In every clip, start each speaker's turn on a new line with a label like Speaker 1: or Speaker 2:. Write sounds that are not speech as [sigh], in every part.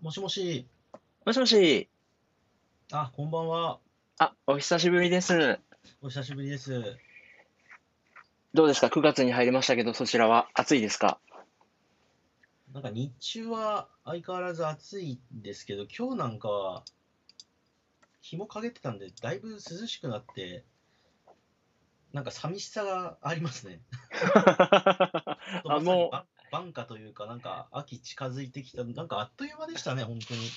Speaker 1: もしもし。
Speaker 2: もしもし。
Speaker 1: あ、こんばんは。
Speaker 2: あ、お久しぶりです。
Speaker 1: お久しぶりです。
Speaker 2: どうですか ?9 月に入りましたけど、そちらは暑いで
Speaker 1: [laughs]
Speaker 2: すか
Speaker 1: なんか日中は相変わらず暑いんですけど、今日なんかは日も陰ってたんで、だいぶ涼しくなって、なんか寂しさがありますね。
Speaker 2: あ、
Speaker 1: まさに
Speaker 2: もう、
Speaker 1: 晩晩夏というか、なんか秋近づいてきた、なんかあっという間でしたね、本当に。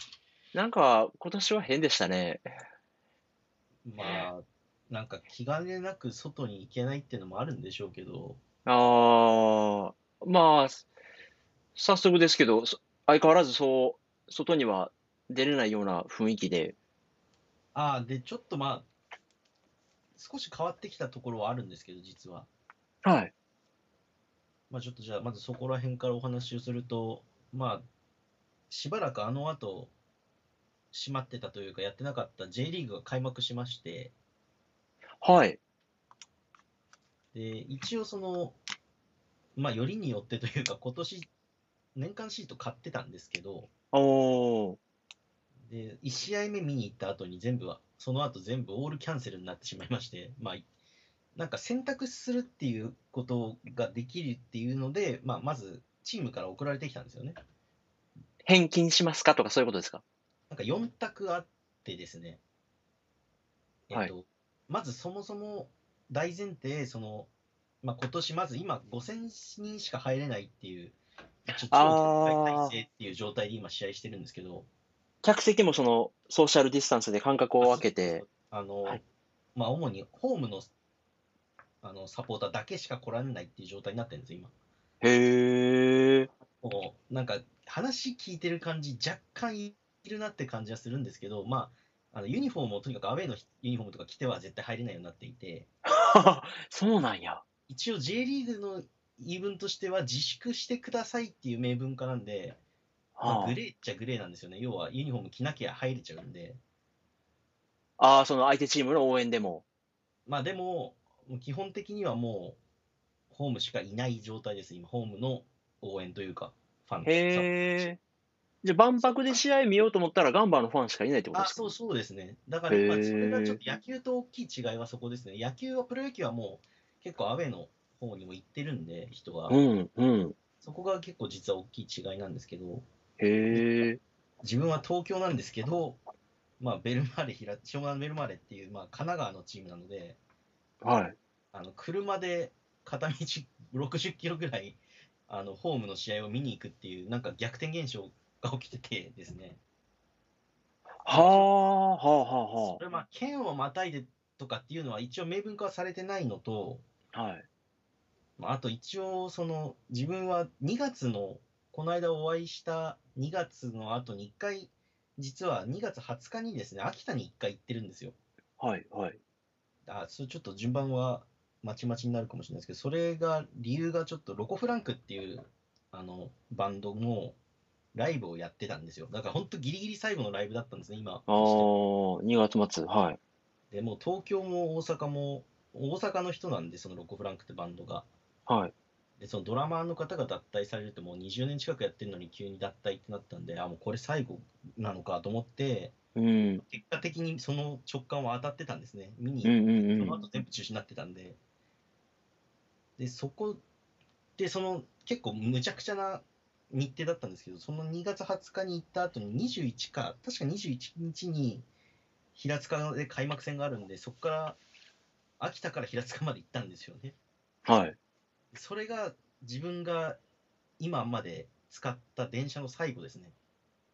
Speaker 2: なんか今年は変でしたね。
Speaker 1: まあ、なんか気兼ねなく外に行けないっていうのもあるんでしょうけど、
Speaker 2: ああ、まあ、早速ですけど、そ相変わらずそう、外には出れないような雰囲気で。
Speaker 1: ああ、で、ちょっとまあ、少し変わってきたところはあるんですけど、実は。
Speaker 2: はい。
Speaker 1: まあ、ちょっとじゃあ、まずそこら辺からお話をすると、まあ、しばらくあの後、閉まってたというか、やってなかった J リーグが開幕しまして、
Speaker 2: はい。
Speaker 1: で、一応その、まあ、よりによってというか、今年、年間シート買ってたんですけど、
Speaker 2: おー。
Speaker 1: で、1試合目見に行った後に全部は、その後全部オールキャンセルになってしまいまして、まあ、なんか選択するっていうことができるっていうので、まあ、まずチームから送られてきたんですよね。
Speaker 2: 返金しますかとかそういうことですか
Speaker 1: なんか4択あってですね、えっ
Speaker 2: はい。
Speaker 1: と、まずそもそも大前提、その、まあ、今年まず今5000人しか入れないっていう、まあ、ちょ超厳戒態
Speaker 2: ああ、
Speaker 1: 勢っていう状態で今試合してるんですけど、
Speaker 2: 客席もそのソーシャルディスタンスで間隔
Speaker 1: あ、
Speaker 2: を
Speaker 1: そ
Speaker 2: 空
Speaker 1: うで
Speaker 2: け
Speaker 1: す、そうで
Speaker 2: て、
Speaker 1: す。あ
Speaker 2: は
Speaker 1: の、
Speaker 2: い。
Speaker 1: まあ、主にホームの、あのサポーターだけしか来られないっていう状態になってるんですよ、今。
Speaker 2: へ
Speaker 1: [laughs]
Speaker 2: え、
Speaker 1: もうなんか話聞いてる感じ、若干いるなって感じはするんですけど、まあ、あのユニフォームをとにかくアウェーのユニフォームとか着ては絶対入れないようになっていて、
Speaker 2: そうなんや。
Speaker 1: 一応 J リーグの言い分としては自粛してくださいっていう明文化なんで、まあ、グ
Speaker 2: は
Speaker 1: レーっちゃグレーなんですよね。要はユニフォーム着なきゃ入れちゃうんで。
Speaker 2: あ。ああ、その相手チームの応援でも。
Speaker 1: まあでも、もう基本的にはもうホームしかいない状態です、今。ホームの応援というか、ファン、サポーターた
Speaker 2: へ
Speaker 1: ち。
Speaker 2: え。じゃあ万博で試合見ようと思ったらガンバのファンしかいないってことで
Speaker 1: あ、
Speaker 2: すか
Speaker 1: そうそうですね。だから今、それがちょっ
Speaker 2: へえ。
Speaker 1: と野球と大きい違いはそこですね。野球は、プロ野球はもう結構アウェーの方にも行ってるんで、人
Speaker 2: う
Speaker 1: が。
Speaker 2: ん、うん。
Speaker 1: そこが結構実は大きい違いなんですけど、
Speaker 2: へえ。
Speaker 1: 自分は東京なんですけど、まあ、ベルマーレ平、湘南ベルマーレっていう、まあ、神奈川のチームなので、
Speaker 2: はい。
Speaker 1: あの車で片道60キロぐらいあのホームの試合を見に行くっていう、なんか逆転現象が起きててですね、
Speaker 2: はあ、はあ、
Speaker 1: そ
Speaker 2: は
Speaker 1: れまあ県をまたいでとかっていうのは、一応明文化はされてないのと、
Speaker 2: あ、はい。
Speaker 1: まあ、あと一応、その自分は2月の、この間お会いした2月の後に1回、実は2月20日にですね、秋田に1回行ってるんですよ。
Speaker 2: はい、はい。
Speaker 1: あ、そう、ちょっと順番はまちまちになるかもしれないですけど、それが、理由がちょっとロコ・フランクっていう、あの、バンドのライブをやってたんですよ。だから本当ギリギリ最後のライブだったんですね、今
Speaker 2: あ
Speaker 1: にしては。
Speaker 2: あ、2月末。はい。
Speaker 1: で、もう東京も大阪も、大阪の人なんで、そのロコ・フランクってバンドが。
Speaker 2: はい。
Speaker 1: で、そのドラマーの方が脱退されるともう20年近くやってるのに急に脱退ってなったんで、あ、もうこれ最後なのかと思って、
Speaker 2: うん、
Speaker 1: 結果的にその直感は当たってたんですね。見に
Speaker 2: う
Speaker 1: 行っ
Speaker 2: ん、うん、
Speaker 1: て、
Speaker 2: う
Speaker 1: その
Speaker 2: ん。
Speaker 1: 後全部中止になってたんで。で、そこで、その結構むちゃくちゃな日程だったんですけど、その2月20日に行った後に21か、確か21日に平塚で開幕戦があるんで、そこから秋田から平塚まで行ったんですよね。
Speaker 2: はい。
Speaker 1: それが自分が今まで使った電車の最後ですね。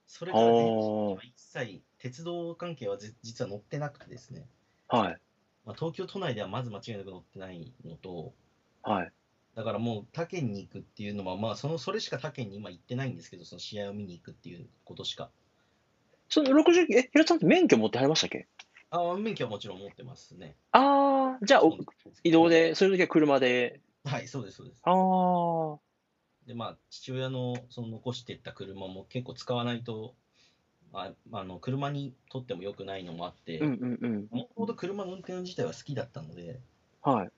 Speaker 1: それ
Speaker 2: あ
Speaker 1: から電車に
Speaker 2: あ、
Speaker 1: は一切鉄道関係はじ実は乗ってなくてですね、
Speaker 2: はい、
Speaker 1: まあ、東京都内ではまず間違いなく乗ってないのと、
Speaker 2: はい。
Speaker 1: だからもう他県に行くっていうのは、まあ、そのそれしか他県に今行ってないんですけど、その試合を見に行くっていうことしか。
Speaker 2: その60、え、平田さんって免許持ってはりましたっけ
Speaker 1: あ免許はもちろん持ってますね。
Speaker 2: ああ、じゃあ、
Speaker 1: そう
Speaker 2: お
Speaker 1: なんです
Speaker 2: 移
Speaker 1: け
Speaker 2: 動
Speaker 1: ど。
Speaker 2: で、そういう時は車で。
Speaker 1: はい、そうです、そうです。
Speaker 2: ああ、
Speaker 1: で、まあ、父親のその残していった車も結構使わないと、まあ、まああの車にとっても良くないのもあっ
Speaker 2: うん、
Speaker 1: て、
Speaker 2: うん、うん。
Speaker 1: もともと車の運転自体は好きだったので、
Speaker 2: はい。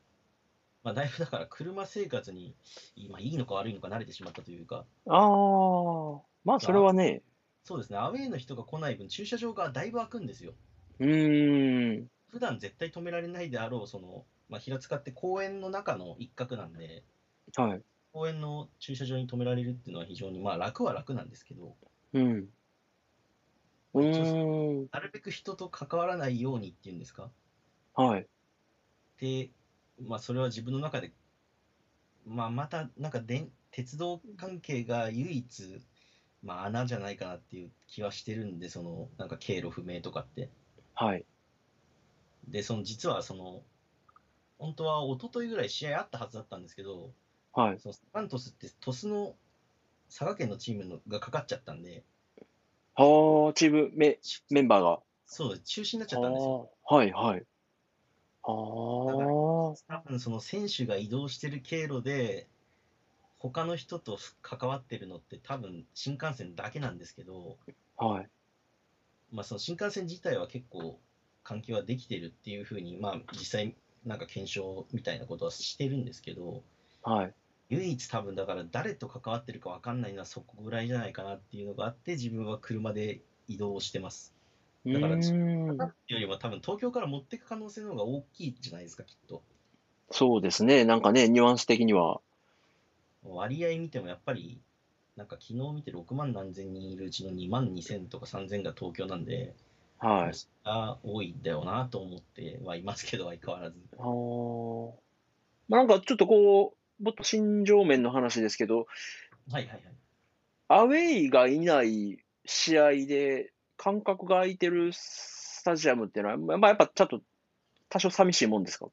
Speaker 1: まあ、だいぶだから車生活に今いいのか悪いのか慣れてしまったというか、
Speaker 2: ああ、まあ、それ
Speaker 1: が
Speaker 2: はね。
Speaker 1: そうですね、アウェイの人が来ない分、駐車場がだいぶ空くんですよ。
Speaker 2: うーん。
Speaker 1: 普段絶対止められないであろう、その、まあ、平塚って公園の中の一角なんで、
Speaker 2: はい。
Speaker 1: 公園の駐車場に止められるっていうのは非常に、まあ、楽は楽なんですけど、
Speaker 2: うん。うーん。
Speaker 1: なるべく人と関わらないようにっていうんですか
Speaker 2: はい。
Speaker 1: で、まあ、それは自分の中で、まあ、また、なんかでん、鉄道関係が唯一、まあ、穴じゃないかなっていう気はしてるんで、その、なんか経路不明とかって。
Speaker 2: はい。
Speaker 1: で、その、実は、その、本当は一昨日ぐらい試合あったはずだったんですけど、
Speaker 2: はい。
Speaker 1: そのサガン鳥栖って、鳥栖の佐賀県のチームのがかかっちゃったんで、
Speaker 2: はあ、チームメ、メンバーが。
Speaker 1: そうです、中止になっちゃったんですよ。
Speaker 2: はあ、はい、はい。あ
Speaker 1: 多分その選手が移動してる経路で、他の人と関わってるのって、多分新幹線だけなんですけど、
Speaker 2: あ、はい。
Speaker 1: まあ、その新幹線自体は結構、換気はできてるっていうふうに、まあ、実際、なんか検証みたいなことはしてるんですけど、
Speaker 2: はい。
Speaker 1: 唯一多分だから誰と関わってるか分かんないのはそこぐらいじゃないかなっていうのがあって自分は車で移動してます。だから
Speaker 2: うーん。
Speaker 1: よりは多分東京から持っていく可能性の方が大きいじゃないですかきっと
Speaker 2: そうですね。なんかね、ニュアンス的には。
Speaker 1: 割合見てもやっぱりなんか昨日見て6万何千人いるうちの2万2千とか3千が東京なんで、
Speaker 2: はい。
Speaker 1: あ多いんだよなと思ってはいますけど相変わらず
Speaker 2: あーまあ、なんかちょっとこう、もっと心情面の話ですけど、
Speaker 1: はいはいはい
Speaker 2: アウェイがいない試合で、間隔が空いてるスタジアムっていうのは、まあまあ、やっぱちょっと多少寂しいもんですか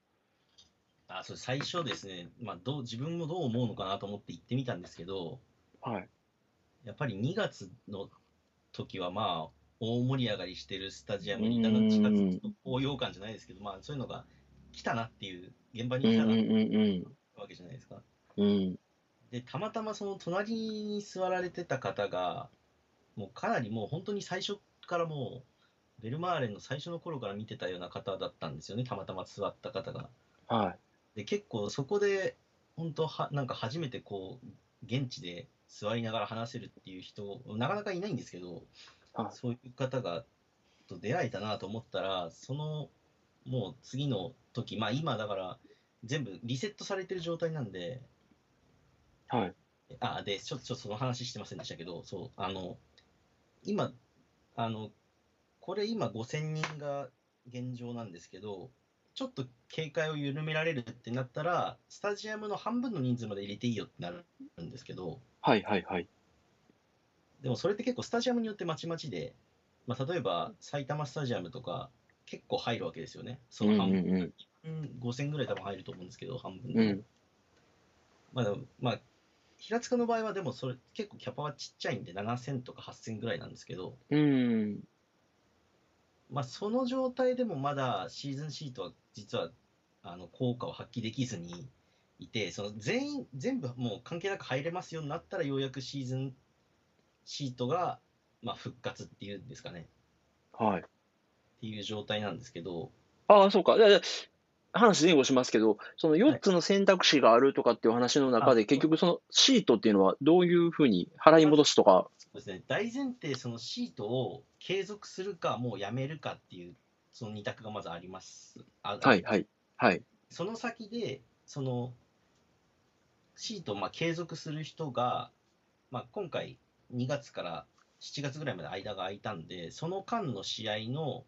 Speaker 1: あそれ最初ですね、まあ、どう自分もどう思うのかなと思って行ってみたんですけど
Speaker 2: はい。
Speaker 1: やっぱり2月の時はまあ大盛り上がりしてるスタジアムにいたのちか
Speaker 2: うん
Speaker 1: ちょっと高揚感じゃないですけど、まあ、そういうのが来たなっていう現場
Speaker 2: う
Speaker 1: に
Speaker 2: ん
Speaker 1: 来
Speaker 2: う
Speaker 1: た
Speaker 2: ん
Speaker 1: なって
Speaker 2: うん
Speaker 1: わけじゃないですか。
Speaker 2: うん。うん。
Speaker 1: でたまたまその隣に座られてた方がもうかなりもう本当に最初からもうベルマーレンの最初の頃から見てたような方だったんですよねたまたま座った方が。
Speaker 2: はい。
Speaker 1: で結構そこで本当はなんか初めてこう現地で座りながら話せるっていう人なかなかいないんですけど、
Speaker 2: はい
Speaker 1: そういう方がと出会えたなと思ったらそのもう次の時まあ今だから全部リセットされてる状態なんで
Speaker 2: はい。
Speaker 1: あでちょっとちょっとその話してませんでしたけどそうあの今あのこれ今5000人が現状なんですけどちょっと警戒を緩められるってなったらスタジアムの半分の人数まで入れていいよってなるんですけど
Speaker 2: はいはいはい。
Speaker 1: でもそれって結構スタジアムによってまちまちで、まあ、例えば埼玉スタジアムとか結構入るわけですよねその半分、
Speaker 2: うん
Speaker 1: 5000ぐらい多分入ると思うんですけど半分
Speaker 2: うんうん。うん。
Speaker 1: まあでも、まあ、平塚の場合はでもそれ結構キャパはちっちゃいんで7000とか8000ぐらいなんですけど、
Speaker 2: うん。
Speaker 1: まあ、その状態でもまだシーズンシートは実はあの効果を発揮できずにいてその全員全部もう関係なく入れますようになったらようやくシーズンシートが、まあ、復活っていうんですかね
Speaker 2: はい。
Speaker 1: っていう状態なんですけど
Speaker 2: ああ、そうか。いやいや話前後しますけど、その
Speaker 1: はい
Speaker 2: 4つの選択肢があるとかっていう話の中
Speaker 1: あそ
Speaker 2: で、
Speaker 1: う
Speaker 2: 結局そのシートっていうのはどういうふうに払い戻すとか、
Speaker 1: そうです、ね、大前提そのシートを継続するかもうやめるかっていうその2択がまずあります。あ
Speaker 2: はいはいはい。
Speaker 1: その先で、そのシートをまあ継続する人が、まあ、今回2月から7月ぐらいまで間が空いたんで、その間の試合の、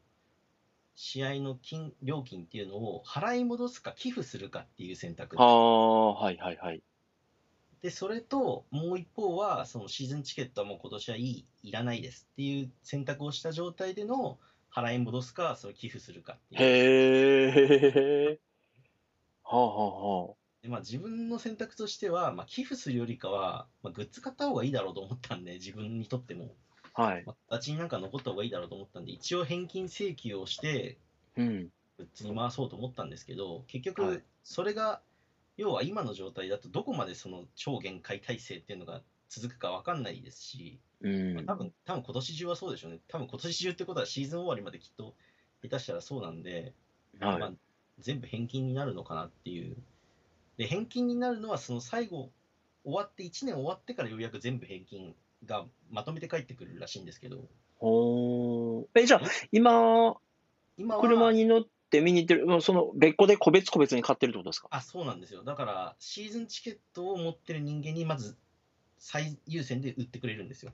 Speaker 1: 試合の金料金っていうのを払い戻すか寄付するかっていう選択
Speaker 2: ああ、はいはいはい。
Speaker 1: で、それともう一方は、そのシーズンチケットはもう今年はいい、いらないですっていう選択をした状態での払い戻すか、それを寄付するかっていう。
Speaker 2: へえ。はあはあは
Speaker 1: でまあ、自分の選択としては、まあ、寄付するよりかは、まあ、グッズ買った方がいいだろうと思ったんで、 [laughs] 自分にとっても、
Speaker 2: あ。はい。
Speaker 1: まあ、形になんか残った方がいいだろうと思ったんで、一応返金請求をして、
Speaker 2: うん。
Speaker 1: グッズに回そうと思ったんですけど、結
Speaker 2: はい
Speaker 1: 局、それが、要は今の状態だと、どこまでその超限界体制っていうのが続くか分かんないですし、
Speaker 2: うん
Speaker 1: まあ。多分多分今年中はそうでしょうね、多分今年中ってことはシーズン終わりまできっと下手したらそうなんで、
Speaker 2: はい
Speaker 1: まあ、全部返金になるのかなっていう。で、返金になるのは、その最後、終わって、1年終わってからようやく全部返金がまとめて帰ってくるらしいんですけど、
Speaker 2: おーえ、じゃあ、今、
Speaker 1: 今は
Speaker 2: 車に乗って見に行ってる、もうその別個で個別個別に買ってるってことですか
Speaker 1: あ、そうなんですよ。だから、シーズンチケットを持ってる人間にまず最優先で売ってくれるんですよ。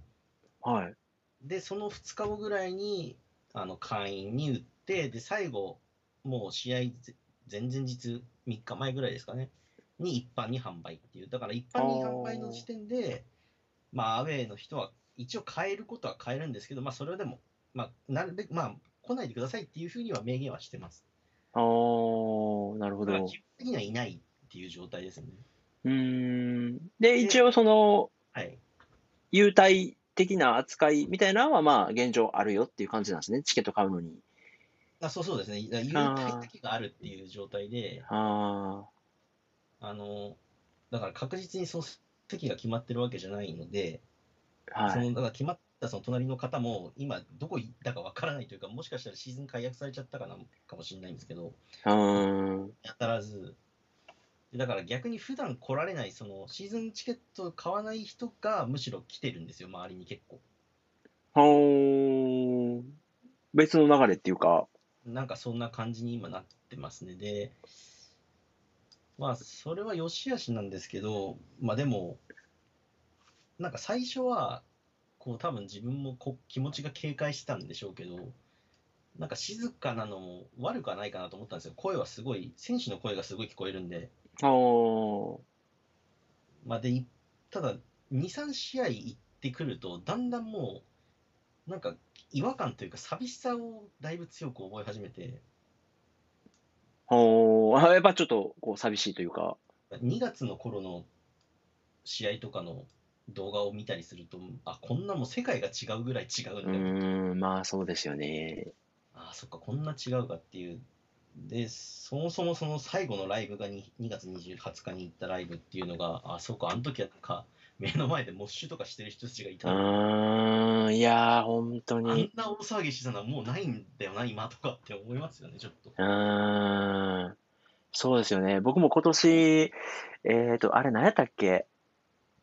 Speaker 2: はい。
Speaker 1: で、その2日後ぐらいに、あの、会員に売って、で、最後、もう試合ぜ前々日、3日前ぐらいですかね、に一般に販売っていう。だから、一般に販売の時点で、まあ、アウェイの人は、一応買えることは買えるんですけど、まあ、それでも、まあ、なるべく、まあ、来ないでくださいっていうふうには明言はしてます。
Speaker 2: あー、なるほ
Speaker 1: だ
Speaker 2: ど。
Speaker 1: から、
Speaker 2: う
Speaker 1: 基本的にはいないっていう状態ですね。
Speaker 2: ーん。で、一応、その、
Speaker 1: はい。
Speaker 2: 優待的な扱いみたいなのは、まあ、現状あるよっていう感じなんですね。チケット買うのに。
Speaker 1: あそうそうですね、だ優
Speaker 2: あー
Speaker 1: 待だけがあるっていう状態で、
Speaker 2: あ
Speaker 1: あのだから確実にその席が決まってるわけじゃないので、
Speaker 2: ー、は
Speaker 1: その
Speaker 2: い。
Speaker 1: だから決まったその隣の方も、今、どこ行ったかわからないというか、もしかしたらシーズン解約されちゃったかなかもしれないんですけど、
Speaker 2: うーん。
Speaker 1: やたらず、でだから逆に普段来られない、そのシーズンチケット買わない人がむしろ来てるんですよ、周りに結構。
Speaker 2: ほー別の流れっていうか、
Speaker 1: なんかそんな感じに今なってますね。で、まあ、それは良し悪しなんですけど、まあでも、なんか最初は、こう多分自分もこ気持ちが警戒してたんでしょうけど、なんか静かなのも悪くはないかなと思ったんですよ。声はすごい、選手の声がすごい聞こえるんで、
Speaker 2: お
Speaker 1: まあで、いただ、2、3試合行ってくると、だんだんもう、なんか違和感というか寂しさをだいぶ強く覚え始めて、
Speaker 2: おやっぱちょっとこう寂しいというか、
Speaker 1: 2月の頃の試合とかの動画を見たりすると、あ、こんなもう世界が違うぐらい違うん
Speaker 2: う
Speaker 1: だ、
Speaker 2: ーん、まあそうですよね。
Speaker 1: あ、そっか、こんな違うかっていう。で、そもそもその最後のライブがに 2, 月20 20日に行ったライブっていうのが、あ、そうか、あの時はなんか目の前でモッシュとかしてる人たちがいた。あ
Speaker 2: うーん、いやー、本当
Speaker 1: ん
Speaker 2: に。
Speaker 1: な大騒ぎしてたのはもうないんだよな、今とかって思いますよね、ちょっと。
Speaker 2: うーん、そうですよね。僕も今年、えっと、あれ何やったっけ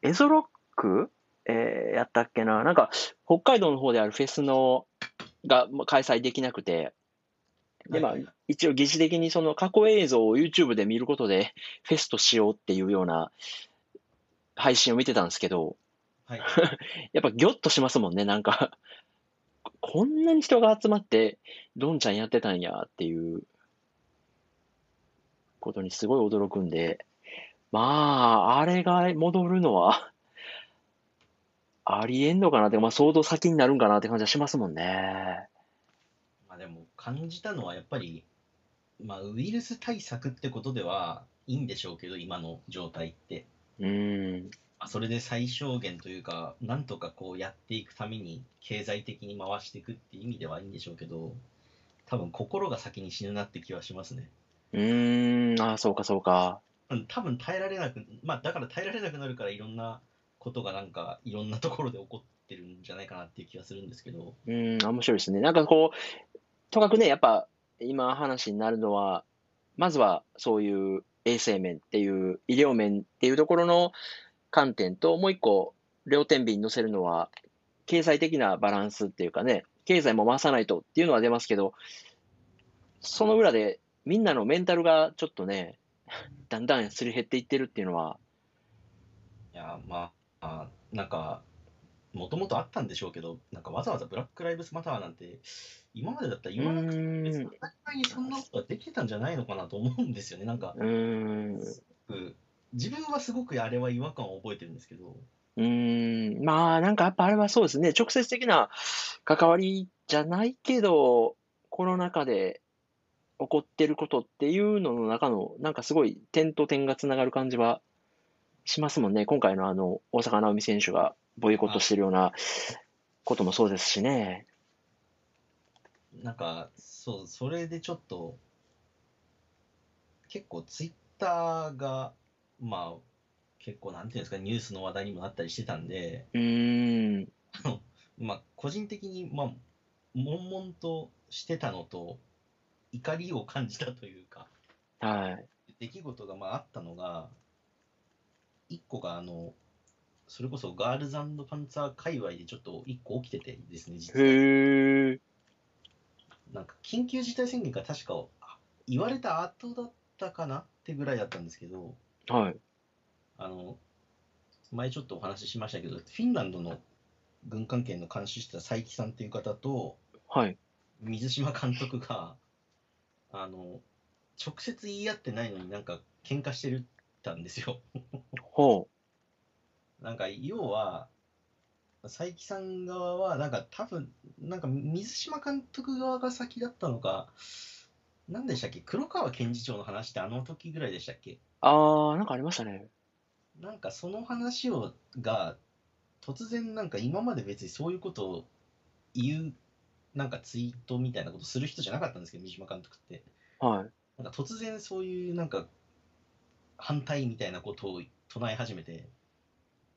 Speaker 2: エゾロックえーやったっけななんか、北海道の方であるフェスの、がまあ開催できなくて、で、まあ
Speaker 1: はい、はい
Speaker 2: 一応疑似的にその過去映像を YouTube で見ることでフェストしようっていうような配信を見てたんですけど、
Speaker 1: はい、
Speaker 2: やっぱギョッとしますもんね、なんか。 [laughs] こんなに人が集まって、どんちゃんやってたんやっていうことにすごい驚くんで、まあ、あれが戻るのはありえんのかなって、まあ相当先になるんかなって感じはしますもんね。
Speaker 1: まあでも感じたのはやっぱり、まあ、ウイルス対策ってことではいいんでしょうけど、今の状態って。
Speaker 2: うん。
Speaker 1: まあそれで最小限というか、なんとかこうやっていくために経済的に回していくっていう意味ではいいんでしょうけど、多分心が先に死ぬなって気はしますね。
Speaker 2: うーん、ああ、そうかそうか。
Speaker 1: うん多分耐えられなく、まあだから耐えられなくなるからいろんなことがなんかいろんなところで起こってるんじゃないかなっていう気がするんですけど、
Speaker 2: うん、面白いですね。なんかこう、とかくね、やっぱ今話になるのは、まずはそういう衛生面っていう、医療面っていうところの観点と、もう一個、両天秤に乗せるのは、経済的なバランスっていうかね、経済も回さないとっていうのは出ますけど、その裏で、みんなのメンタルがちょっとね、 [laughs] だんだんすり減っていってるっていうのは、
Speaker 1: いや、まあ、あなんか、もともとあったんでしょうけど、なんかわざわざブラック・ライブスマターなんて、今までだったら言わなくても別
Speaker 2: う
Speaker 1: に
Speaker 2: ん
Speaker 1: 当たり前にそんなことはできてたんじゃないのかなと思うんですよね。なんか、
Speaker 2: うん、
Speaker 1: うん自分はすごくあれは違和感を覚えてるんですけど、
Speaker 2: うーん、まあなんかやっぱあれはそうですね、直接的な関わりじゃないけど、コロナ禍で起こってることっていうのの中の、なんかすごい点と点がつながる感じはしますもんね。今回のあの、大坂なおみ選手がボイコットしてるようなこともそうですしね。
Speaker 1: なんか、そう、それでちょっと、結構ツイッターが、まあ、結構なんていうんですか、ニュースの話題にもなったりしてたんで、
Speaker 2: うーん、
Speaker 1: まあ、個人的に、まあ、悶々としてたのと、怒りを感じたというか、
Speaker 2: はい。
Speaker 1: 出来事がまああったのが、一個が、あの、それこそガールズパンツァー界隈でちょっと一個起きててですね、実は。
Speaker 2: へえ。
Speaker 1: なんか緊急事態宣言が確かあ言われた後だったかなってぐらいだったんですけど、
Speaker 2: はい。
Speaker 1: あの、前ちょっとお話ししましたけど、フィンランドの軍関係の監視してた佐伯さんっていう方と、
Speaker 2: はい。
Speaker 1: 水島監督が、あの、直接言い合ってないのになんか喧嘩してるたんですよ。 [laughs]
Speaker 2: ほ
Speaker 1: なんか要は、佐伯さん側は、なんか多分、なんか水島監督側が先だったのか、何でしたっけ、黒川検事長の話ってあの時ぐらいでしたっけ、
Speaker 2: う。ああ、なんかありましたね。
Speaker 1: なんかその話をが、突然、なんか今まで別にそういうことを言う、なんかツイートみたいなことする人じゃなかったんですけど、水島監督って。
Speaker 2: はい。
Speaker 1: なんか突然そういう、なんか反対みたいなことを唱え始めて。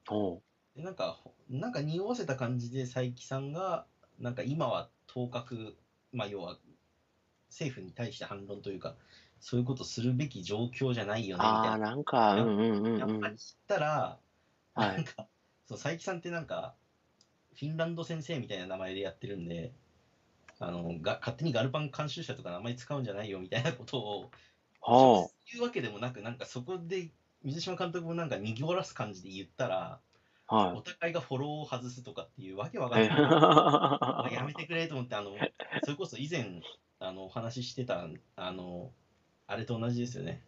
Speaker 2: ほ
Speaker 1: でなんか、ほなんか匂わせた感じで佐伯さんが、なんか今は当確、まあ要は政府に対して反論というか、そういうことするべき状況じゃないよ
Speaker 2: う。
Speaker 1: ねみた
Speaker 2: ああ、
Speaker 1: いな。
Speaker 2: なんか、うんうんうん
Speaker 1: やっ
Speaker 2: うん。
Speaker 1: ぱ
Speaker 2: は
Speaker 1: り言ったら、ないん。か、そう佐伯さんってなんか、フィンランド先生みたいな名前でやってるんで、あのが勝手にガルパン監修者とか名前使うんじゃないよみたいなことを
Speaker 2: ほう。
Speaker 1: 言うわけでもなく、なんかそこで水島監督もなんか濁らす感じで言ったら、
Speaker 2: は
Speaker 1: お互いがフォローを外すとかっていうわけわかん
Speaker 2: い。
Speaker 1: ない。あやめてくれと思って、あの、それこそ以前、あの、お話ししてた、あの、あれと同じですよね。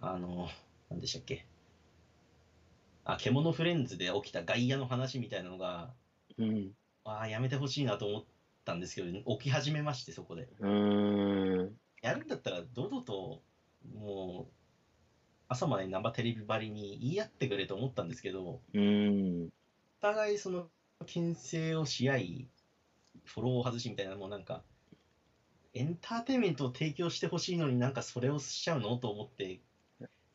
Speaker 1: あの、何でしたっけ。あ、獣フレンズで起きた外野の話みたいなのが、
Speaker 2: [laughs] うん。
Speaker 1: ああ、やめてほしいなと思ったんですけど、起き始めまして、そこで。
Speaker 2: うーん。
Speaker 1: やるんだったら、堂々と、もう、朝まで生テレビばりに言い合ってくれと思ったんですけど、
Speaker 2: うーん。
Speaker 1: お互いその牽制をし合い、フォローを外しみたいな、もうなんか、エンターテインメントを提供してほしいのになんかそれをしちゃうのと思って、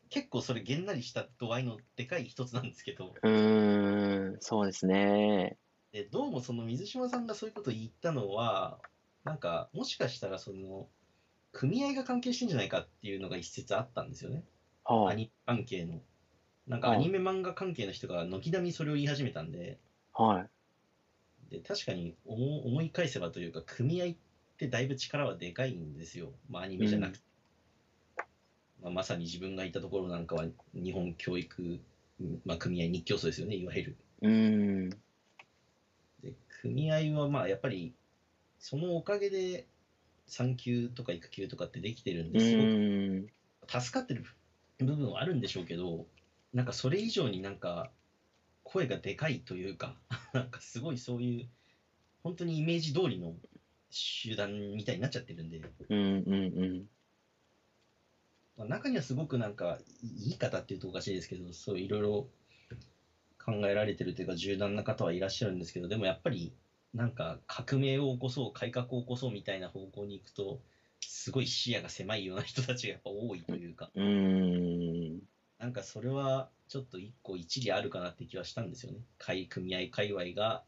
Speaker 1: 結構それげんなりした度合いのでかい一つなんですけど、
Speaker 2: うーん。そうですね。
Speaker 1: でどうもその水島さんがそういうことを言ったのは、なんか、もしかしたらその、組合が関係してんじゃないかっていうのが一説あったんですよね。
Speaker 2: は
Speaker 1: ア
Speaker 2: い。
Speaker 1: ニメ関係の。なんかアニメ漫画関係の人が軒並みそれを言い始めたんで、
Speaker 2: はい。
Speaker 1: で確かに思思い返せばというか組合ってだいぶ力はでかいんですよ、まあ、アニメじゃなくて、まあ、まさに自分がいたところなんかは日本教育、まあ、組合日教組ですよねいわゆる
Speaker 2: うーん。
Speaker 1: で組合はまあやっぱりそのおかげで産休とか育休とかってできてるん
Speaker 2: う
Speaker 1: ですごく
Speaker 2: ーん。
Speaker 1: 助かってる部分はあるんでしょうけどなんかそれ以上になんか声がでかいというか [laughs] なんかすごいそういう本当にイメージ通りの集団みたいになっちゃってるんで、
Speaker 2: うんうんうん。
Speaker 1: まあ、中にはすごくなんかいいい方っていうとおかしいですけどそういろいろ考えられてるというか柔軟な方はいらっしゃるんですけどでもやっぱりなんか革命を起こそう改革を起こそうみたいな方向に行くとすごい視野が狭いような人たちがやっぱ多いというか。
Speaker 2: うーん。
Speaker 1: なんかそれはちょっと一個一理あるかなって気はしたんですよね。会組合界隈が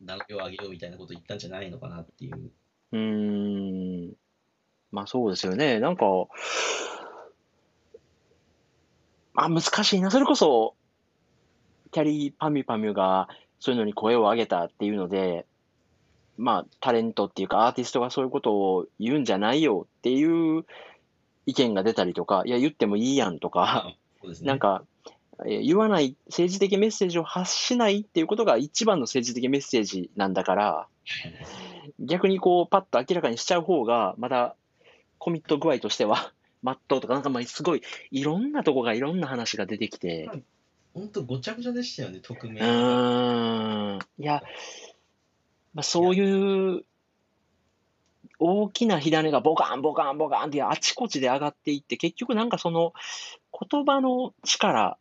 Speaker 1: 名乗りを上げようみたいなこと言ったんじゃないのかなっていう。
Speaker 2: うーん。まあそうですよね。なんか、まあ難しいな。それこそ、キャリーパミュパミュがそういうのに声を上げたっていうので、まあタレントっていうかアーティストがそういうことを言うんじゃないよっていう意見が出たりとか、いや言ってもいいやんとか、
Speaker 1: そうですね。
Speaker 2: なんか、えー言わない、政治的メッセージを発しないっていうことが一番の政治的メッセージなんだから、逆にこう、パッと明らかにしちゃう方が、まだコミット具合としては、 [laughs] マットとか、なんかまあ、すごい、いろんなとこがいろんな話が出てきて、
Speaker 1: 本当ごちゃごちゃでしたよね、匿名
Speaker 2: う。ーん、いや、まあ、そういう、大きな火種がボカンボカンボカンってあちこちで上がっていって、結局なんかその言葉の力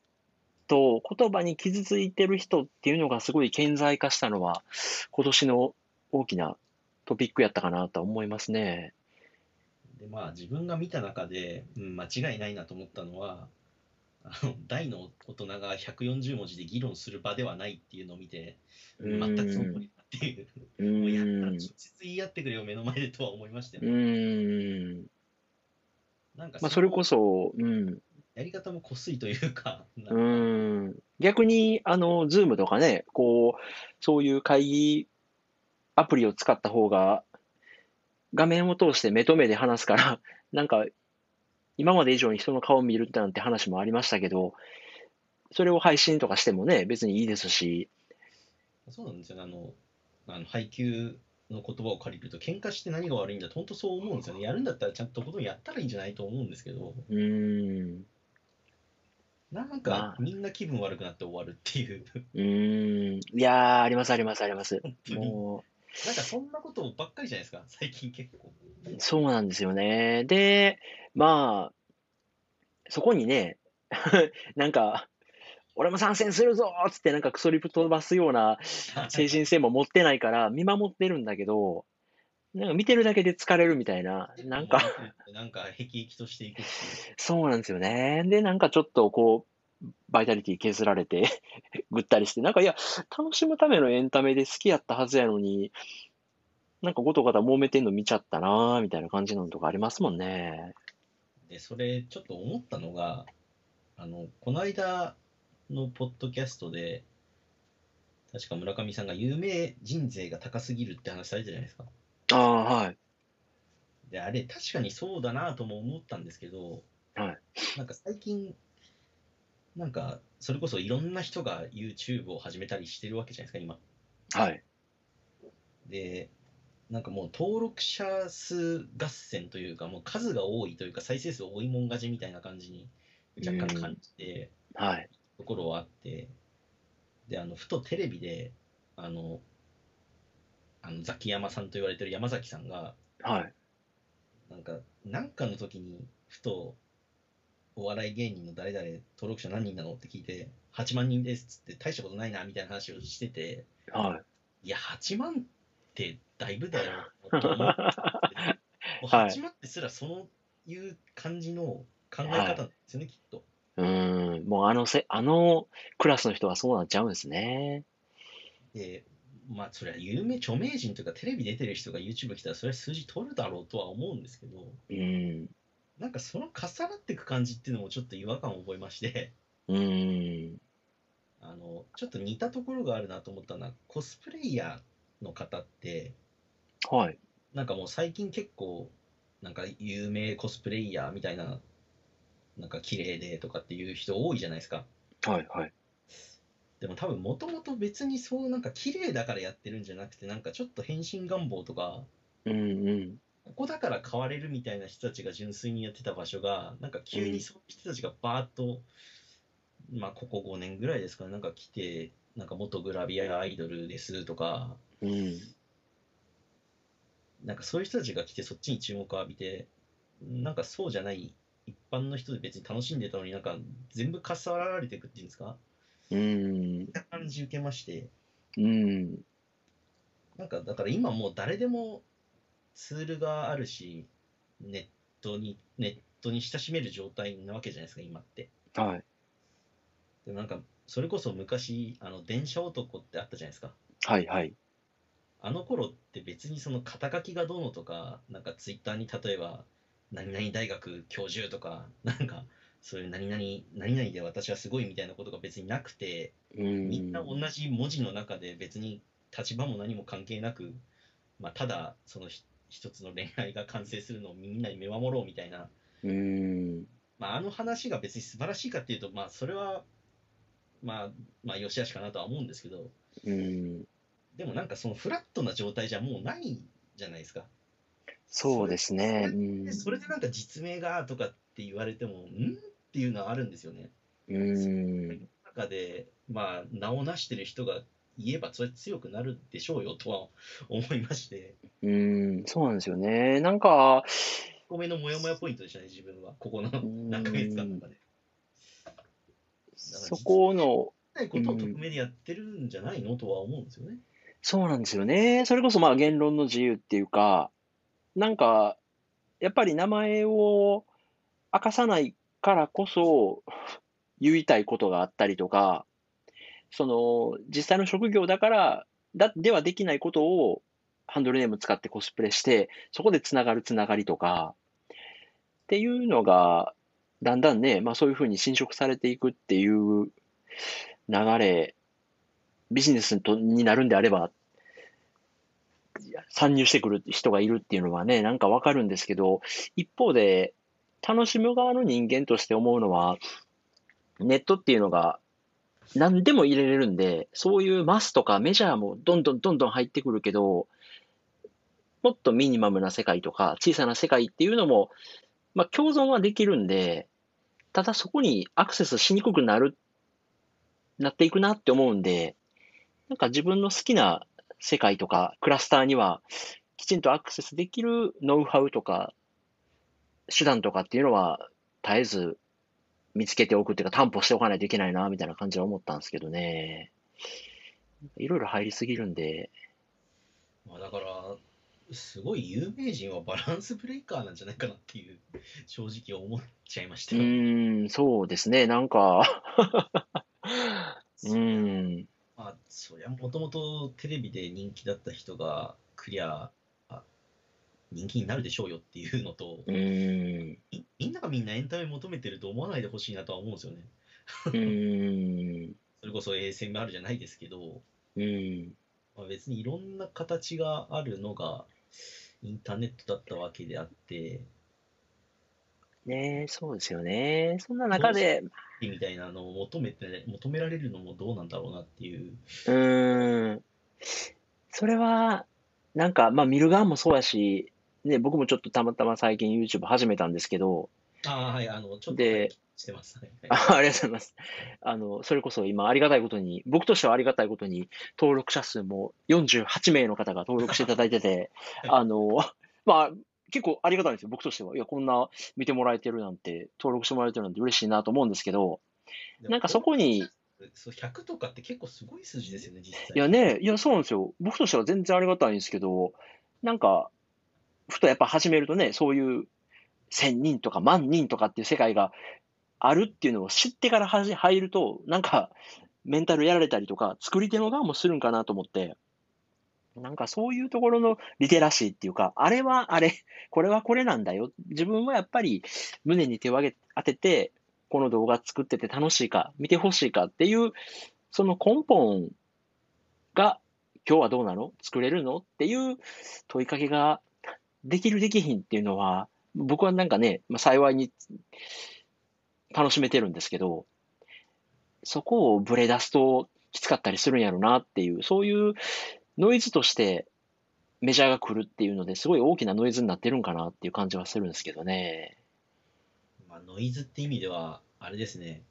Speaker 2: と言葉に傷ついてる人っていうのがすごい顕在化したのは、今年の大きなトピックやったかなと思いますね。
Speaker 1: で、まあ自分が見た中で、うん、間違いないなと思ったのは、あの大の大人が140文字で議論する場ではないっていうのを見て、全くその通りだっていう。
Speaker 2: う
Speaker 1: もうやっ
Speaker 2: ー
Speaker 1: たら
Speaker 2: ん
Speaker 1: 直接言い合ってくれよ、目の前でとは思いましたよ
Speaker 2: う
Speaker 1: ね。
Speaker 2: ーん。
Speaker 1: なんか
Speaker 2: まあ、それ
Speaker 1: こ
Speaker 2: こそ、うん。
Speaker 1: やり方もこすいというか、なん
Speaker 2: う
Speaker 1: か
Speaker 2: ーん。うん。逆に、あの、ズームとかね、こう、そういう会議アプリを使った方が、画面を通して目と目で話すから、 [laughs] なんか、今まで以上に人の顔を見るなんて話もありましたけど、それを配信とかしてもね、別にいいですし、
Speaker 1: そうなんですよねあのあの配給の言葉を借りると喧嘩して何が悪いんだって本当そう思うんですよねやるんだったらちゃんととことんやったらいいんじゃないと思うんですけど
Speaker 2: うーん、
Speaker 1: なん
Speaker 2: ま
Speaker 1: か
Speaker 2: あ
Speaker 1: みんな気分悪くなって終わるっていう [laughs]
Speaker 2: うーん、いやー、ありますありますあります。
Speaker 1: 当に
Speaker 2: もう、
Speaker 1: なんかそんなことばっかりじゃないですか最近結構
Speaker 2: そうなんですよね。で、まあ、そこにね、 [laughs] なんか、俺も参戦するぞーっつって、なんかクソリプ飛ばすような精神性も持ってないから、見守ってるんだけど、なんか見てるだけで疲れるみたいな、なんか、
Speaker 1: [laughs] なんかへきとしていくっていう
Speaker 2: そうなんですよね。で、なんかちょっとこう、バイタリティ削られて [laughs] ぐったりして、なんかいや、楽しむためのエンタメで好きやったはずやのに、なんかごとごと揉めてんの見ちゃったなーみたいな感じのとかありますもんね。
Speaker 1: でそれちょっと思ったのがあのこの間のポッドキャストで確か村上さんが有名人税が高すぎるって話されてたじゃないですか
Speaker 2: ああ、はい。
Speaker 1: であれ確かにそうだなとも思ったんですけど、
Speaker 2: はい
Speaker 1: なんか最近なんかそれこそいろんな人が YouTube を始めたりしてるわけじゃないですか今
Speaker 2: はい。
Speaker 1: でなんかもう登録者数合戦というかもう数が多いというか再生数多いもん勝ちみたいな感じに若干感じて
Speaker 2: はい。
Speaker 1: ところはあってであのふとテレビであのあのザキヤマさんと言われてる山崎さんが
Speaker 2: はい。
Speaker 1: なんか、なんかの時に、ふと、お笑い芸人の誰々、登録者何人なのって聞いて、8万人ですっつって、大したことないな、みたいな話をしてて、
Speaker 2: はい。
Speaker 1: いや、8万ってだいぶだよ、と思って、もう
Speaker 2: はい
Speaker 1: 8万ってすらそういう感じの考え方なんですよね、きっと。
Speaker 2: うーん。もうあのせ、あのクラスの人はそうなっちゃうんですね。
Speaker 1: で、まあ、それは有名、著名人というか、テレビ出てる人が YouTube 来たら、それは数字取るだろうとは思うんですけど、
Speaker 2: うん。
Speaker 1: なんかその重なっていく感じっていうのもちょっと違和感を覚えまして。
Speaker 2: うん。
Speaker 1: あのちょっと似たところがあるなと思ったのはコスプレイヤーの方って
Speaker 2: はい。
Speaker 1: なんかもう最近結構なんか有名コスプレイヤーみたいななんか綺麗でとかっていう人多いじゃないですか
Speaker 2: はい。はい。
Speaker 1: でも多分もともと別にそうなんか綺麗だからやってるんじゃなくてなんかちょっと変身願望とか
Speaker 2: うん。うん。
Speaker 1: ここだから変われるみたいな人たちが純粋にやってた場所がなんか急にそういう人たちがバーッと、まあここ5年ぐらいですかねなんか来てなんか元グラビアアイドルですとか
Speaker 2: うん。
Speaker 1: なんかそういう人たちが来てそっちに注目を浴びて、なんかそうじゃない一般の人で別に楽しんでたのになんか全部かさられていくっていうんですか
Speaker 2: うん。
Speaker 1: な感じ受けまして、
Speaker 2: うん。
Speaker 1: なんかだから今もう誰でもツールがあるし、ネットに、ネットに親しめる状態なわけじゃないですか、今って。
Speaker 2: はい。
Speaker 1: でもなんかそれこそ昔、あの電車男ってあったじゃないですか。
Speaker 2: はい。はい。
Speaker 1: あの頃って別にその肩書きがどうのとか、なんかツイッターに例えば、何々大学教授とか、なんかそういう何々、何々で私はすごいみたいなことが別になくて、
Speaker 2: うん。
Speaker 1: みんな同じ文字の中で別に立場も何も関係なく、まあ、ただそのひ一つの恋愛が完成するのをみんなに見守ろうみたいな、
Speaker 2: うん。
Speaker 1: まあ、あの話が別に素晴らしいかっていうと、まあそれは、まあ、まあ、よしあしかなとは思うんですけど、
Speaker 2: うん。
Speaker 1: でもなんかそのフラットな状態じゃもうないじゃないですか。
Speaker 2: そうですね。
Speaker 1: でそれでなんか実名がとかって言われても、んっていうのはあるんですよね。
Speaker 2: うん。うん。
Speaker 1: 中で、まあ、名を成してる人が言えば、それ強くなるでしょうよとは思いまして、
Speaker 2: うん。そうなんですよね。なんか、
Speaker 1: ごめんのモヤモヤポイントでしたね、自分は、ここの
Speaker 2: ん
Speaker 1: 何ヶ月間とかで。
Speaker 2: そこの、
Speaker 1: ないことを匿名でやってるんじゃないのとは思うんですよね。
Speaker 2: そうなんですよね。それこそまあ言論の自由っていうか、なんか、やっぱり名前を明かさないからこそ言いたいことがあったりとか、その実際の職業だから、だ、ではできないことをハンドルネーム使ってコスプレして、そこでつながるつながりとか、っていうのが、だんだんね、まあそういうふうに侵食されていくっていう流れ、ビジネスとになるんであれば、いや参入してくる人がいるっていうのはね、なんかわかるんですけど、一方で、楽しむ側の人間として思うのは、ネットっていうのが何でも入れれるんで、そういうマスとかメジャーもどんどんどんどん入ってくるけど、もっとミニマムな世界とか小さな世界っていうのも、まあ共存はできるんで、ただそこにアクセスしにくくなる、なっていくなって思うんで、なんか自分の好きな世界とかクラスターにはきちんとアクセスできるノウハウとか手段とかっていうのは絶えず見つけておくっていうか担保しておかないといけないなみたいな感じは思ったんですけどね。いろいろ入りすぎるんで、
Speaker 1: まあ、だから、すごい有名人はバランスブレイカーなんじゃないかなっていう、正直思っちゃいまし
Speaker 2: う
Speaker 1: たよ。
Speaker 2: ーん、そうですね、なん [laughs] かうーん、
Speaker 1: まあ、そりゃもともとテレビで人気だった人が、クリア、あ人気になるでしょうよっていうのと、
Speaker 2: うーん、
Speaker 1: みみんながみんなエンタメ求めてると思わないでほしいなとは思うんですよね。
Speaker 2: うーん、
Speaker 1: それこそ ASMR じゃないですけど、
Speaker 2: うーん。
Speaker 1: まあ、別にいろんな形があるのがインターネットだったわけであって、
Speaker 2: ねえ、そうですよね。そんな中で、
Speaker 1: みたいなのを求めて、求められるのもどうなんだろうなっていう。
Speaker 2: うーん。それは、なんか、まあ、見る側もそうやし、ね、僕もちょっとたまたま最近 YouTube 始めたんですけど、
Speaker 1: ああ、はい、あの、ちょっと
Speaker 2: で
Speaker 1: してます。はいはい
Speaker 2: あありがとうございます。あの、それこそ今、ありがたいことに、僕としてはありがたいことに、登録者数も48名の方が登録していただいてて
Speaker 1: は、い
Speaker 2: あの、まあ、結構ありがたいんですよ、僕としては。いや、こんな見てもらえてるなんて、登録してもらえてるなんて嬉しいなと思うんですけど、
Speaker 1: でも
Speaker 2: なんかそこに、
Speaker 1: そう100とかって結構すごい数字ですよね、実際。
Speaker 2: いやね、いや、そうなんですよ。僕としては全然ありがたいんですけど、なんか、ふとやっぱ始めるとね、そういう1000人とか万人とかっていう世界があるっていうのを知ってからはじ入ると、なんか、メンタルやられたりとか、作り手の側もするんかなと思って、なんかそういうところのリテラシーっていうか、あれはあれ、これはこれなんだよ。自分はやっぱり胸に手を上げ当てて、この動画作ってて楽しいか、見てほしいかっていう、その根本が今日はどうなの作れるのっていう問いかけができるできひんっていうのは僕はなんかね、まあ、幸いに楽しめてるんですけどそこをブレ出すときつかったりするんやろなっていうそういうノイズとしてメジャーが来るっていうのですごい大きなノイズになってるんかなっていう感じはするんですけどね。
Speaker 1: まあ、ノイズって意味では、あれですね、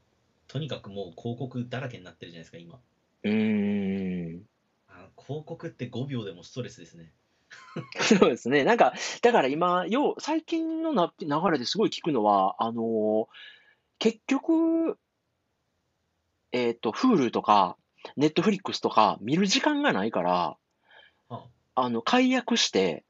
Speaker 1: とにかくもう広告だらけになってるじゃないですか、今。
Speaker 2: うーん
Speaker 1: あの広告って5秒でもストレスですね。
Speaker 2: [laughs] そうですね。なんか、だから今、よう、最近のな流れですごい聞くのは、あのー結局、えっと、Hulu とか、Netflix とか、見る時間がないから、
Speaker 1: あ
Speaker 2: あの、解約して、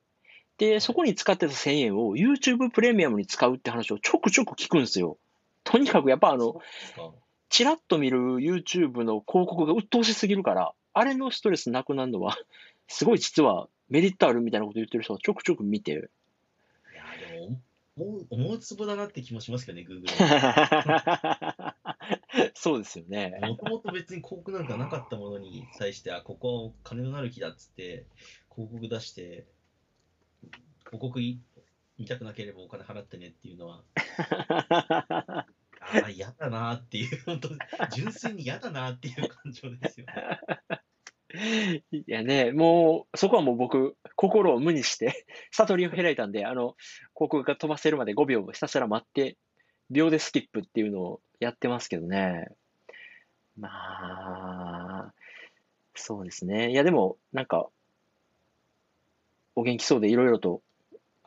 Speaker 2: で、そこに使ってた1000円を YouTube プレミアムに使うって話をちょくちょく聞くんですよ。とにかくやっぱあの、
Speaker 1: そうですか
Speaker 2: チラッと見る YouTube の広告が鬱陶しすぎるから、あれのストレスなくなるのは、 [laughs] すごい実はメリットあるみたいなこと言ってる人をちょくちょく見て、
Speaker 1: いやーでも思う、思うツボだなって気もしますけどね、Google
Speaker 2: [laughs]
Speaker 1: は。
Speaker 2: [laughs] そうですよね。
Speaker 1: もともと別に広告なんかなかったものに対して、あ、ここは金のなる木だっつって、広告出して、広告い見たくなければお金払ってねっていうのは、ああ、嫌だなーっていう、本当純粋に嫌だなーっていう感情ですよね。
Speaker 2: いやね、もう、そこはもう僕、心を無にして、 [laughs] 悟りを開いたんで、あの、広告が飛ばせるまで5秒ひたすら待って、秒でスキップっていうのをやってますけどね。まあ、そうですね。いや、でも、なんか、お元気そうでいろいろと、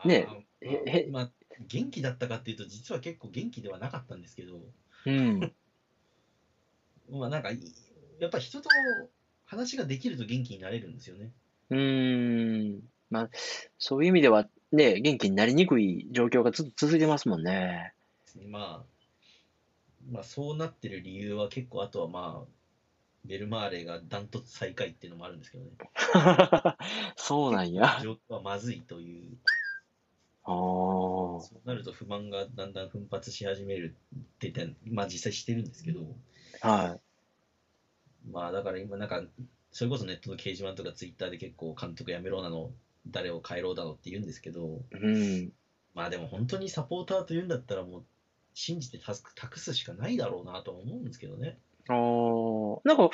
Speaker 2: ね
Speaker 1: え
Speaker 2: へへ
Speaker 1: まあ、元気だったかっていうと、実は結構元気ではなかったんですけど、
Speaker 2: うん、
Speaker 1: まあなんかい、やっぱ人と話ができると元気になれるんですよね。
Speaker 2: うーん、まあ、そういう意味では、ね、元気になりにくい状況がずっと続いてますもんね。
Speaker 1: まあ、まあ、そうなってる理由は結構、あとはまあ、ベルマーレがダントツ最下位っていうのもあるんですけどね。
Speaker 2: そうな
Speaker 1: [laughs]
Speaker 2: んや。
Speaker 1: 状況はまずいという、
Speaker 2: あー
Speaker 1: そうなると不満がだんだん奮発し始めるって言って、まあ実際してるんですけど、
Speaker 2: は
Speaker 1: まあだから今なんか、それこそネットの掲示板とかツイッターで結構監督やめろなの、誰を変えろだのって言うんですけど、
Speaker 2: うん。
Speaker 1: まあでも本当にサポーターというんだったらもう信じてタスク託すしかないだろうなとは思うんですけどね。
Speaker 2: あーなんか、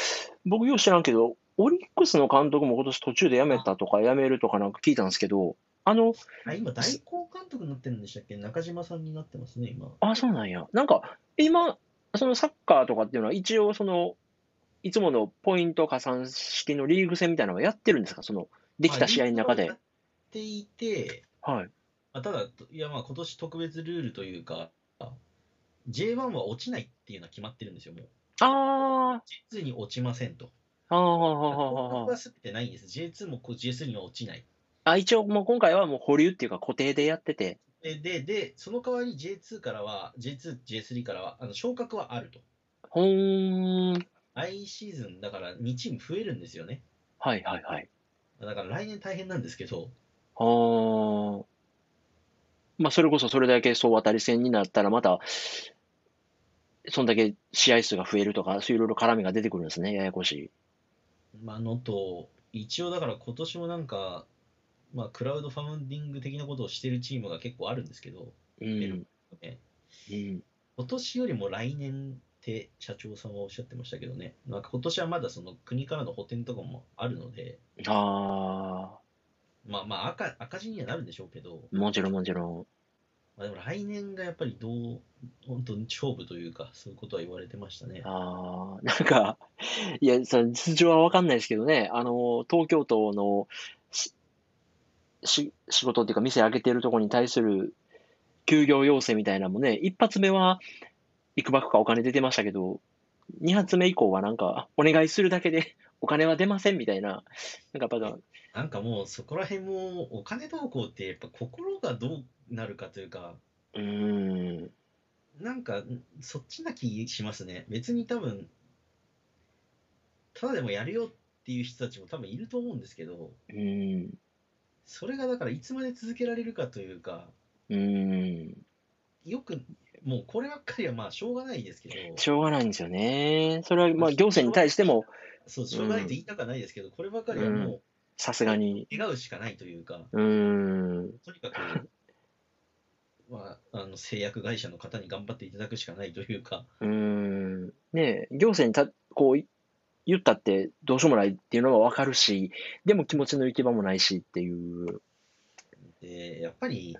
Speaker 2: 僕よう知らんけど、オリックスの監督も今年途中で辞めたとか、辞めるとかなんか聞いたんですけど、あの、
Speaker 1: あ今代行監督になってるんでしたっけ中島さんになってますね、今。
Speaker 2: あ、そうなんや。なんか、今、そのサッカーとかっていうのは、一応、その、いつものポイント加算式のリーグ戦みたいなのはやってるんですかその、できた試合の中
Speaker 1: まあ
Speaker 2: で
Speaker 1: や。っていて、
Speaker 2: はい。
Speaker 1: まあ、ただ、いやまあ今年特別ルールというか、J1 は落ちないっていうのは決まってるんですよ、もう。
Speaker 2: あ
Speaker 1: J2 に落ちませんと。
Speaker 2: あ、あ
Speaker 1: 僕
Speaker 2: あ
Speaker 1: は、すってないんです。J2 もこう J3 には落ちない。
Speaker 2: あ一応もう今回はもう保留っていうか固定でやってて。
Speaker 1: で、で、でその代わり J2 からは、J2、J3 からは、あの昇格はあると。
Speaker 2: ほーん。
Speaker 1: 来シーズン、だから2チーム増えるんですよね。
Speaker 2: はいはいはい。
Speaker 1: だから来年大変なんですけど、
Speaker 2: あーまあそれこそそれだけ総当たり戦になったらまた、そんだけ試合数が増えるとか、そういういろいろ絡みが出てくるんですね、ややこしい。
Speaker 1: まあのと、一応だから今年もなんか、まあ、クラウドファウンディング的なことをしてるチームが結構あるんですけど、
Speaker 2: うん。
Speaker 1: ね、
Speaker 2: うん。
Speaker 1: 今年よりも来年って社長さんはおっしゃってましたけどね、なんか今年はまだその国からの補填とかもあるので、
Speaker 2: あ
Speaker 1: まあまあ赤赤字にはなるんでしょうけど、
Speaker 2: あ、もちろんもちろん。
Speaker 1: まあ、でも来年がやっぱりどう、本当に勝負というか、そういうことは言われてましたね。
Speaker 2: ああ、 [laughs] なんか、いや、その実情はわかんないですけどね、あの、東京都のし、し、仕事っていうか店開けてるところに対する休業要請みたいなのもね、一発目は、いくばくかお金出てましたけど、二発目以降はなんか、お願いするだけで [laughs] お金は出ませんみたいな、なんかやっぱ、
Speaker 1: なんかもうそこら辺もお金どうこうって、やっぱ心がどうなるかというか、
Speaker 2: うーん、
Speaker 1: なんかそっちな気しますね。別に多分、ただでもやるよっていう人たちも多分いると思うんですけど、
Speaker 2: うーん、
Speaker 1: それがだからいつまで続けられるかというか、
Speaker 2: うーん。
Speaker 1: よく、もうこればっかりはまあしょうがないですけど、
Speaker 2: しょうがないんですよね。それは、まあ、行政に対しても、
Speaker 1: そう、しょうがないと言いたくはないですけど、こればっかりはも
Speaker 2: さすがに、
Speaker 1: う願うしかないというか、
Speaker 2: うーん。
Speaker 1: とにかく、まあ、あの製薬会社の方に頑張っていただくしかないというか、
Speaker 2: うーんねえ、行政にた、こう、い言ったってどうしようもないっていうのはわかるし、でも気持ちの行き場もないしっていう。
Speaker 1: でやっぱり、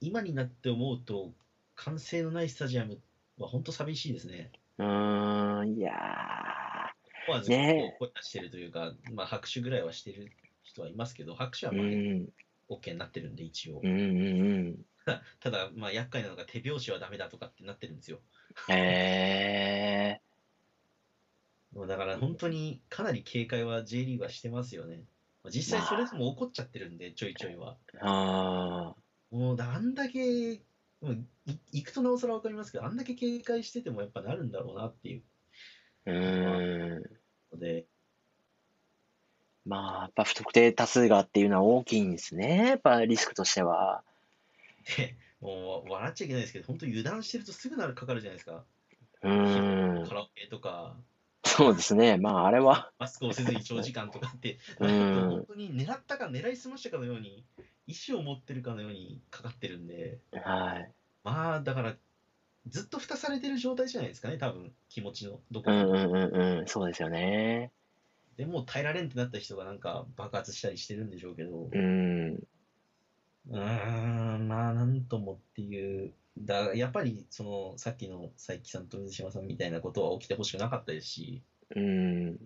Speaker 1: 今になって思うと、歓声のないスタジアムは本当寂しいですね。
Speaker 2: うーん、いや
Speaker 1: 思わずこ
Speaker 2: ね
Speaker 1: う声出してるというか、まあ、拍手ぐらいはしてる人はいますけど、拍手
Speaker 2: ー、
Speaker 1: は
Speaker 2: う
Speaker 1: まあ
Speaker 2: ん、
Speaker 1: OK になってるんで、一応
Speaker 2: うん、う。ん、
Speaker 1: [laughs] ただ、まあ、厄介なのが手拍子はダメだとかってなってるんですよ。
Speaker 2: うん。え
Speaker 1: もうだから本当にかなり警戒は J リーグはしてますよね。まあ実際それでも怒っちゃってるんで、ちょいちょいは。
Speaker 2: ー、あ
Speaker 1: もうだあんだけ、もうい行くとなおさらわかりますけど、あんだけ警戒しててもやっぱなるんだろうなっていう
Speaker 2: ー、うーん。
Speaker 1: ので、
Speaker 2: まあ、やっぱ不特定多数がっていうのは大きいんですね。やっぱリスクとしては。
Speaker 1: でもう笑っちゃいけないですけど、本当油断してるとすぐなるかかるじゃないですか。
Speaker 2: うーん
Speaker 1: カ。ラオケとか、
Speaker 2: そうですね。まあ、あれは、
Speaker 1: マスクをせずに長時間とかって、
Speaker 2: う
Speaker 1: なんか
Speaker 2: ん
Speaker 1: 本当に狙ったか狙いすましたかのように、意思を持ってるかのようにかかってるんで。
Speaker 2: はい。
Speaker 1: まあだからずっと蓋されてる状態じゃないですかね多分気持ちのどこ
Speaker 2: う
Speaker 1: か、
Speaker 2: ん、うん、うん、うん。そうですよね。
Speaker 1: でもう耐えられんってなった人がなんか爆発したりしてるんでしょうけど
Speaker 2: うーん。
Speaker 1: うーんまあなんともっていうだやっぱりそのさっきの佐伯さんと水島さんみたいなことは起きてほしくなかったですし
Speaker 2: うん。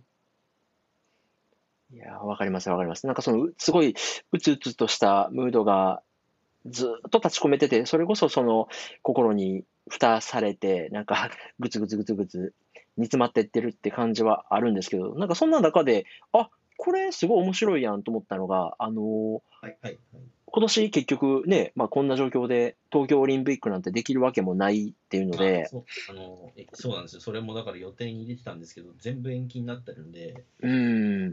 Speaker 2: いや、わかります、わかります。なんかその、うすごい、うつうつとしたムードが、ずっと立ち込めてて、それこそその、心に蓋されて、なんか、 [laughs] ぐつぐつぐつぐつ、煮詰まってってるって感じはあるんですけど、なんかそんな中で、あ、これすごい面白いやんと思ったのが、あのー
Speaker 1: はいはいはい
Speaker 2: 今年結局ね、まあこんな状況で東京オリンピックなんてできるわけもないっていうの
Speaker 1: あ
Speaker 2: で、
Speaker 1: そうあのえそうなんですよそれもだから予定に入れてたんですけど全部延期になってるんで
Speaker 2: うん、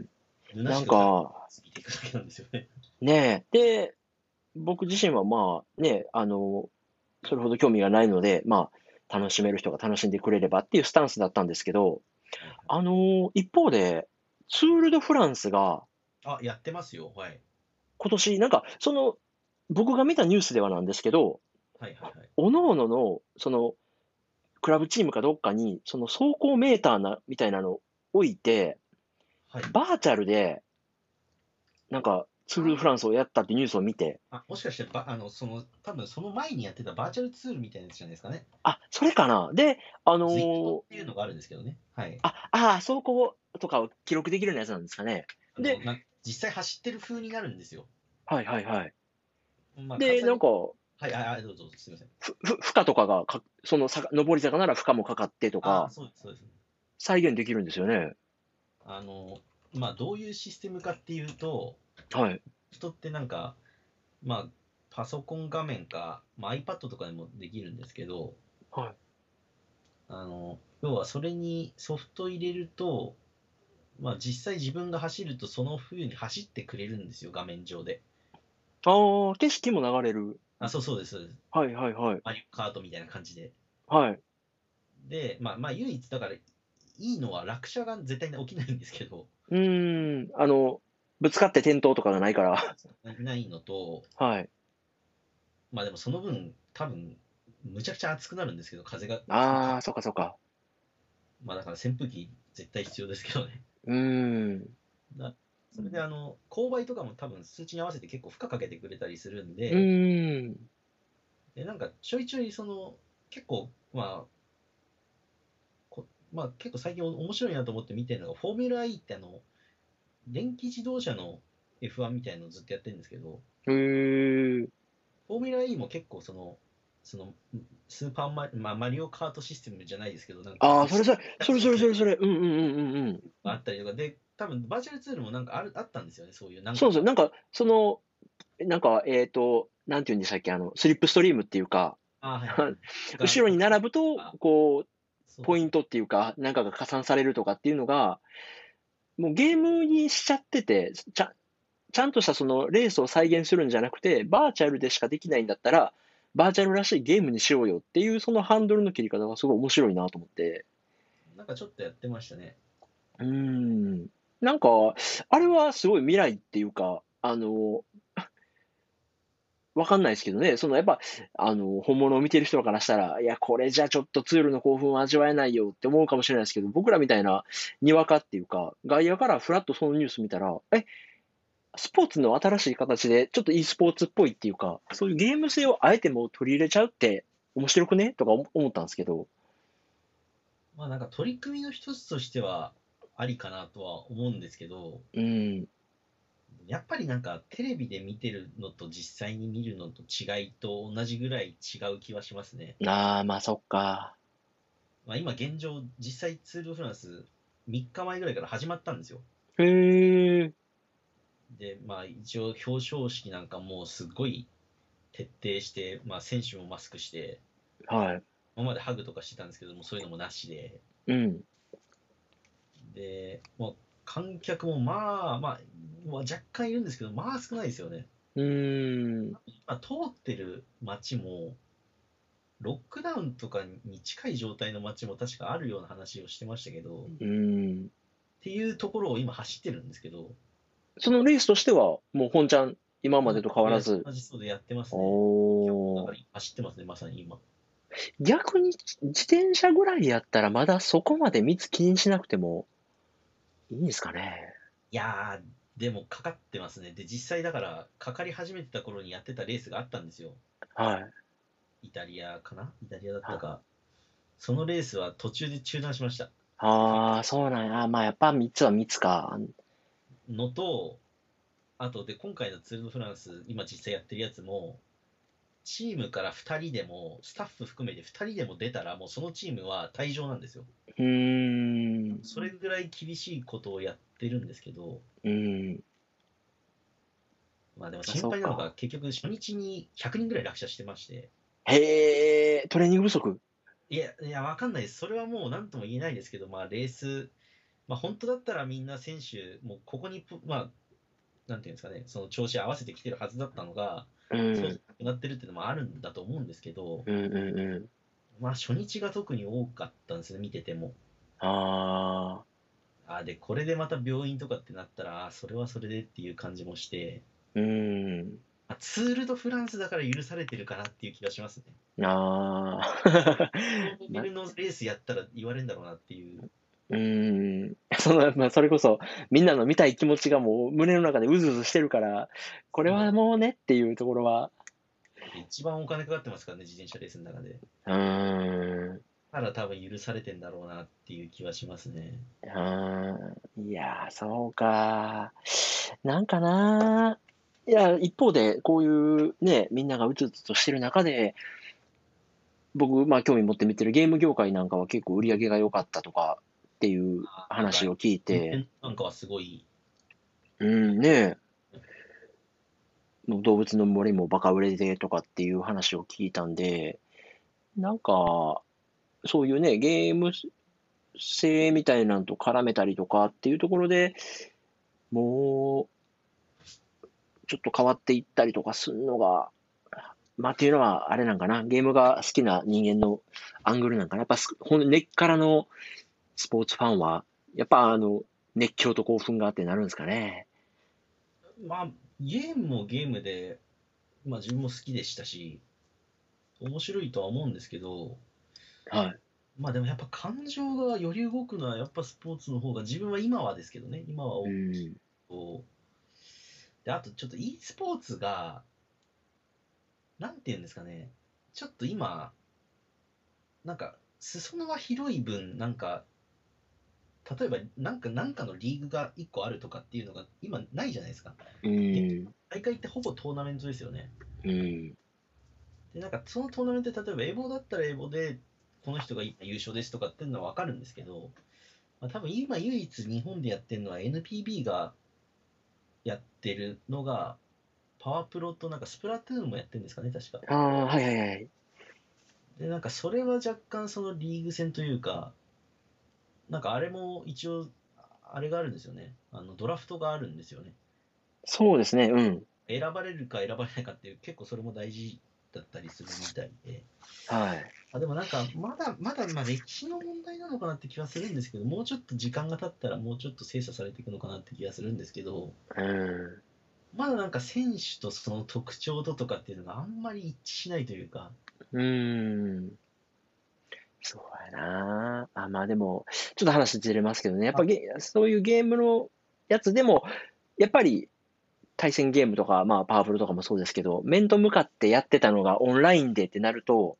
Speaker 1: な
Speaker 2: なんか、
Speaker 1: 過ぎていくだけなんですよね
Speaker 2: ねえ。で、僕自身はまあね、あの、それほど興味がないので、まあ、楽しめる人が楽しんでくれればっていうスタンスだったんですけど、あのー一方で、ツール・ド・フランスが、
Speaker 1: あ、やってますよ。はい。
Speaker 2: 今年、なんか、その、僕が見たニュースではなんですけど、
Speaker 1: はいはいはい。
Speaker 2: 各々の、その、クラブチームかどっかに、その走行メーターな、みたいなのを置いて、
Speaker 1: はい、
Speaker 2: バーチャルで、なんか、ツール・ド・フランスをやったってニュースを見て、
Speaker 1: あもしかしてばあのその、多分その前にやってたバーチャルツールみたいなやつじゃないですかね。
Speaker 2: あ、それかな。で、あの
Speaker 1: ズイッ
Speaker 2: ー
Speaker 1: トっていうのがあるんですけどね。はい。
Speaker 2: あ、ああ、走行とかを記録できるようなやつなんですかね。で
Speaker 1: あの、な実際走ってる風になるんですよ。
Speaker 2: はいはいはい。
Speaker 1: まあ
Speaker 2: で、なんか、、
Speaker 1: 簡単にはい、ああ、どうぞ、すみません。
Speaker 2: ふ、ふ、負荷とかがか、その坂、上り坂なら負荷もかかってと
Speaker 1: あ
Speaker 2: か、
Speaker 1: そうです、そうです。
Speaker 2: 再現できるんですよね。
Speaker 1: あの、まあ、どういうシステムかっていうと、
Speaker 2: はい。
Speaker 1: 人ってなんか、まあ、パソコン画面か、まあ、iPad とかでもできるんですけど、
Speaker 2: はい
Speaker 1: あの要はそれにソフト入れると、まあ、実際自分が走るとその風に走ってくれるんですよ画面上で
Speaker 2: ああ、景色も流れる。
Speaker 1: あそうそうですそうです
Speaker 2: はいはいはい。
Speaker 1: マリオカートみたいな感じで
Speaker 2: はい。
Speaker 1: で、まあ、まあ唯一だからいいのは落車が絶対に起きないんですけど [laughs]
Speaker 2: うーん。あの、ぶつかって転倒とかがないから。
Speaker 1: ないのと
Speaker 2: [laughs] はい。
Speaker 1: まあでもその分多分むちゃくちゃ暑くなるんですけど風が
Speaker 2: ああ、そっかそっか。
Speaker 1: まあだから扇風機絶対必要ですけどね。
Speaker 2: うーん。
Speaker 1: それであの、勾配とかも多分数値に合わせて結構負荷かけてくれたりするんで、
Speaker 2: うーん。
Speaker 1: でなんかちょいちょいその、結構、まあ、こまあ結構最近お面白いなと思って見てるのが、フォーミュラ E ってあの、電気自動車の F1 みたいのをずっとやってるんですけど、
Speaker 2: うーん。
Speaker 1: フォーミュラ E も結構その、そのスーパーマリ,、まあ、マリオカートシステムじゃないですけど、なんか
Speaker 2: ああ、それそれ、それそれそれそれ。うんうんうんうんうん。
Speaker 1: あったりとか、で、多分バーチャルツールもなんかあるあったんですよね、そういう。なんか
Speaker 2: そうそう、なんか、その、なんか、えっと、なんて言うんでしたっけ、あの、スリップストリームっていうか、
Speaker 1: あはいはいはい
Speaker 2: 後ろに並ぶと
Speaker 1: あ、
Speaker 2: こ
Speaker 1: そう
Speaker 2: う、ポイントっていうか、なんかが加算されるとかっていうのが、もうゲームにしちゃってて、ちゃ、ちゃんとしたそのレースを再現するんじゃなくて、バーチャルでしかできないんだったら、バーチャルらしいゲームにしようよっていう、そのハンドルの切り方がすごい面白いなと思って。
Speaker 1: なんかちょっとやってましたね。
Speaker 2: うーん。なんか、あれはすごい未来っていうか、あの、 [laughs] わかんないですけどね、そのやっぱ、あの、本物を見てる人からしたら、いや、これじゃちょっとツールの興奮を味わえないよって思うかもしれないですけど、僕らみたいな、にわかっていうか、外野からフラッとそのニュース見たら、え、スポーツの新しい形で、ちょっと e スポーツっぽいっていうか、そういうゲーム性をあえてもう取り入れちゃうって、面白くねとか思思ったんですけど、
Speaker 1: まあなんか取り組みの一つとしてはありかなとは思うんですけど、
Speaker 2: うん、
Speaker 1: やっぱりなんかテレビで見てるのと実際に見るのと違いと同じぐらい違う気はしますね。
Speaker 2: ああ、まあそっか。
Speaker 1: まあ今現状、実際ツールドフランス3日前ぐらいから始まったんですよ。
Speaker 2: へえ。
Speaker 1: で、まあ一応表彰式なんかもうすごい徹底して、まあ選手もマスクして、
Speaker 2: はい。
Speaker 1: 今までハグとかしてたんですけども、そういうのもなしで、
Speaker 2: うん。
Speaker 1: で、もう観客もまあまあ、まあ、若干いるんですけど、まあ少ないですよね。
Speaker 2: うーん。
Speaker 1: 今通ってる街も、ロックダウンとかに近い状態の街も確かあるような話をしてましたけど、っ
Speaker 2: うーん。
Speaker 1: ていうところを今走ってるんですけど、
Speaker 2: そのレースとしては、もう本ちゃん、今までと変わらず。
Speaker 1: 同じそうでやってますね。だ
Speaker 2: お
Speaker 1: か
Speaker 2: ー
Speaker 1: ら走ってますね、まさに今。
Speaker 2: 逆に自転車ぐらいやったら、まだそこまで密気にしなくてもいいんですかね。
Speaker 1: いやー、でもかかってますね。で、実際だから、かかり始めてた頃にやってたレースがあったんですよ。
Speaker 2: はい。
Speaker 1: イタリアかなイタリアだったか。そのレースは途中で中断しました。
Speaker 2: ああ、そうなんや。あーまあ、やっぱ密は密か。
Speaker 1: のと、あとで今回のツール・ド・フランス、今実際やってるやつも、チームから2人でも、スタッフ含めて2人でも出たら、もうそのチームは退場なんですよ。
Speaker 2: うーん。
Speaker 1: それぐらい厳しいことをやってるんですけど、
Speaker 2: うん。
Speaker 1: まあでも
Speaker 2: あそうか
Speaker 1: 心配なのが、結局初日に100人ぐらい落車してまして、
Speaker 2: へえ、トレーニング不足。
Speaker 1: いや、いや、わかんないです。それはもう何とも言えないですけど、まあレース、まあ本当だったらみんな選手、もうここに、まあ、なんていうんですかね、その調子合わせてきてるはずだったのが、そ
Speaker 2: う
Speaker 1: うじ
Speaker 2: ん。
Speaker 1: ゃなくなってるっていうのもあるんだと思うんですけど、
Speaker 2: うんうんうん。
Speaker 1: まあ初日が特に多かったんですね、見てても。
Speaker 2: ああ。
Speaker 1: あでこれでまた病院とかってなったらあそれはそれでっていう感じもして、
Speaker 2: うん。
Speaker 1: あツール・ド・フランスだから許されてるかなっていう気がし
Speaker 2: [laughs]
Speaker 1: ますね。
Speaker 2: ああ。
Speaker 1: モビルのレースやったら言われるんだろうなっていう。
Speaker 2: うん。 [laughs] その、まあ、それこそ、みんなの見たい気持ちがもう胸の中でうずうずしてるから、これはもうねっていうところは、
Speaker 1: 一番お金かかってますからね、自転車レースの中で。
Speaker 2: うん。
Speaker 1: だから多分許されてんだろうなっていう気はしますね。
Speaker 2: あーいやー、そうか。なんかな。いや、一方で、こういうね、みんながうつうつとしてる中で、僕、まあ、興味持って見てるゲーム業界なんかは結構売り上げが良かったとかっていう話を聞いて、
Speaker 1: なんかはすごい、
Speaker 2: うん、ねえ、動物の森もバカ売れでとかっていう話を聞いたんで、なんか、そういうね、ゲーム性みたいなんと絡めたりとかっていうところでもう、ちょっと変わっていったりとかするのが、まあっていうのはあれなんかな、ゲームが好きな人間のアングルなんかな。やっぱすほん根っからのスポーツファンは、やっぱあの、熱狂と興奮があってなるんですかね。
Speaker 1: まあ、ゲームもゲームで、まあ自分も好きでしたし、面白いとは思うんですけど、
Speaker 2: はい。
Speaker 1: まあでもやっぱ感情がより動くのはやっぱスポーツの方が自分は今はですけどね今は多
Speaker 2: う
Speaker 1: く
Speaker 2: ん。
Speaker 1: とであとちょっと e スポーツがなんていうんですかねちょっと今なんか裾野が広い分なんか例えばなんかなんかのリーグが1個あるとかっていうのが今ないじゃないですか
Speaker 2: うん。
Speaker 1: 大会ってほぼトーナメントですよね
Speaker 2: うん。
Speaker 1: でなんかそのトーナメントで例えば英語だったら英語でこの人が今優勝ですとかっていうのは分かるんですけど、まあ、多分今唯一日本でやってるのは NPB がやってるのがパワープロとなんかスプラトゥーンもやってるんですかね確か
Speaker 2: ああ、はいはいはい。
Speaker 1: でなんかそれは若干そのリーグ戦というかなんかあれも一応あれがあるんですよねあのドラフトがあるんですよね
Speaker 2: そうですね、うん。
Speaker 1: 選ばれるか選ばれないかっていう結構それも大事だったりするみたいで
Speaker 2: はい。
Speaker 1: あでもなんかまだまだまあ歴史の問題なのかなって気はするんですけどもうちょっと時間が経ったらもうちょっと精査されていくのかなって気がするんですけど
Speaker 2: うん。
Speaker 1: まだなんか選手とその特徴ととかっていうのがあんまり一致しないというか
Speaker 2: うーん。そうやなあ。まあでも、ちょっと話ずれますけどね。やっぱゲ、そういうゲームのやつでも、やっぱり対戦ゲームとか、まあパワフルとかもそうですけど、面と向かってやってたのがオンラインでってなると、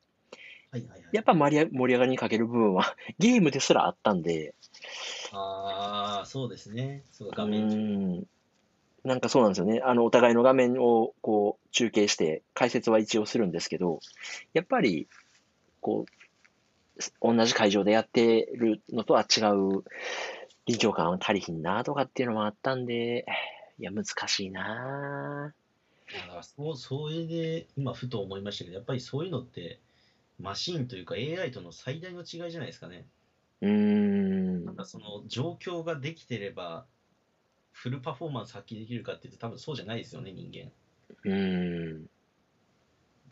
Speaker 1: はいはいはい
Speaker 2: やっぱ盛り上盛り上がりに欠ける部分はゲームですらあったんで、
Speaker 1: ああそうですねそう
Speaker 2: う
Speaker 1: 画面上
Speaker 2: ーん。なんかそうなんですよね。あの、お互いの画面をこう中継して解説は一応するんですけど、やっぱり、こう、同じ会場でやってるのとは違う臨場感は足りひんなとかっていうのもあったんで、いや、難しいな
Speaker 1: だからそうそれで今ふと思いましたけどやっぱりそういうのってマシンというか AI との最大の違いじゃないですかね
Speaker 2: うーん
Speaker 1: なん。かその状況ができてればフルパフォーマンス発揮できるかっていうと多分そうじゃないですよね人間
Speaker 2: うーん。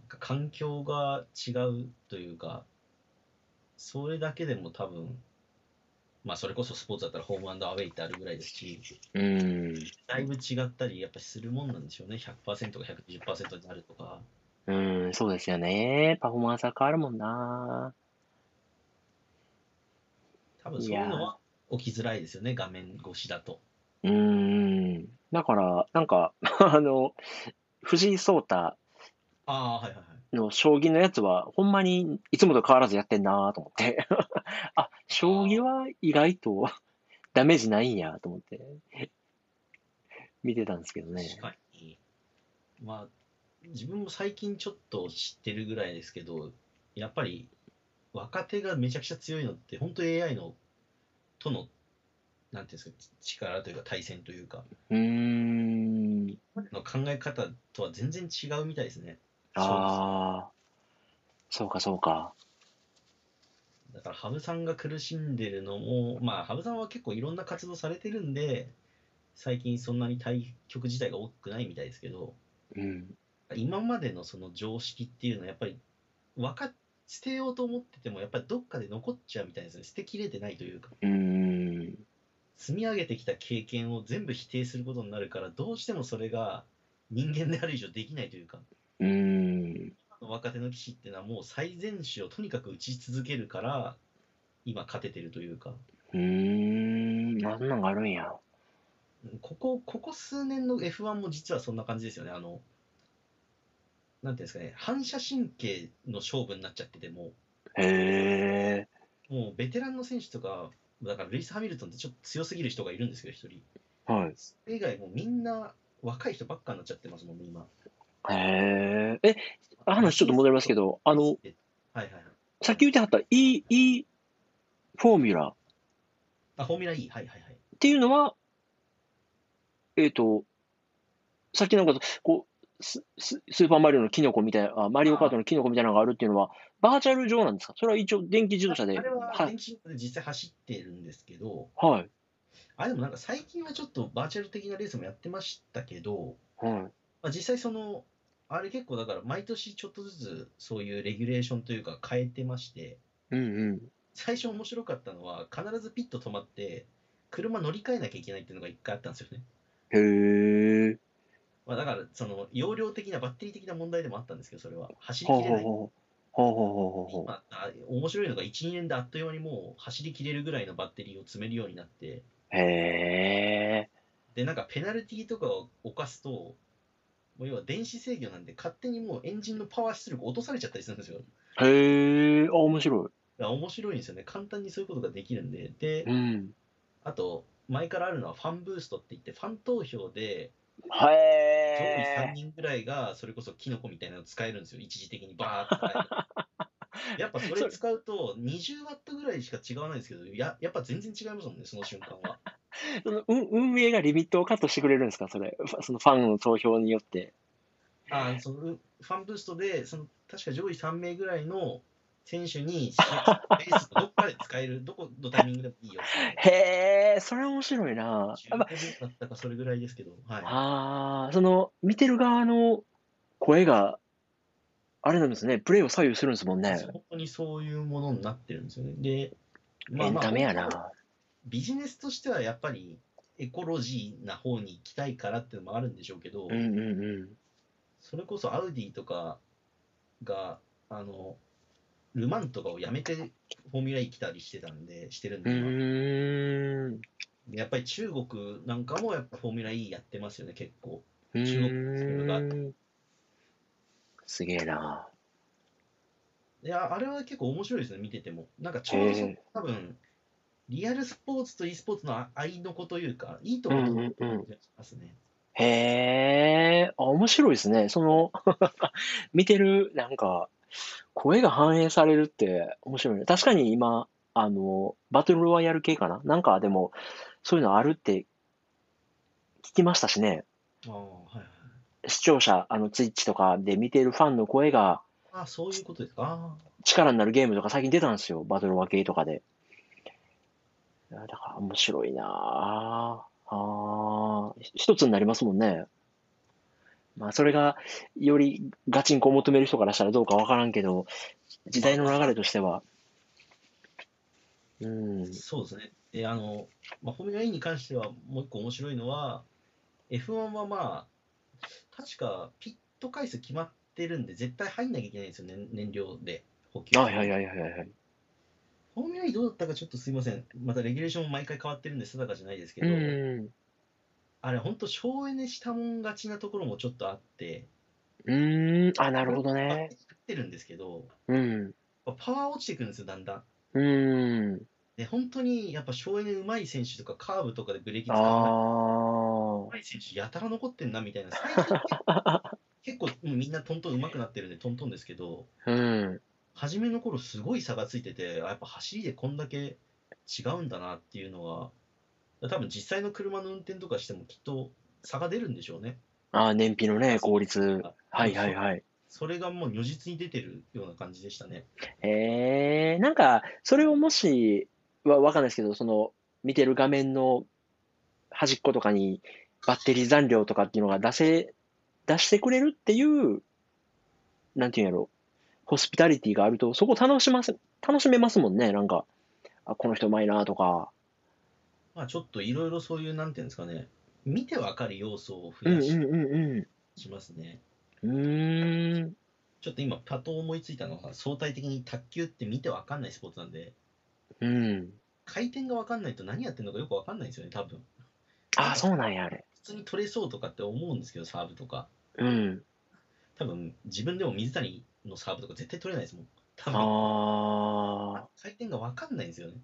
Speaker 1: 環境が違うというか、それだけでも多分、まあそれこそスポーツだったらホームアンドアウェイってあるぐらいですし、
Speaker 2: うーん。
Speaker 1: だいぶ違ったりやっぱするもんなんでしょうね。100%が120%になるとか。
Speaker 2: うーん。そうですよね。パフォーマンスは変わるもんな
Speaker 1: 多分そういうのは起きづらいですよね、画面越しだと。
Speaker 2: うーん。だから、なんか、 [laughs] あの、藤井聡太
Speaker 1: ああ、はいはいはい。
Speaker 2: の将棋のやつは、ほんまにいつもと変わらずやってんなと思って。 [laughs] あ、将棋は意外と [laughs] ダメージないんやと思って見てたんですけどね。
Speaker 1: 確かに。まあ、自分も最近ちょっと知ってるぐらいですけど、やっぱり若手がめちゃくちゃ強いのって、本当 AI のとの、なんていうんですか、ち力というか対戦というか、
Speaker 2: うーん。
Speaker 1: の考え方とは全然違うみたいですね。
Speaker 2: ああ。そうか、そうか。
Speaker 1: だから羽生さんが苦しんでるのも、まあ羽生さんは結構いろんな活動されてるんで、最近そんなに対局自体が多くないみたいですけど、
Speaker 2: うん。
Speaker 1: 今までのその常識っていうのはやっぱり分かっ捨てようと思っててもやっぱりどっかで残っちゃうみたいですね捨てきれてないというか
Speaker 2: うーん。
Speaker 1: 積み上げてきた経験を全部否定することになるからどうしてもそれが人間である以上できないというか
Speaker 2: うーん。
Speaker 1: 若手の棋士っていうのはもう最善手をとにかく打ち続けるから今勝ててるというか
Speaker 2: うーん。なんなんがあるんや。
Speaker 1: ここここ数年の F1 も実はそんな感じですよねあのなんていうんですかね反射神経の勝負になっちゃってても
Speaker 2: へえ。
Speaker 1: うもうベテランの選手とかだからルイス・ハミルトンってちょっと強すぎる人がいるんですけど一人
Speaker 2: はい。
Speaker 1: それ以外もうみんな若い人ばっかになっちゃってますもんね今
Speaker 2: へえ。え、話ちょっと戻りますけど、あの、
Speaker 1: えはいはいはい
Speaker 2: さっき言ってはった E、E フォーミュラっ
Speaker 1: あフォーミュラ E はいはいはい
Speaker 2: ていうのは、えっと、さっきなんか、こう、ス、ススーパーマリオのキノコみたいな、あマリオカートのキノコみたいなのがあるっていうのは、バーチャル上なんですかそれは一応電気自動車で。
Speaker 1: あれは
Speaker 2: はい。
Speaker 1: 電気自動車で実際走ってるんですけど、
Speaker 2: はい。
Speaker 1: あでもなんか最近はちょっとバーチャル的なレースもやってましたけど、
Speaker 2: はい。
Speaker 1: まあ、実際その、あれ結構だから毎年ちょっとずつそういうレギュレーションというか変えてまして、
Speaker 2: うんうん。
Speaker 1: 最初面白かったのは必ずピッと止まって、車乗り換えなきゃいけないっていうのが一回あったんですよね。
Speaker 2: へえ。
Speaker 1: まあ、だからその容量的なバッテリー的な問題でもあったんですけど、それは走り
Speaker 2: ほう
Speaker 1: きれ
Speaker 2: ほう
Speaker 1: ない。
Speaker 2: ほう。ほうほうほうほうほう。
Speaker 1: 今あ面白いのが1、2年であっという間にもう走りきれるぐらいのバッテリーを詰めるようになって、
Speaker 2: へえ。
Speaker 1: で、なんかペナルティーとかを犯すと、もう要は電子制御なんで、勝手にもうエンジンのパワー出力落とされちゃったりするんですよ。だか
Speaker 2: へえ。あ、面白
Speaker 1: ら面白いんですよね。簡単にそういうことができるんで。で
Speaker 2: い。う、ん。
Speaker 1: あと、前からあるのはファンブーストって言って、ファン投票で、
Speaker 2: へ
Speaker 1: 上位3
Speaker 2: え。
Speaker 1: 人ぐらいが、それこそキノコみたいなの使えるんですよ。一時的にバーッと叩
Speaker 2: [laughs]
Speaker 1: いて。やっぱそれ使うと、20ワットぐらいしか違わないんですけど、ややっぱ全然違いますもんね、その瞬間は。
Speaker 2: その運運営がリミットをカットしてくれるんですかそれ。ファそのファンの投票によって。
Speaker 1: あそのファンブーストで、その確か上位3名ぐらいの選手に、ベースどっかで使える、どこのタイミングでもいいよ。
Speaker 2: [laughs] へえ、それ面白いな。やっぱ、
Speaker 1: 15分だったか、それぐらいですけど、は
Speaker 2: ああ、その、見てる側の声が、あれなんですね。プレイを左右するんですもん
Speaker 1: い、
Speaker 2: ね。
Speaker 1: 本当にそういうものになってるんですよね。で、
Speaker 2: エンタメやな。
Speaker 1: ビジネスとしてはやっぱりエコロジーな方に行きたいからっていうのもあるんでしょうけど、
Speaker 2: うんうんう
Speaker 1: それこそアウディとかが、あの、ルマンとかをやめてフォーミュラー来たりしてたんで、してるん
Speaker 2: ん。う
Speaker 1: で、今
Speaker 2: ーん。
Speaker 1: やっぱり中国なんかもやっぱフォーミュラ E やってますよね、結構。
Speaker 2: うーん
Speaker 1: 中国それが
Speaker 2: すげえな。
Speaker 1: いや、あれは結構面白いですね、見てても。なんかちょうどその
Speaker 2: へえ
Speaker 1: 多分、リアルスポーツと e スポーツの合いの子というか、いいと
Speaker 2: う
Speaker 1: ころ
Speaker 2: ん
Speaker 1: と
Speaker 2: うんうん。
Speaker 1: しますね。
Speaker 2: へえ、あ、面白いですね。その [laughs] 見てる、なんか、声が反映されるって面白いね。確かに今、あの、バトルロワイヤル系かななんかでも、そういうのあるって聞きましたしね。
Speaker 1: ああ、はいはい。
Speaker 2: 視聴者、あの、ツイッチとかで見てるファンの声が
Speaker 1: ああ、そういうことですか。ああ
Speaker 2: 力になるゲームとか最近出たんですよ。バトルロワ系とかで。いやだから面白いなああー、ひ一つになりますもんね。まあ、それが、よりガチンコを求める人からしたらどうかわからんけど、時代の流れとしては。うん。
Speaker 1: そうですね。で、あの、まあ、フォーミュラ E に関しては、もう一個面白いのは、F1 はまあ、確かピット回数決まってるんで、絶対入んなきゃいけないんですよね、燃料で補給。
Speaker 2: はいはいはいはいはい。
Speaker 1: フォーミュラ E どうだったかちょっとすいません。またレギュレーションも毎回変わってるんで定かじゃないですけ
Speaker 2: う
Speaker 1: ど、
Speaker 2: ん。
Speaker 1: あれ本当省エネしたもん勝ちなところもちょっとあって、
Speaker 2: うん。あ、なるほど
Speaker 1: やっ
Speaker 2: ね。
Speaker 1: てるんですけど、
Speaker 2: うん。
Speaker 1: やっぱパワー落ちてくるんですよ、だんだん。
Speaker 2: うん。
Speaker 1: で、本当にやっぱ省エネうまい選手とかカーブとかでブレーキ使わない
Speaker 2: あ
Speaker 1: 上手い選手やたら残ってんなみたいな、最近
Speaker 2: [laughs]
Speaker 1: 結構結構みんなトントン上手くなってるんでトントンですけど、
Speaker 2: あ。うん。
Speaker 1: 初めの頃すごい差がついてて、あやっぱ走りでこんだけ違うんだなっていうのが、多分実際の車の運転とかしてもきっと差が出るんでしょうね。
Speaker 2: ああ、燃費のね、効率。はいはいはい。
Speaker 1: それがもう如実に出てるような感じでしたね。
Speaker 2: えー、なんか、それをもし、はわかんないですけど、その、見てる画面の端っことかに、バッテリー残量とかっていうのが出せ、出してくれるっていう、なんていうんやろ、ホスピタリティがあると、そこ楽しませ、楽しめますもんね、なんか、あ、この人うまいなとか、
Speaker 1: まあちょっといろいろそういう、なんていうんですかね、見てわかる要素を
Speaker 2: う
Speaker 1: 増
Speaker 2: ん
Speaker 1: や
Speaker 2: うん
Speaker 1: し,、
Speaker 2: うん
Speaker 1: ますね。
Speaker 2: うん。うーん。
Speaker 1: ちょっと今、パッと思いついたのが、相対的に卓球って見てわかんないスポーツなんで、
Speaker 2: うん。
Speaker 1: 回転がわかんないと何やってるのかよくわかんないんですよね、多分。
Speaker 2: あ、そうなんや、あれ。
Speaker 1: 普通に取れそうとかって思うんですけど、サーブとか。
Speaker 2: うん。
Speaker 1: 多分、自分でも水谷のサーブとか絶対取れないですもん。多分、
Speaker 2: あ
Speaker 1: 回転がわかんないんですよね。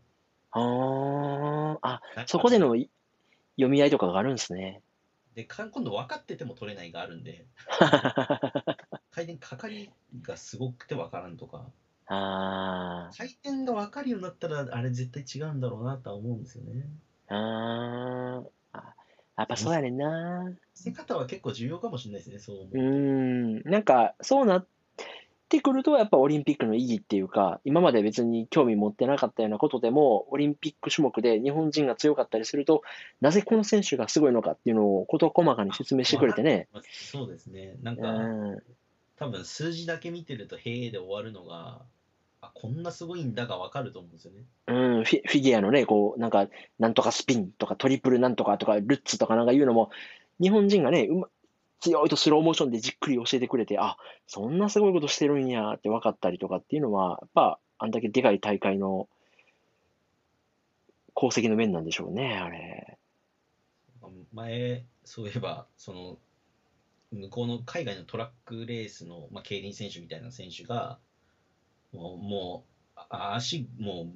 Speaker 2: あ。ああ。あ、そこでのい読み合いとかがあるんですね。 [laughs]
Speaker 1: で、か今度分かってても取れないがあるんで、
Speaker 2: あ
Speaker 1: 回転かかりがすごくて分からんとか、
Speaker 2: あ。
Speaker 1: 回転が分かるようになったら、あれ絶対違うんだろうなとは思うんですよね。
Speaker 2: あーあ、やっぱそうやねんな。
Speaker 1: 見せ方は結構重要かもしれないですね、そう思
Speaker 2: う
Speaker 1: う。
Speaker 2: ーん、なんかそうなってくると、やっぱオリンピックの意義っていうか、今まで別に興味持ってなかったようなことでも、オリンピック種目で日本人が強かったりすると、なぜこの選手がすごいのかっていうのを事細かに説明してくれてね。
Speaker 1: まあ [laughs] そうですね、なん
Speaker 2: う
Speaker 1: か、
Speaker 2: ん、
Speaker 1: 多分数字だけ見てると、へえで終わるのが、あこんなすごいんだが分かると思うんですよね。
Speaker 2: うん、フィ、フィギュアのね、こう、なんか、なんとかスピンとか、トリプルなんとかとか、ルッツとかなんかいうのも、日本人がね、うま、強いとスローモーションでじっくり教えてくれて、あ、そんなすごいことしてるんやって分かったりとかっていうのは、やっぱ、あんだけでかい大会の功績の面なんでしょうね、あれ。
Speaker 1: 前、そういえば、その、向こうの海外のトラックレースの、まあ、競輪選手みたいな選手が、もう、もうあ足、も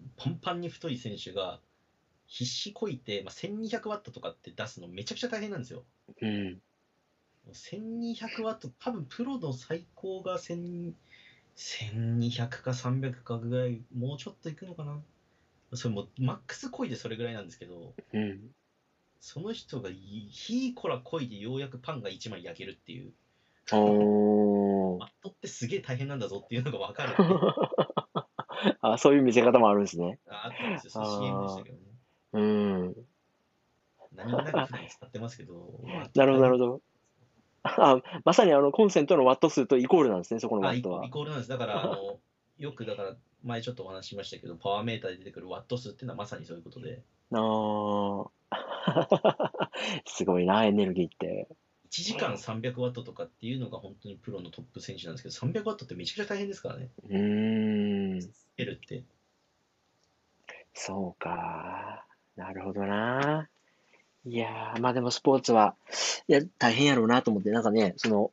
Speaker 1: う、パンパンに太い選手が、必死こいて、まあ、1200ワットとかって出すのめちゃくちゃ大変なんですよ。
Speaker 2: うん、
Speaker 1: 1200ワット、多分プロの最高が1000 1200か300かぐらい、もうちょっといくのかな。それもうマックスこいでそれぐらいなんですけど、
Speaker 2: うん。
Speaker 1: その人がいひいこらこいでようやくパンが1枚焼けるっていう、
Speaker 2: おー
Speaker 1: マットってすげえ大変なんだぞっていうのが分
Speaker 2: [laughs]
Speaker 1: かるっていう
Speaker 2: あ、そういう見せ方もあるんですね。
Speaker 1: ああったんですよ、その CM でしたけどね。
Speaker 2: うん。
Speaker 1: 何気なく普段使ってますけど、
Speaker 2: なるほど、なるほ
Speaker 1: ど。
Speaker 2: ど。あ、まさにあの、コンセントのワット数とイコールなんですね、そこの
Speaker 1: あ
Speaker 2: ワ
Speaker 1: イ
Speaker 2: ット
Speaker 1: コ
Speaker 2: は
Speaker 1: イ。コールなんです。だから、あのよくだから、前ちょっとお話ししましたけど、パワーメーターで出てくるワット数っていうのはまさにそういうことで、
Speaker 2: ああ、 [laughs] すごいな、エネルギーって。
Speaker 1: 1時間300ワットとかっていうのが本当にプロのトップ選手なんですけど、300ワットってめちゃくちゃ大変ですからね、
Speaker 2: うーん、
Speaker 1: エルって。
Speaker 2: そうか。なるほどな。いやー、まあでもスポーツは、いや、大変やろうなと思って、なんかね、その、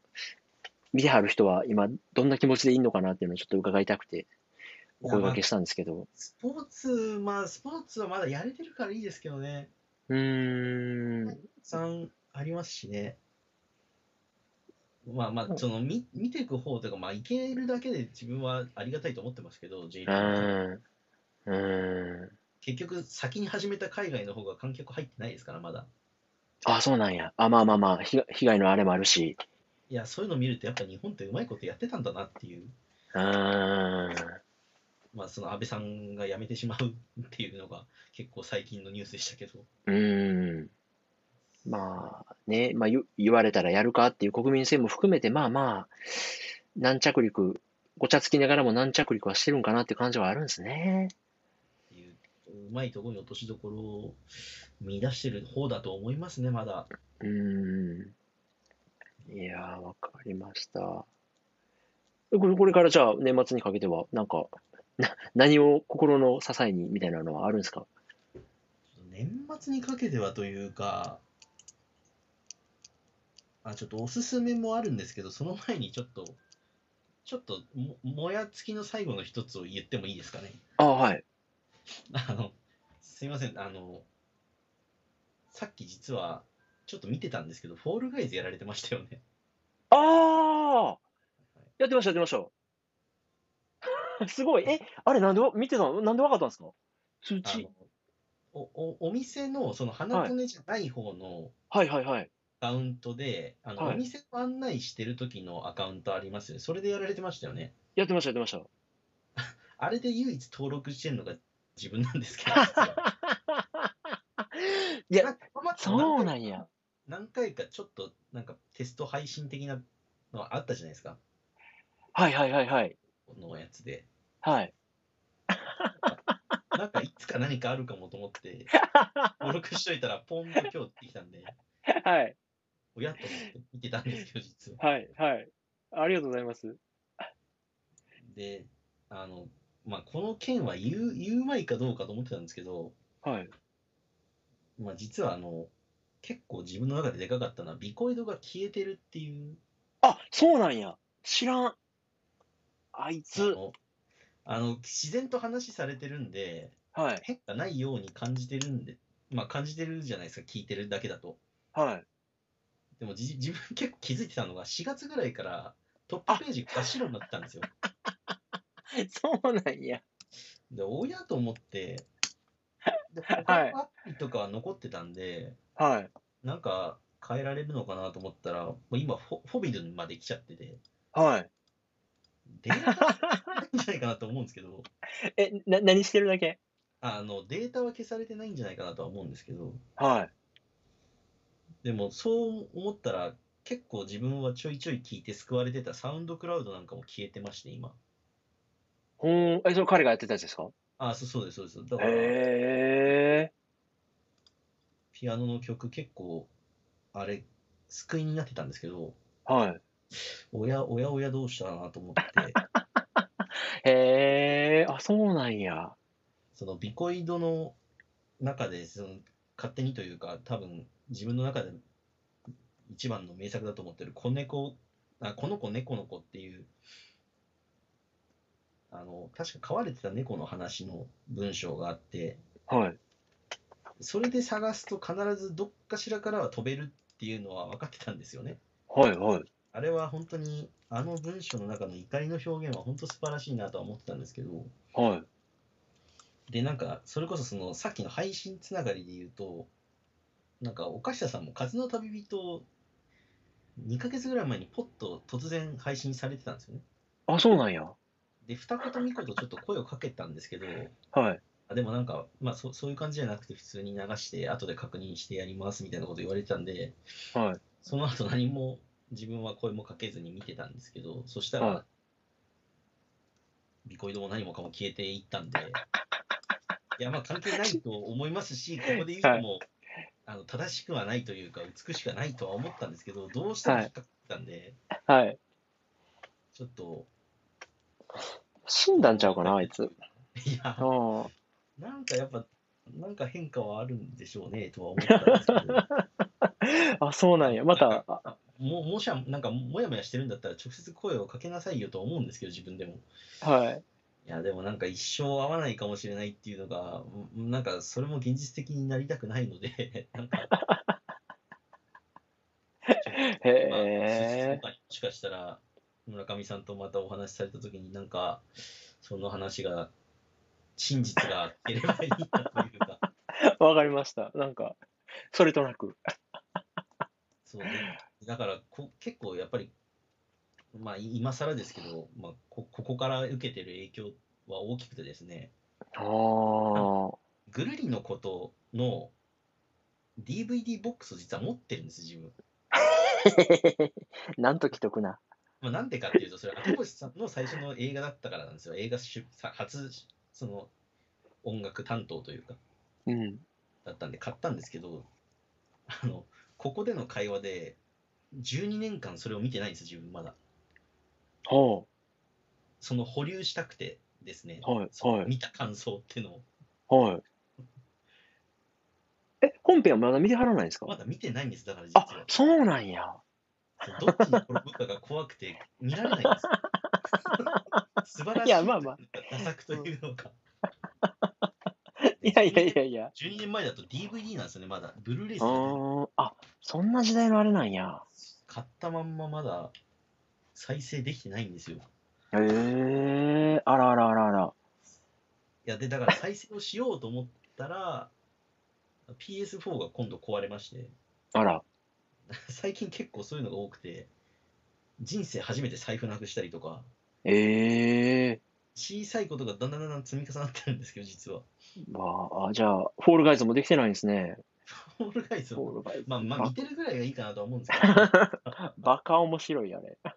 Speaker 2: 見てはる人は今、どんな気持ちでいいのかなっていうのをちょっと伺いたくて、お声掛けしたんですけど。
Speaker 1: スポーツ、まあ、スポーツはまだやれてるからいいですけどね、
Speaker 2: うーん、
Speaker 1: たくさんありますしね。まあまあ、その見見ていく方というか、まあ、いけるだけで自分はありがたいと思ってますけど、J リ
Speaker 2: う
Speaker 1: ーグ
Speaker 2: ーん、うーん。
Speaker 1: 結局、先に始めた海外の方が観客入ってないですから、まだ。
Speaker 2: あ、そうなんや。あ、まあまあまあ、被害被害のあれもあるし。
Speaker 1: いや、そういうの見ると、やっぱ日本ってうまいことやってたんだなっていう、
Speaker 2: うーん。
Speaker 1: まあ、その安倍さんが辞めてしまうっていうのが、結構最近のニュースでしたけど。
Speaker 2: うーん。まあね、まあ言、言われたらやるかっていう国民性も含めて、まあまあ、軟着陸、ごちゃつきながらも軟着陸はしてるんかなっていう感じはあるんですね。
Speaker 1: っていう、うまいところに落としどころを見出してる方だと思いますね、まだ。
Speaker 2: うーん。いやー、わかりました。これ、これからじゃあ年末にかけては、なんか、な、 [laughs] 何を心の支えにみたいなのはあるんですか
Speaker 1: 年末にかけてはというか、あちょっとおすすめもあるんですけど、その前にちょっと、ちょっとも、もやつきの最後の一つを言ってもいいですかね。 [laughs]
Speaker 2: ああ、はい。
Speaker 1: あの、すいません、あの、さっき実は、ちょっと見てたんですけど、フォールガイズやられてましたよね。
Speaker 2: ああやってました、やってました。 [laughs] すごい。え、あれ、なんでわ、見てたのなんでわかったんですか通
Speaker 1: あ
Speaker 2: 知。
Speaker 1: のおおお店の、その花とねじゃない方の、
Speaker 2: はいはいはい。
Speaker 1: アカウントで、あの、
Speaker 2: はい
Speaker 1: お店を案内してる時のアカウントありますよね。それでやられてましたよね。
Speaker 2: やってました、やってました。
Speaker 1: あれで唯一登録してるのが自分なんですけど、実は
Speaker 2: [laughs] いや、
Speaker 1: んかまあまあ
Speaker 2: そうなんや。
Speaker 1: 何回かちょっと、なんかテスト配信的なのあったじゃないですか。
Speaker 2: はいはいはいはい。
Speaker 1: このやつで。
Speaker 2: はい。
Speaker 1: なんかいつか何かあるかもと思
Speaker 2: [laughs]
Speaker 1: って、登録しといたら、ポンと今日ってきたんで、
Speaker 2: はい、
Speaker 1: おやっと思って見てたんですけど、実は。
Speaker 2: はい、はい。ありがとうございます。
Speaker 1: で、あの、まあ、この件は言う、言うまいかどうかと思ってたんですけど、
Speaker 2: はい。
Speaker 1: まあ、実はあの、結構自分の中ででかかったのは、ビコイドが消えてるっていう、
Speaker 2: あ、そうなんや。知らん。あい
Speaker 1: あ
Speaker 2: つ。
Speaker 1: の、あの自然と話されてるんで、
Speaker 2: はい、
Speaker 1: 変化ないように感じてるんで、まあ、感じてるじゃないですか、聞いてるだけだと。
Speaker 2: はい。
Speaker 1: でもじ自分結構気づいてたのが、4月ぐらいからトップページが真っ白になってたんですよ。
Speaker 2: [laughs] そうなんや。
Speaker 1: で、おやと思
Speaker 2: [laughs]
Speaker 1: って、で
Speaker 2: はい
Speaker 1: 他のアプリとかは残ってたんで、
Speaker 2: はい、
Speaker 1: なんか変えられるのかなと思ったら、もう今フォ、フォビドンまで来ちゃってて、
Speaker 2: はい。
Speaker 1: データないんじゃないかなと思うんですけど、
Speaker 2: え、な、何してるだけ
Speaker 1: あのデータは消されてないんじゃないかなとは思うんですけど、
Speaker 2: はい。
Speaker 1: でもそう思ったら、結構自分はちょいちょい聞いて救われてたサウンドクラウドなんかも消えてまして、今。
Speaker 2: ほん、え、それ彼がやってたやつですか
Speaker 1: あ、そうそうです、そうです。だから、
Speaker 2: へえ。
Speaker 1: ピアノの曲結構、あれ、救いになってたんですけど、
Speaker 2: はい。
Speaker 1: おやおやおやどうしたかなと思って、
Speaker 2: へえ。あ、そうなんや。
Speaker 1: そのビコイドの中でその勝手にというか多分自分の中で一番の名作だと思ってる「子猫」あ「この子猫の子」っていうあの確か飼われてた猫の話の文章があって
Speaker 2: はい。
Speaker 1: それで探すと必ずどっかしらからは飛べるっていうのは分かってたんですよね。
Speaker 2: はい、はい。
Speaker 1: あれは本当にあの文章の中の怒りの表現は本当素晴らしいなとは思ってたんですけど
Speaker 2: はい。
Speaker 1: で、なんか、それこそその、さっきの配信つながりで言うと、なんか、お菓子屋さんも風の旅人を、2ヶ月ぐらい前にポッと突然配信されてたんですよね。
Speaker 2: あ、そうなんや。
Speaker 1: で、二言三言ちょっと声をかけたんですけど、
Speaker 2: はい。
Speaker 1: あでもなんか、まあそ、そういう感じじゃなくて、普通に流して、後で確認してやりますみたいなこと言われてたんで、
Speaker 2: はい。
Speaker 1: その後何も自分は声もかけずに見てたんですけど、そした
Speaker 2: はい
Speaker 1: ら、ビコイドも何もかも消えていったんで、いや、まあ関係ないと思いますし、ここで言うのも、あの正しくはないというか、美しくはないとは思ったんですけど、どうしても引っかかったんで、
Speaker 2: はい。
Speaker 1: ちょっと、
Speaker 2: 死んだんちゃうかな、あいつ。
Speaker 1: いや、
Speaker 2: ああ。
Speaker 1: なんかやっぱ、なんか変化はあるんでしょうねとは思ったんですけど、 [laughs]
Speaker 2: あ、そうなんや。また、あ
Speaker 1: ももしゃ、なんかもやもやしてるんだったら、直接声をかけなさいよとは思うんですけど、自分でも。
Speaker 2: はい。
Speaker 1: いやでもなんか一生会わないかもしれないっていうのがうんなんかそれも現実的になりたくないのでなんかま
Speaker 2: へ
Speaker 1: あ
Speaker 2: え。
Speaker 1: もしかしたら村上さんとまたお話しされた時になんかその話が真実が出ればいいなというか
Speaker 2: わかりました。なんか、それとなく。
Speaker 1: そう、ね、だからこ結構やっぱりまあい今更ですけど、まあ、こここから受けてる影響は大きくてですね、
Speaker 2: ああ。
Speaker 1: ぐるりのことの DVD ボックスを実は持ってるんです、自分。
Speaker 2: [laughs] なんと既得な。
Speaker 1: まあ、なんでかっていうと、それ、赤星さんの最初の映画だったからなんですよ。映画出さ初、その、音楽担当というか、
Speaker 2: うん。
Speaker 1: だったんで買ったんですけど、あの、ここでの会話で、12年間それを見てないんです、自分まだ。
Speaker 2: は
Speaker 1: その保留したくてですね、
Speaker 2: はい
Speaker 1: その
Speaker 2: はい
Speaker 1: 見た感想っていうのを、
Speaker 2: あ。はい。え、本編はまだ見てはらないんですか
Speaker 1: まだ見てないんです、だから実
Speaker 2: あ
Speaker 1: は、。
Speaker 2: そうなんや。
Speaker 1: そうどっちに転ぶかが怖くて見られないん
Speaker 2: [laughs]
Speaker 1: ですよ。素晴らしい
Speaker 2: いやまあまあ
Speaker 1: ダサくというのか。
Speaker 2: いやいやいやいや。
Speaker 1: 12年前だと DVD なんですよね、まだ。ブルーレイ
Speaker 2: あ
Speaker 1: さん
Speaker 2: ーあ、そんな時代のあれなんや。
Speaker 1: 買ったまんままだ再生できてないんですよ。
Speaker 2: へえ。あらあらあらあら。
Speaker 1: いや、で、だから再生をしようと思ったら、PS4 が今度壊れまして、 [laughs]
Speaker 2: あら。
Speaker 1: 最近結構そういうのが多くて、人生初めて財布なくしたりとか、
Speaker 2: ええ。
Speaker 1: 小さいことがだんだんだんだん積み重なってるんですけど、実は。
Speaker 2: まあ、あじゃあ、フォールガイズもできてないんですね。
Speaker 1: オールガイズ
Speaker 2: フ
Speaker 1: も
Speaker 2: ォールガイズ。
Speaker 1: まあまあ
Speaker 2: ば
Speaker 1: 見てるぐらいがいいかなとは思うんですけ
Speaker 2: [laughs]
Speaker 1: ど、
Speaker 2: バカ [laughs] 面白い、あれ。あ、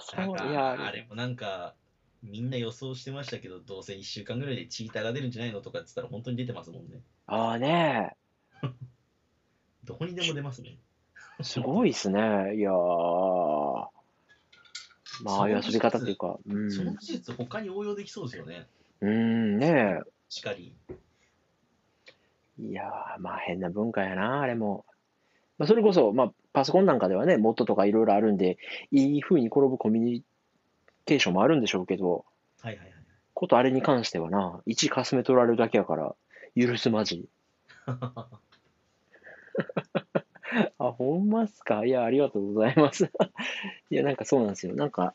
Speaker 2: そう、
Speaker 1: なん
Speaker 2: い
Speaker 1: か
Speaker 2: や、
Speaker 1: あれもなんか、みんな予想してましたけど、どうせ1週間ぐらいでチーターが出るんじゃないのとかっつったら本当に出てますもんね。
Speaker 2: ああね
Speaker 1: どこにでも出ますね。
Speaker 2: え、すごいですね。いやー。まあ、ああいう遊び方っていうか、う
Speaker 1: その
Speaker 2: ん。
Speaker 1: 技術、他に応用できそうですよね。
Speaker 2: うん、ね
Speaker 1: しかり。
Speaker 2: え。いやー、まあ変な文化やな、あれも。まあ、それこそ、まあ、パソコンなんかではね、モッドとかいろいろあるんで、いい風に転ぶコミュニケーションもあるんでしょうけど、
Speaker 1: はいはいはい。
Speaker 2: ことあれに関してはな、1かすめ取られるだけやから、許すまじ。あ、ほんまっすかいや、ありがとうございます。 [laughs] いや、なんかそうなんですよ。なんか、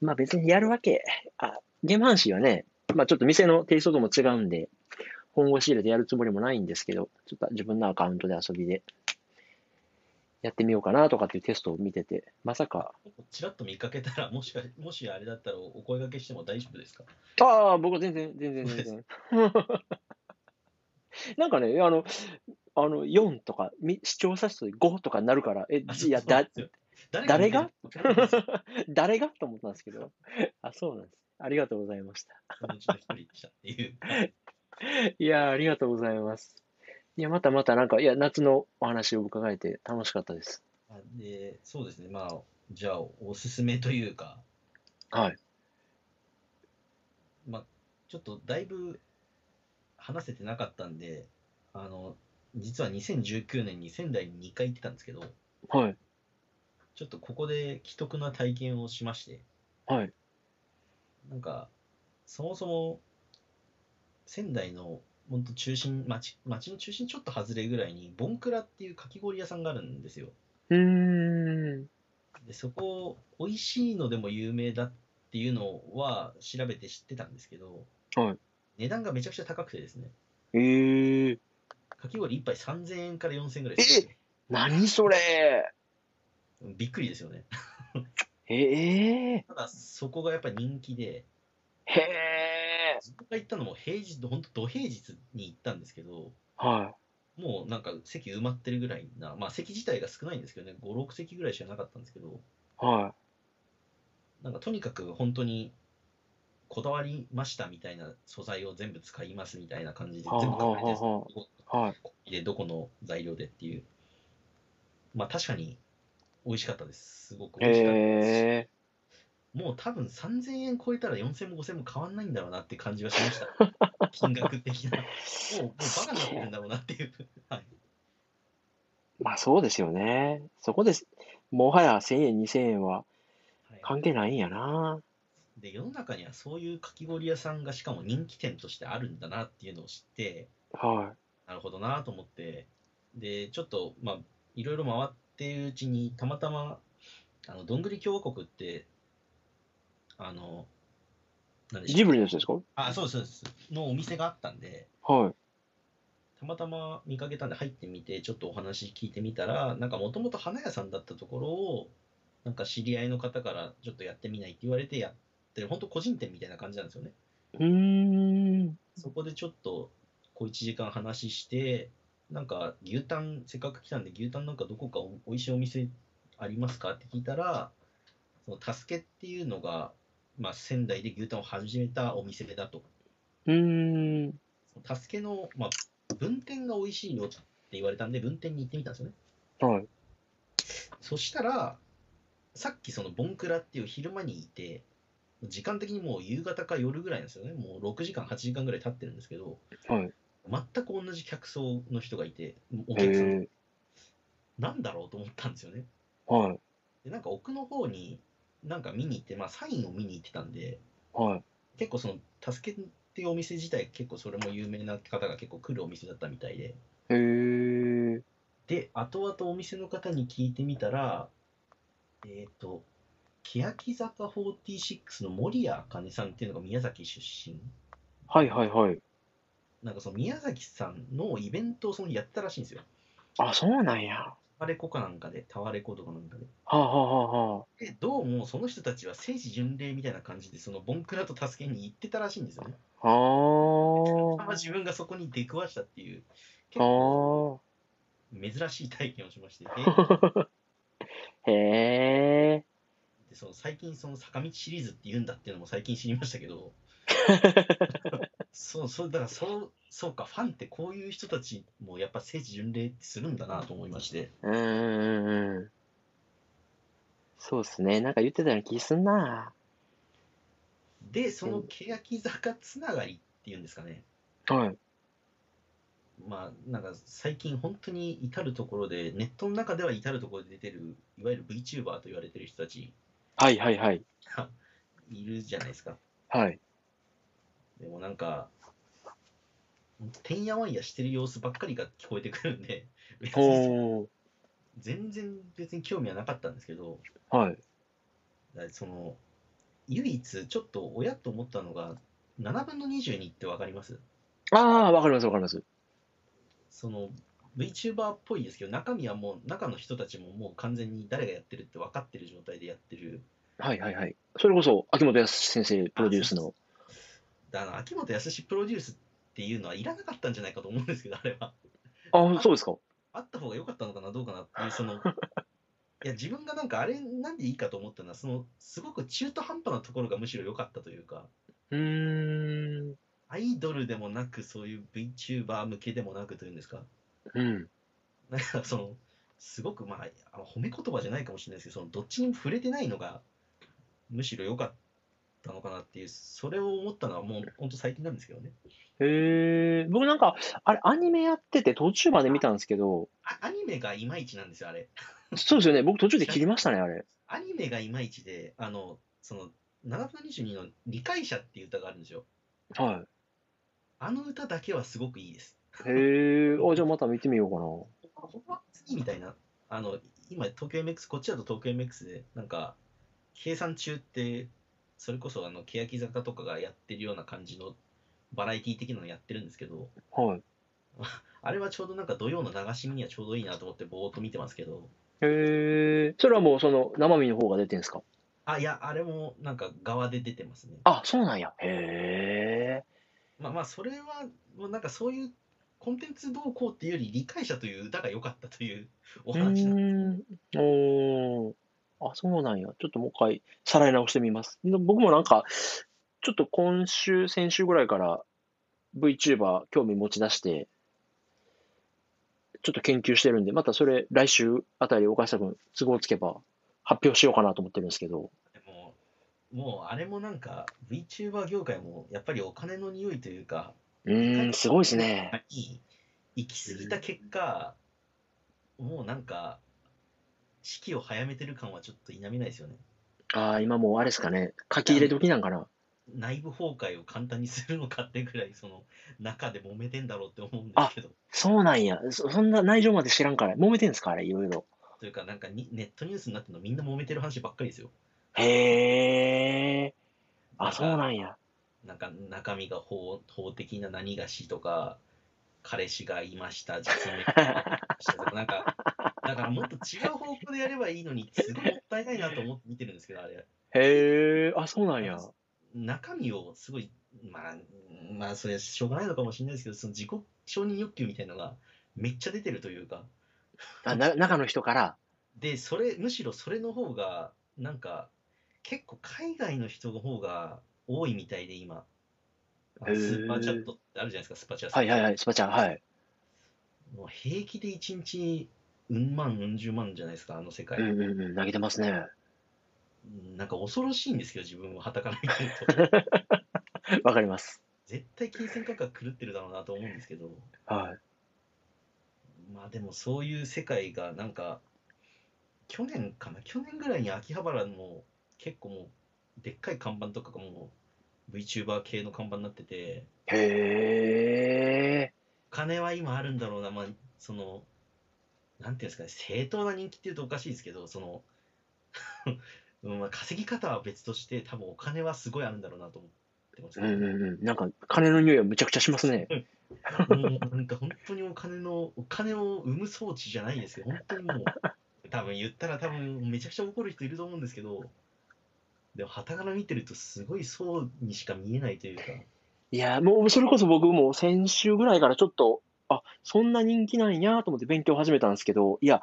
Speaker 2: まあ別にやるわけ。あ、ゲーム阪神はね、まあちょっと店のテイストとも違うんで、本腰入れてやるつもりもないんですけど、ちょっと自分のアカウントで遊びでやってみようかなとかっていうテストを見てて、まさか、
Speaker 1: [laughs] ちらっと見かけたら、もしかもしあれだったらお声掛けしても大丈夫ですか
Speaker 2: ああ、僕は全然、全然、
Speaker 1: そう
Speaker 2: 全
Speaker 1: です
Speaker 2: 然。 [laughs] なんかね、あの、あの4とか、み視聴者数5とかになるから、え、
Speaker 1: あ
Speaker 2: いや、だ、、
Speaker 1: そうそう
Speaker 2: 誰
Speaker 1: 誰
Speaker 2: が
Speaker 1: が見てるの
Speaker 2: 誰がと思ったんですけど。 [laughs] あ、そうなんです。ありがとうございました。
Speaker 1: そのうちの一人でしたっていう。
Speaker 2: いやー、ありがとうございます。いや、またまたなんか、いや、夏のお話を伺えて楽しかったです。
Speaker 1: [laughs] あで、そうですね。まあ、じゃあ、おすすめというか、
Speaker 2: はい。
Speaker 1: まあ、ちょっとだいぶ話せてなかったんで、あの、実は2019年に仙台に2回行ってたんですけど、
Speaker 2: はい。
Speaker 1: ちょっとここで既得な体験をしまして、
Speaker 2: はい。
Speaker 1: なんか、そもそも、仙台の、本当中心、町、町の中心ちょっと外れぐらいに、ボンクラっていうかき氷屋さんがあるんですよ。
Speaker 2: うーん。
Speaker 1: で、そこ、美味しいのでも有名だっていうのは調べて知ってたんですけど、
Speaker 2: はい
Speaker 1: 値段がめちゃくちゃ高くてですね、
Speaker 2: えー、
Speaker 1: かき氷1杯3000円から4000円ぐらいでする
Speaker 2: 何それ
Speaker 1: びっくりですよね。
Speaker 2: ええ
Speaker 1: ただ、そこがやっぱり人気で、
Speaker 2: ー、へえ。
Speaker 1: 自分が行ったのも平日、本当、土平日に行ったんですけど、
Speaker 2: は
Speaker 1: もうなんか席埋まってるぐらいな、まあ席自体が少ないんですけどね、5、6席ぐらいしかなかったんですけど、
Speaker 2: い。は
Speaker 1: なんかとにかく本当にこだわりましたみたいな素材を全部使いますみたいな感じで、
Speaker 2: はあ
Speaker 1: 全部書かれてるんです
Speaker 2: はあは
Speaker 1: どこ
Speaker 2: い。はい。
Speaker 1: でどこの材料でっていう、まあ確かに美味しかったです、すごく美味しかったですし、
Speaker 2: へえ。
Speaker 1: もう多分3000円超えたら4000も5000も変わんないんだろうなって感じはしま
Speaker 2: [laughs]
Speaker 1: した、金額的な、もうもうバカになってるんだろうなっていう。はい
Speaker 2: まあそうですよね。そこです。もはや1000円、2000円は
Speaker 1: はい
Speaker 2: 関係ないんやな。
Speaker 1: で世の中にはそういうかき氷屋さんがしかも人気店としてあるんだなっていうのを知って
Speaker 2: は
Speaker 1: なるほどなと思ってでちょっとまあいろいろ回ってるうちにたまたまあのどんぐり共和国ってあの何で
Speaker 2: い。
Speaker 1: した
Speaker 2: ジ
Speaker 1: っけ
Speaker 2: ブリのやつですか
Speaker 1: あそうですそうですのお店があったんで
Speaker 2: はい。
Speaker 1: たまたま見かけたんで入ってみてちょっとお話聞いてみたらなんかもともと花屋さんだったところをなんか知り合いの方からちょっとやってみないって言われてやってる本当個人店みたいな感じなんですよね
Speaker 2: うーん。
Speaker 1: そこでちょっと、こう1時間話して、なんか牛タン、せっかく来たんで、牛タンなんかどこかお美味しいお店ありますかって聞いたら、その助けっていうのが、まあ、仙台で牛タンを始めたお店だと。
Speaker 2: うーん。
Speaker 1: その助けの、まあ、分店が美味しいよって言われたんで、分店に行ってみたんですよね。
Speaker 2: はい。
Speaker 1: そしたら、さっきそのボンクラっていう昼間にいて、時間的にもう夕方か夜ぐらいなんですよね。もう6時間、8時間ぐらい経ってるんですけど、
Speaker 2: はい。
Speaker 1: 全く同じ客層の人がいて、お
Speaker 2: へ
Speaker 1: 客さん、
Speaker 2: え。
Speaker 1: なんだろうと思ったんですよね。
Speaker 2: はい。
Speaker 1: で、なんか奥の方に、なんか見に行って、まあ、サインを見に行ってたんで、
Speaker 2: はい。
Speaker 1: 結構その、助けっていうお店自体、結構それも有名な方が結構来るお店だったみたいで、
Speaker 2: へえ。
Speaker 1: で、後々お店の方に聞いてみたら、えっ、と、欅坂46の森谷茜さんっていうのが宮崎出身。
Speaker 2: はいはいはい。
Speaker 1: なんかその宮崎さんのイベントをそのやってたらしいんですよ。
Speaker 2: あ、そうなんや。は
Speaker 1: タワレコかなんかで、タワレコとかなんかで。
Speaker 2: あ、はあはあはあ。
Speaker 1: でどうもその人たちは聖地巡礼みたいな感じでそのボンクラと助けに行ってたらしいんですよね。
Speaker 2: あー
Speaker 1: たま自分がそこに出くわしたっていう結
Speaker 2: あ
Speaker 1: 構
Speaker 2: ー。
Speaker 1: 珍しい体験をしまして、で
Speaker 2: へえ。
Speaker 1: ってその最近その坂道シリーズって言うんだっていうのも最近知りましたけどそうそうだからそうそうかファンってこういう人たちもやっぱ聖地巡礼ってするんだなと思いまして
Speaker 2: うんうんうんうん。そうっすね。なんか言ってたような気すんな。
Speaker 1: でその欅坂つながりっていうんですかね
Speaker 2: はい。
Speaker 1: まあなんか最近本当に至るところでネットの中では至るところで出てるいわゆる VTuber と言われてる人たち
Speaker 2: はいはいはい。
Speaker 1: がいるじゃないですか
Speaker 2: はい。
Speaker 1: でもなんか、てんやわんやしてる様子ばっかりが聞こえてくるんで、別に
Speaker 2: おー。
Speaker 1: 全然別に興味はなかったんですけど、
Speaker 2: はい。
Speaker 1: だその、唯一ちょっと親と思ったのが、7分の22ってわかります
Speaker 2: ああ、わかりますわかります。
Speaker 1: その VTuber っぽいですけど、中身はもう、中の人たちももう完全に誰がやってるって分かってる状態でやってる。
Speaker 2: はいはいはい。それこそ、秋元康先生プロデュースの。
Speaker 1: だから秋元康プロデュースっていうのはいらなかったんじゃないかと思うんですけど、あれは。
Speaker 2: ああ、そうですか。
Speaker 1: あった方が良かったのかなどうかなっていうそのいや自分がなんかあれなんでいいかと思ったのはそのすごく中途半端なところがむしろ良かったというか
Speaker 2: うーん。
Speaker 1: アイドルでもなくそういう VTuber 向けでもなくというんですか
Speaker 2: うん。
Speaker 1: なんかそのすごくまああの褒め言葉じゃないかもしれないですけどそのどっちにも触れてないのがむしろ良かったのかなっていうそれを思ったのはもうほんと最近なんですけどね
Speaker 2: へえ、僕なんか、あれ、アニメやってて途中まで見たんですけ [laughs] ど、
Speaker 1: あアニメがいまいちなんですよあれ
Speaker 2: そうですよね、僕途中で切りましたね、あれ。
Speaker 1: アニメがいまいちであのその7分22の「理解者」っていう歌があるんですよ
Speaker 2: は
Speaker 1: あの歌だけはすごくいいです。
Speaker 2: い。へえ、あ、じゃあまた見てみよう
Speaker 1: ここは次みたいな。あの、今、東京 MX、こっちだと東京 MX で、なんか、計算中って、それこそ、あの、欅坂とかがやってるような感じの、バラエティ的なのやってるんですけど、
Speaker 2: かな。はい。
Speaker 1: あれはちょうどなんか土曜の流し見にはちょうどいいなと思ってぼーっと見てますけど、
Speaker 2: へえ、それはもうその生身の方が出てんですか
Speaker 1: あ、いや、あれもなんか側で出てますね。
Speaker 2: あ、そうなんや。へえ。
Speaker 1: まあまあ、それは、もうなんかそういうコンテンツどうこうっていうより、理解者という歌が良かったというお
Speaker 2: う
Speaker 1: 話なんですけど
Speaker 2: ーん。おー。あ、そうなんや。ちょっともう一回、さらい直してみます。で僕もなんか、ちょっと今週、先週ぐらいから VTuber 興味持ち出して、ちょっと研究してるんで、またそれ来週あたり岡下君都合つけば発表しようかなと思ってるんですけど。
Speaker 1: でももうあれもなんか VTuber 業界もやっぱりお金の匂いというか
Speaker 2: うーん、すごいですね。
Speaker 1: い行き過ぎた結果、もうなんか時期を早めてる感はちょっと否めないですよね
Speaker 2: ああ、今もうあれですかね。書き入れ時なんかな。
Speaker 1: 内部崩壊を簡単にするのかってぐらいその中で揉めてんだろうって思うんですけど
Speaker 2: そうなんや。そ、そんな内情まで知らんから。揉めてんすかあれ、いろいろ。
Speaker 1: というかなんかにネットニュースになってるのみんな揉めてる話ばっかりですよ
Speaker 2: へえ。あ、そう
Speaker 1: なんか
Speaker 2: なんや。
Speaker 1: なんか中身が法法的な何がしとか彼氏がいました実名がいました
Speaker 2: [laughs]
Speaker 1: とかなんかだからもっと違う方向でやればいいのにすごいもったいないなと思って見てるんですけどあれ
Speaker 2: へえ。あ、そうなんや。
Speaker 1: 中身をすごいまあまあそれはしょうがないのかもしれないですけどその自己承認欲求みたいなのがめっちゃ出てるというか
Speaker 2: あ、な、中の人から。
Speaker 1: でそれむしろそれの方がなんか結構海外の人の方が多いみたいで今あの
Speaker 2: へー
Speaker 1: スーパーチャットってあるじゃないですかスーパーチャット
Speaker 2: はいはいはい、スパちゃん、はい。
Speaker 1: もう平気で1日うん万うん十万じゃないですかあの世界、
Speaker 2: うんうんうん、投げてますね。
Speaker 1: なんか恐ろしいんですけど自分をはたから見てると
Speaker 2: [laughs] わかります。
Speaker 1: 絶対金銭感覚狂ってるだろうなと思うんですけど
Speaker 2: はい。
Speaker 1: まあでもそういう世界がなんか去年かな去年ぐらいに秋葉原の結構もうでっかい看板とかがもう VTuber 系の看板になってて
Speaker 2: へえ。
Speaker 1: お金は今あるんだろうなまあそのなんていうんですかね正当な人気っていうとおかしいですけどその [laughs] うんまあ稼ぎ方は別として多分お金はすごいあるんだろうなと思ってます
Speaker 2: う
Speaker 1: けど、
Speaker 2: んうんうん。なんか、金の匂いはむちゃくちゃしますね。
Speaker 1: もうなんか本当にお金のお金を生む装置じゃないですけど本当にもう多分言ったら多分めちゃくちゃ怒る人いると思うんですけどでも傍から見てるとすごいそうにしか見えないというか
Speaker 2: いや、もう、それこそ僕も先週ぐらいからちょっと、あ、そんな人気なんやと思って勉強始めたんですけど、いや、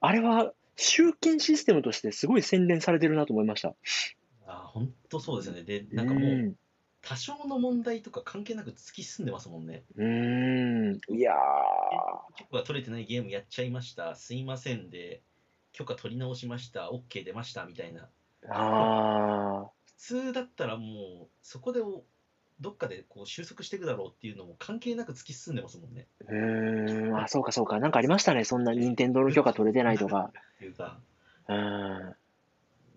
Speaker 2: あれは集権システムとしてすごい洗練されてるなと思いました。
Speaker 1: あー本当そうですよね。で、なんかもう、
Speaker 2: うん
Speaker 1: 多少の問題とか関係なく突き進んでますもんね。
Speaker 2: うん。いや
Speaker 1: 許可が取れてないゲームやっちゃいました、すいませんで、許可取り直しました、OK 出ましたみたいな、
Speaker 2: ー。ああ。
Speaker 1: 普通だったらもう、そこでおどっかでこう収束していくだろうっていうのも関係なく突き進んでますもんね。
Speaker 2: うーん。あ、そうかそうか。なんかありましたね。そんな任天堂の許可取れてないとか。
Speaker 1: っていうか、
Speaker 2: [laughs] うん。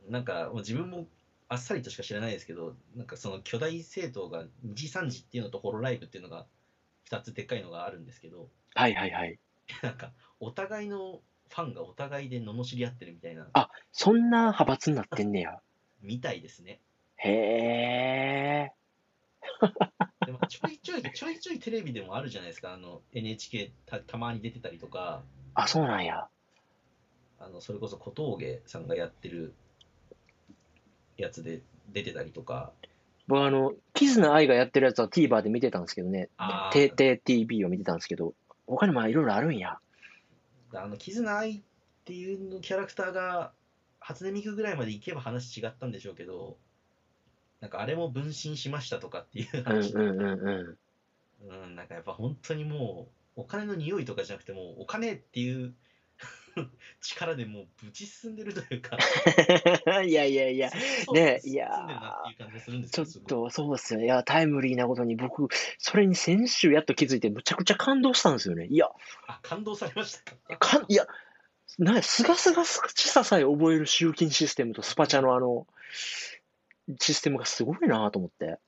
Speaker 1: なんかもう自分もあっさりとしか知らないですけど、なんかその巨大政党が2次3次っていうのとホロライブっていうのが2つでっかいのがあるんですけど、
Speaker 2: はいはいはい。
Speaker 1: なんかお互いのファンがお互いで罵り合ってるみたいな、
Speaker 2: あ、そんな派閥になってんねや。
Speaker 1: みたいですね。
Speaker 2: へえ。
Speaker 1: でもちょいちょい、ちょいちょいテレビでもあるじゃないですか、あの NHK たたまに出てたりとか、
Speaker 2: あ、そうなんや。
Speaker 1: あのそれこそ小峠さんがやってるやつで出てたりとか、
Speaker 2: 僕あの、キズナアイがやってるやつは TVer で見てたんですけどね
Speaker 1: あ。ー
Speaker 2: てて TV を見てたんですけど、他にもいろいろあるんや。
Speaker 1: あの絆愛っていうのキャラクターが初音ミクぐらいまで行けば話違ったんでしょうけど、なんかあれも分身しましたとかっていう
Speaker 2: うんう
Speaker 1: 話、
Speaker 2: んうんう
Speaker 1: うん、なんかやっぱ本当にもう、お金の匂いとかじゃなくて、もうお金っていう [laughs] 力でもうぶち進んでるというか。
Speaker 2: ん。 [laughs] いやいやいや。ねいやー
Speaker 1: 住んでるなっていう感じがするんです
Speaker 2: ちょ
Speaker 1: よ
Speaker 2: っ
Speaker 1: すごい
Speaker 2: と、そうですよね。いや、タイムリーなことに僕、それに先週やっと気づいて、むちゃくちゃ感動したんですよね。いや、
Speaker 1: あ感動されましたか
Speaker 2: かん、いや、なんや、すがすがしささえ覚える集金システムとスパチャのあの、システムがすごいなと思って。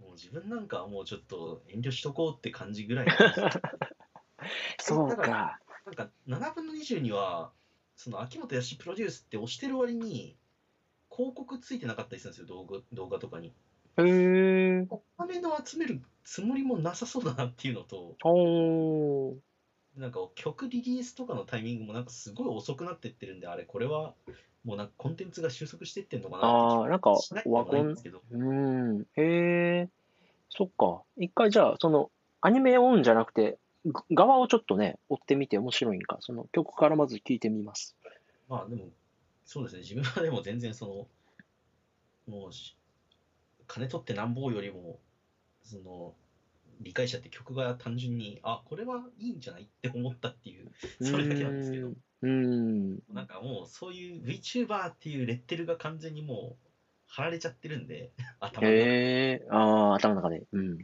Speaker 1: もう自分なんかはもうちょっと遠慮しとこうって感じぐらい
Speaker 2: [laughs] そう
Speaker 1: だから
Speaker 2: か。
Speaker 1: なんか7分の20にはその秋元康プロデュースって押してる割に広告ついてなかったりするんですよ動画動画とかに
Speaker 2: へー。
Speaker 1: お金の集めるつもりもなさそうだなっていうのと
Speaker 2: おー。
Speaker 1: なんか曲リリースとかのタイミングもなんかすごい遅くなってってるんであれこれはもうなんかコンテンツが収束してってんのか
Speaker 2: あ
Speaker 1: な
Speaker 2: ー、
Speaker 1: って
Speaker 2: なんか
Speaker 1: 気がしないで、
Speaker 2: ワ
Speaker 1: もな
Speaker 2: コ
Speaker 1: いん
Speaker 2: ン
Speaker 1: です、けど
Speaker 2: うん。へー。そっか。一回じゃあ、その、アニメオンじゃなくて、ぐ側をちょっとね、追ってみて面白いんか。その曲からまず聞いてみます。
Speaker 1: まあでも、そうですね、自分はでも全然その、もうし、金取ってなんぼよりも、その、理解者って曲が単純に、あ、これはいいんじゃないって思ったっていう、それだけなんですけど
Speaker 2: うーん。うーん
Speaker 1: なんかもうそういう VTuber っていうレッテルが完全にもう、貼られちゃってるんで、頭の中に、
Speaker 2: へえ、ああ、頭の中で。うん。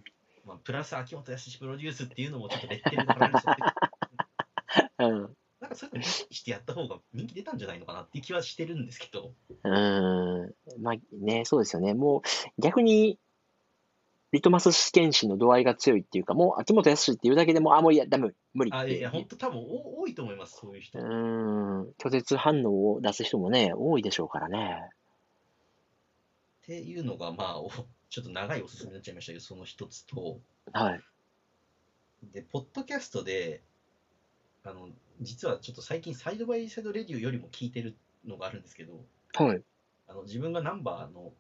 Speaker 1: まあ、プラス秋元康プロデュースっていうのもちょっとレッテルが貼られちゃってる
Speaker 2: うん
Speaker 1: なんかそういうの無視してやった方が人気出たんじゃないのかなっていう気はしてるんですけど、
Speaker 2: うーん。まあね、そうですよね。もう逆に、リトマス試験紙の度合いが強いっていうか、もう秋元康っていうだけでも、あ、もういや、ダメ、無理っ
Speaker 1: あ、い
Speaker 2: て
Speaker 1: やいや、本当多分お多いと思います、そういう人。
Speaker 2: うーん。拒絶反応を出す人もね、多いでしょうからね。
Speaker 1: っていうのが、まあ、 [laughs] おちょっと長いおすすめになっちゃいましたけど、その一つと、
Speaker 2: はい。
Speaker 1: で、ポッドキャストで、あの、実はちょっと最近、サイドバイサイドレディオよりも聞いてるのがあるんですけど、
Speaker 2: はい。
Speaker 1: あの自分がナンバーの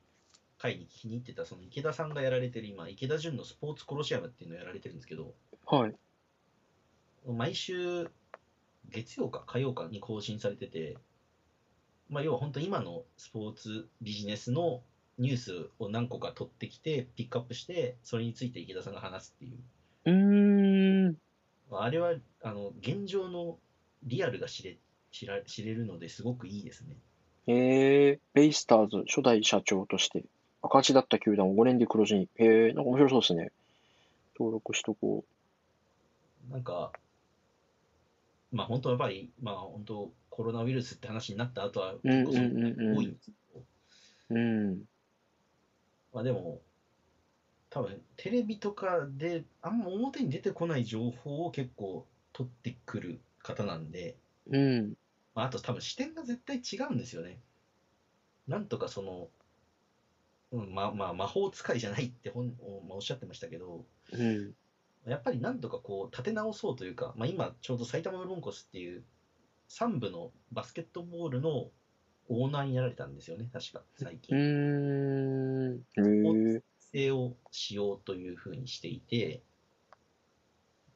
Speaker 1: 回に気に入ってた、その池田さんがやられてる、今、池田純のスポーツコロシアムっていうのをやられてるんですけど、
Speaker 2: はい。
Speaker 1: 毎週、月曜か火曜かに更新されてて、まあ、要は本当今のスポーツビジネスのニュースを何個か取ってきて、ピックアップして、それについて池田さんが話すっていう。
Speaker 2: うーん。
Speaker 1: まああれは、あの、現状のリアルが知れ、知ら、知れるのですごくいいですね。
Speaker 2: へえ、ベイスターズ初代社長として、赤字だった球団を5年で黒字に。へえ、なんか面白そうですね。登録しとこう。
Speaker 1: なんか、まあ本当やっぱり、まあ本当コロナウイルスって話になった後は、
Speaker 2: うん
Speaker 1: 結構
Speaker 2: うん
Speaker 1: そ
Speaker 2: うん
Speaker 1: の
Speaker 2: うん
Speaker 1: 多いんですけど、
Speaker 2: うん。
Speaker 1: まあでも、多分テレビとかであんま表に出てこない情報を結構取ってくる方なんで、
Speaker 2: うん。
Speaker 1: まあ、あと多分視点が絶対違うんですよね。なんとかその、うん、まあまあ魔法使いじゃないって本おまあおっしゃってましたけど、
Speaker 2: うん。
Speaker 1: やっぱりなんとかこう立て直そうというか、まあ、今ちょうど埼玉ブロンコスっていう3部のバスケットボールのオーナーになられたんですよね、確か最
Speaker 2: う
Speaker 1: 近。
Speaker 2: ん。へえ。
Speaker 1: 制をしようというふうにしていて、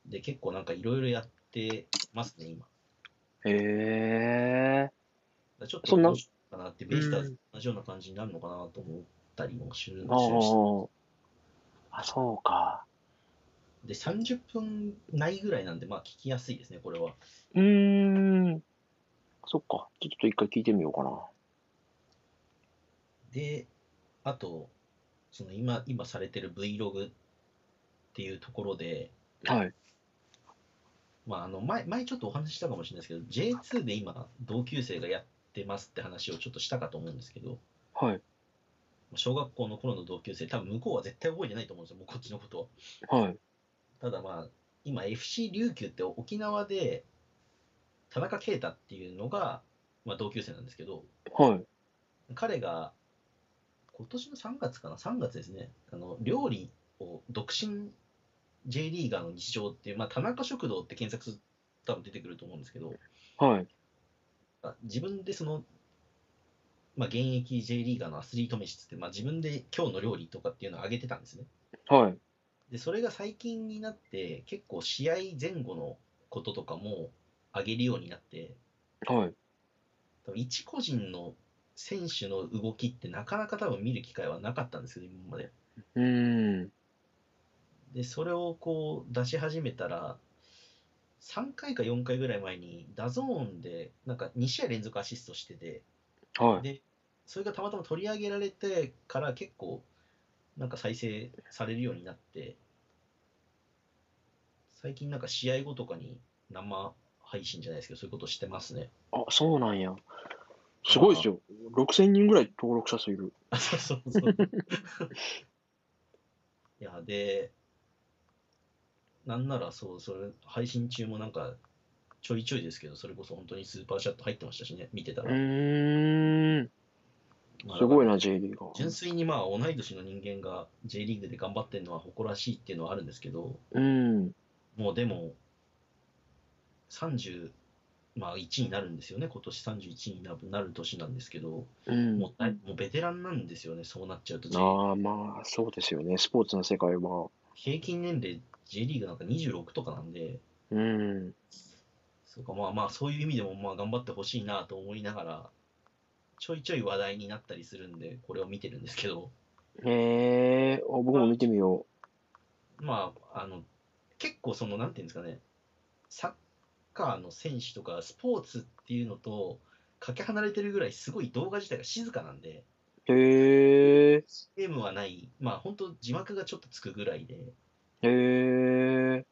Speaker 1: で、結構なんかいろいろやってますね、今。
Speaker 2: へえ。
Speaker 1: らちょっ
Speaker 2: そ
Speaker 1: と
Speaker 2: んな
Speaker 1: どうしようかなって、ベイスターズ
Speaker 2: う
Speaker 1: と同じような感じになるのかなと思ったりもするし
Speaker 2: あーあ、そうか。
Speaker 1: で、30分ないぐらいなんで、まあ聞きやすいですね、これは。
Speaker 2: うーん。そっか。ちょっと一回聞いてみようかな。
Speaker 1: で、あと、その今、今されてる Vlog っていうところで、
Speaker 2: はい。
Speaker 1: まあ、あの前前ちょっとお話ししたかもしれないですけど、J2 で今、同級生がやってますって話をちょっとしたかと思うんですけど、
Speaker 2: はい。
Speaker 1: 小学校の頃の同級生、多分向こうは絶対覚えてないと思うんですよ、もうこっちのことは。
Speaker 2: はい。
Speaker 1: ただまあ、今、FC 琉球って沖縄で、田中啓太っていうのが、まあ、同級生なんですけど、
Speaker 2: はい。
Speaker 1: 彼が今年の3月かな、3月ですね、あの料理を独身 J リーガーの日常っていう、まあ、田中食堂って検索すると多分出てくると思うんですけど、
Speaker 2: はい。
Speaker 1: あ自分でその、まあ、現役 J リーガーのアスリート飯っつって、まあ、自分で今日の料理とかっていうのを上げてたんですね。
Speaker 2: はい。
Speaker 1: で、それが最近になって、結構試合前後のこととかも上げるようになって、
Speaker 2: はい。
Speaker 1: 多分一個人の選手の動きってなかなか多分見る機会はなかったんですけど、今まで。
Speaker 2: うーん。
Speaker 1: で、それをこう出し始めたら、3回か4回ぐらい前に、ダゾーンで、なんか2試合連続アシストしてて、
Speaker 2: はい。
Speaker 1: で、それがたまたま取り上げられてから結構、なんか再生されるようになって、最近なんか試合後とかに生配信じゃないですけど、そういうことしてます
Speaker 2: [laughs]
Speaker 1: ね。
Speaker 2: あ、そうなんや。すごいですよ。6000人ぐらい登録者数いる。
Speaker 1: あそうそうそう。いや、で、なんならそう、それ、配信中もなんか、ちょいちょいですけど、それこそ本当にスーパーチャット入ってましたしね、見てた
Speaker 2: う
Speaker 1: ら。
Speaker 2: ーん。
Speaker 1: まあ
Speaker 2: すごいな、J リーガ
Speaker 1: 純
Speaker 2: ー。
Speaker 1: 粋にまあ同い年の人間が J リーグで頑張ってるのは誇らしいっていうのはあるんですけど、
Speaker 2: うん。
Speaker 1: もうでも、31、まあ、1になるんですよね、今年31にななる年なんですけど、
Speaker 2: うん。
Speaker 1: もうだいもうベテランなんですよね、そうなっちゃうと J リーグ。
Speaker 2: ああ、まあ、そうですよね。スポーツの世界は。
Speaker 1: 平均年齢 J リーグなんか26とかなんで、
Speaker 2: うん。
Speaker 1: そうかまあまあそういう意味でもまあ頑張ってほしいなと思いながら、ちょいちょい話題になったりするんで、これを見てるんですけど、
Speaker 2: へえ、あ僕も見てみよ
Speaker 1: まあ、あの、結構その、なんていうんですかね、サッカーの選手とかスポーツっていうのと、かけ離れてるぐらいすごい動画自体が静かなんで、
Speaker 2: う。へえ、
Speaker 1: ゲームはない、まあ本当字幕がちょっとつくぐらいで、
Speaker 2: へえ、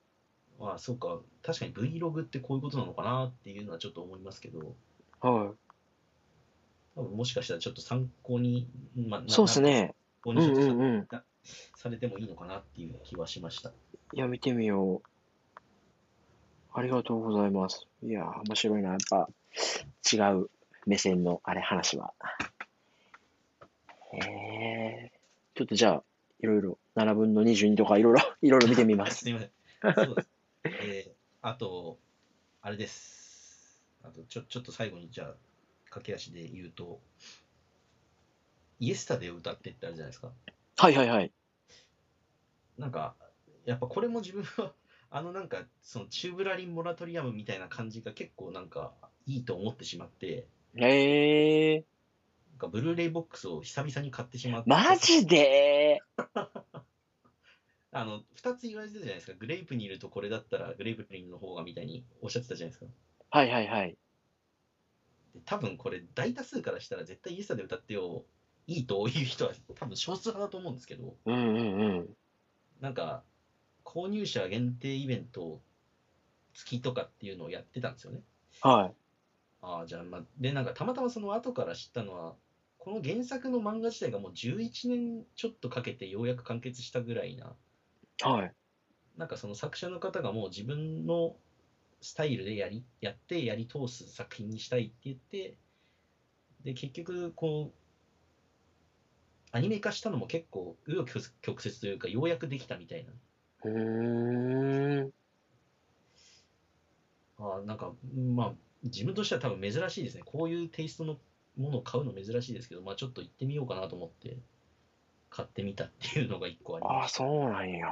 Speaker 1: まあそうか、確かに Vlog ってこういうことなのかなっていうのはちょっと思いますけど、
Speaker 2: は。
Speaker 1: 多分もしかしたらちょっと参考に、まあ、ない
Speaker 2: そうです。ね。
Speaker 1: 参
Speaker 2: う
Speaker 1: 考に
Speaker 2: ん
Speaker 1: ちょっと
Speaker 2: う
Speaker 1: さ
Speaker 2: んうん。
Speaker 1: されてもいいのかなっていう気はしました。
Speaker 2: いや、見てみよう。ありがとうございます。いやー、面白いな。やっぱ、違う目線の、あれ、話は。へえ、ちょっとじゃあ、いろいろ、7分の22とか、いろいろ、 [laughs] いろいろ見てみます。
Speaker 1: すみません。そうです。えーあと、あれです。あと、ちょ、ちょっと最後に、じゃあ、駆け足で言うと、イエスタで歌ってってあるじゃないですか。
Speaker 2: [laughs] はいはいはい。
Speaker 1: なんか、やっぱこれも自分は、 [laughs] あのなんか、そのチューブラリンモラトリアムみたいな感じが結構なんかいいと思ってしまって、
Speaker 2: へえ、
Speaker 1: なんかブルーレイボックスを久々に買ってしまって、
Speaker 2: マジで
Speaker 1: あの、2つ言われてたじゃないですか。グレイプにいるとこれだったらグレイプリンの方がみたいにおっしゃってたじゃないですか。
Speaker 2: はいはいはい。
Speaker 1: で多分これ大多数からしたら絶対イエスタで歌ってよいいという人は多分少数派だと思うんですけど
Speaker 2: うんうんうん。
Speaker 1: なんか購入者限定イベント付きとかっていうのをやってたんですよね
Speaker 2: はい。
Speaker 1: ああじゃあまあでなんかたまたまその後から知ったのはこの原作の漫画自体がもう11年ちょっとかけてようやく完結したぐらいな
Speaker 2: はい。
Speaker 1: なんかその作者の方がもう自分のスタイルでやりやってやり通す作品にしたいって言ってで結局こうアニメ化したのも結構紆余曲曲折というかようやくできたみたいな
Speaker 2: うーん。
Speaker 1: あーなんかまあ自分としては多分珍しいですねこういうテイストのものを買うの珍しいですけどまあちょっと行ってみようかなと思って買ってみたっていうのが一個あり
Speaker 2: あ
Speaker 1: ま
Speaker 2: あ、
Speaker 1: し
Speaker 2: そうなんや。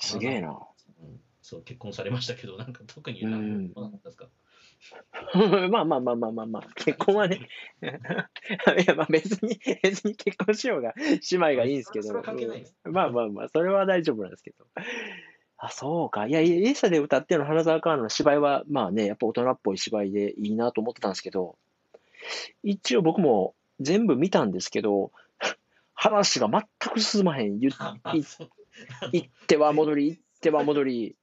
Speaker 2: すげえな。
Speaker 1: た、うんそう結婚されましたけどなんか特になん
Speaker 2: うん
Speaker 1: かなかったですか
Speaker 2: [laughs] まあまあまあまあまあまあ、結婚はね。 [laughs] いや、まあ別に、 [laughs] 別に結婚しようが、姉妹がいいんですけど。
Speaker 1: それは関係ないです
Speaker 2: うんまあまあまあ、それは大丈夫なんですけど。あ、そうか。いや、イエサで歌ってるの花澤香菜の芝居は、まあね、やっぱ大人っぽい芝居でいいなと思ってたんですけど、一応僕も全部見たんですけど、 [laughs] 話が全く進まへん。言い
Speaker 1: そう
Speaker 2: 行っては戻り、行っては戻り。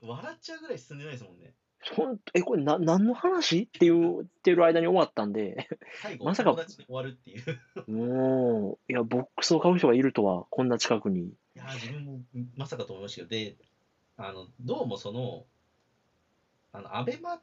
Speaker 1: 笑っちゃうぐらい進んでないですもんね。
Speaker 2: ほんえ、これな、何の話っていう、ってる間に終わったんで。
Speaker 1: 最後、
Speaker 2: まさか
Speaker 1: 友達に終わるっていう。
Speaker 2: も [laughs] う、いや、ボックスを買う人がいるとは、こんな近くに。
Speaker 1: いやー自分もまさかと思いましたけど、で、あのどうもその、あのアベマ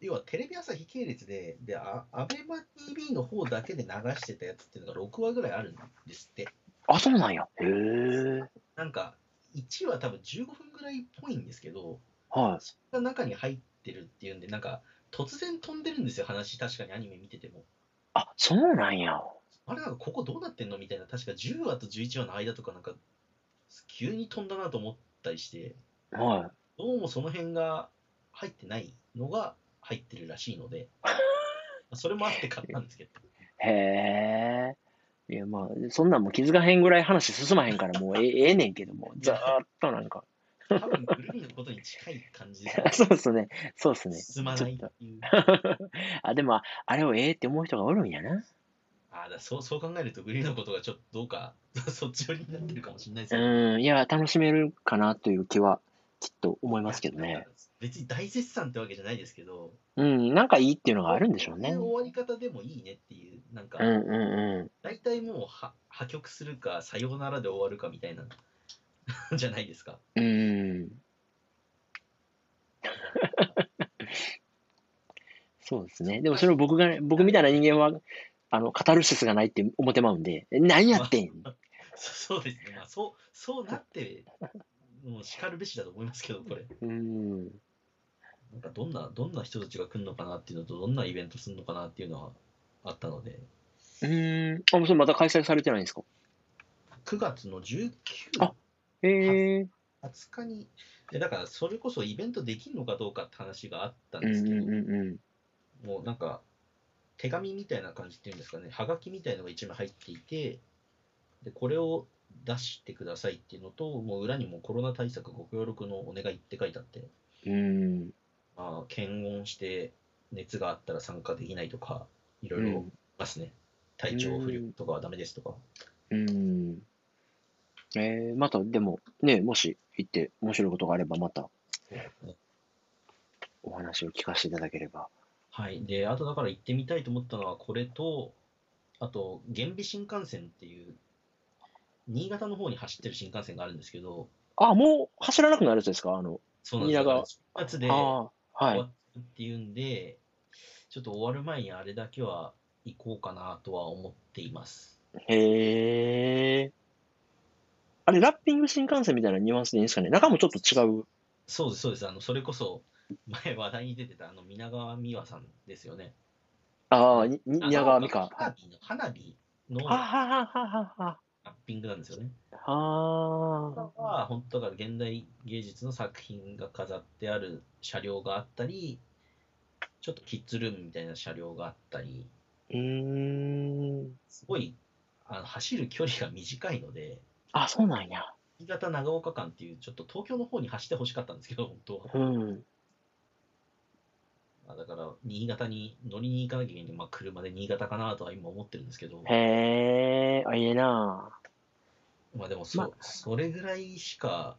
Speaker 1: 要はテレビ朝日系列で、で、あアベマ TV の方だけで流してたやつっていうのが6話ぐらいあるんですって。
Speaker 2: あ、そうなんや。へえ。
Speaker 1: なんか、1話多分15分ぐらいっぽいんですけど、
Speaker 2: は
Speaker 1: それが中に入ってるっていうんで、なんか、突然飛んでるんですよ、話、確かにアニメ見てても。
Speaker 2: い。あ、そうなんや。
Speaker 1: あれ、なんかここどうなってんのみたいな、確か10話と11話の間とか、なんか、急に飛んだなと思ったりして。
Speaker 2: は
Speaker 1: どうもその辺が入ってないのが入ってるらしいので、それもあって買ったんですけど、
Speaker 2: い。へえ。いや、まあ、そんなんもう気づかへんぐらい話進まへんから、もうええええねんけども、ざーっとなんか。 [laughs]
Speaker 1: 多分グルミのことに近い感じで
Speaker 2: そうっすね。そうっすね。
Speaker 1: 進まないっ
Speaker 2: ちょって
Speaker 1: いう。
Speaker 2: とあ、でも、ああれをええって思う人がおるんやな。
Speaker 1: ああだそうそう考えると、グリーンのことが [laughs] ちょっとどうか、そっち寄りになってるかもしれないですけど、
Speaker 2: うん、いや、楽しめるかなという気は、きっと思いますけどね。
Speaker 1: 別に大絶賛ってわけじゃないですけど、
Speaker 2: うん、なんかいいっていうのがあるんでしょうね。
Speaker 1: こういう終わり方でもいいねっていう、なんか
Speaker 2: うん、うんうん。
Speaker 1: 大体もうは破局するか、さようならで終わるかみたいな、 [laughs] じゃないですか。
Speaker 2: うーん。 [laughs] そうですね。でもそれを僕が、僕みたいな人間は、あの、カタルシスがないって思ってまうんで、え何やってん
Speaker 1: そそうですね、まあ、そうそうなって、もうしかるべしだと思いますけど、これ、
Speaker 2: うーん。
Speaker 1: なんかどんなどんな人たちが来るのかなっていうのと、どんなイベントするのかなっていうのはあったので、
Speaker 2: うーん。あ、もうそれまた開催されてないんですか
Speaker 1: 9月の19、
Speaker 2: あへえ。
Speaker 1: 20日に、でだからそれこそイベントできるのかどうかって話があったん
Speaker 2: う
Speaker 1: で
Speaker 2: ん
Speaker 1: すけど、
Speaker 2: うんうんうん。
Speaker 1: もうなんか、手紙みたいな感じっていうんですかね、はがきみたいのが一枚入っていて、でこれを出してくださいっていうのと、もう裏にもコロナ対策ご協力のお願いって書いてあって。
Speaker 2: うーん。
Speaker 1: まあ、検温して熱があったら参加できないとか、いろ
Speaker 2: う
Speaker 1: いろ
Speaker 2: ん。
Speaker 1: ありますね。体調不良とかはダメですとか。
Speaker 2: うん。えー、また、でも、ね、もし行って面白いことがあれば、またお話を聞かせていただければ。
Speaker 1: はい。で、あとだから行ってみたいと思ったのは、これと、あと、厳備新幹線っていう、新潟の方に走ってる新幹線があるんですけど、
Speaker 2: あ、もう走らなくなるやつですかあの、
Speaker 1: そうなんですよ。
Speaker 2: 新潟
Speaker 1: 出発で終
Speaker 2: ああ、はい
Speaker 1: わ。るっていうんで、ちょっと終わる前にあれだけは行こうかなとは思っています。
Speaker 2: へえ。あれ、ラッピング新幹線みたいなニュアンスでいいんですかね中もちょっと違う。
Speaker 1: そうです、そうです。あの、それこそ、前話題に出てた、あの、皆川美和さんですよね。
Speaker 2: ああ、にに宮川美香。はい
Speaker 1: 花火の花火の
Speaker 2: は
Speaker 1: ラ
Speaker 2: はははは
Speaker 1: ッピングなんですよね。
Speaker 2: は。はあ。
Speaker 1: は本当だから現代芸術の作品が飾ってある車両があったり、ちょっとキッズルームみたいな車両があったり、
Speaker 2: うーん。
Speaker 1: すごいあの走る距離が短いので、
Speaker 2: あ、そうなんや。
Speaker 1: 新潟長岡間っていうちょっと東京の方に走ってほしかったんですけど、本当は。
Speaker 2: うん。
Speaker 1: まあだから新潟に乗りに行かなきゃいけないんで、まあ、車で新潟かなとは今思ってるんですけど、
Speaker 2: へえ、あ、いいな
Speaker 1: まあでもそ、
Speaker 2: まあ
Speaker 1: それぐらいしか、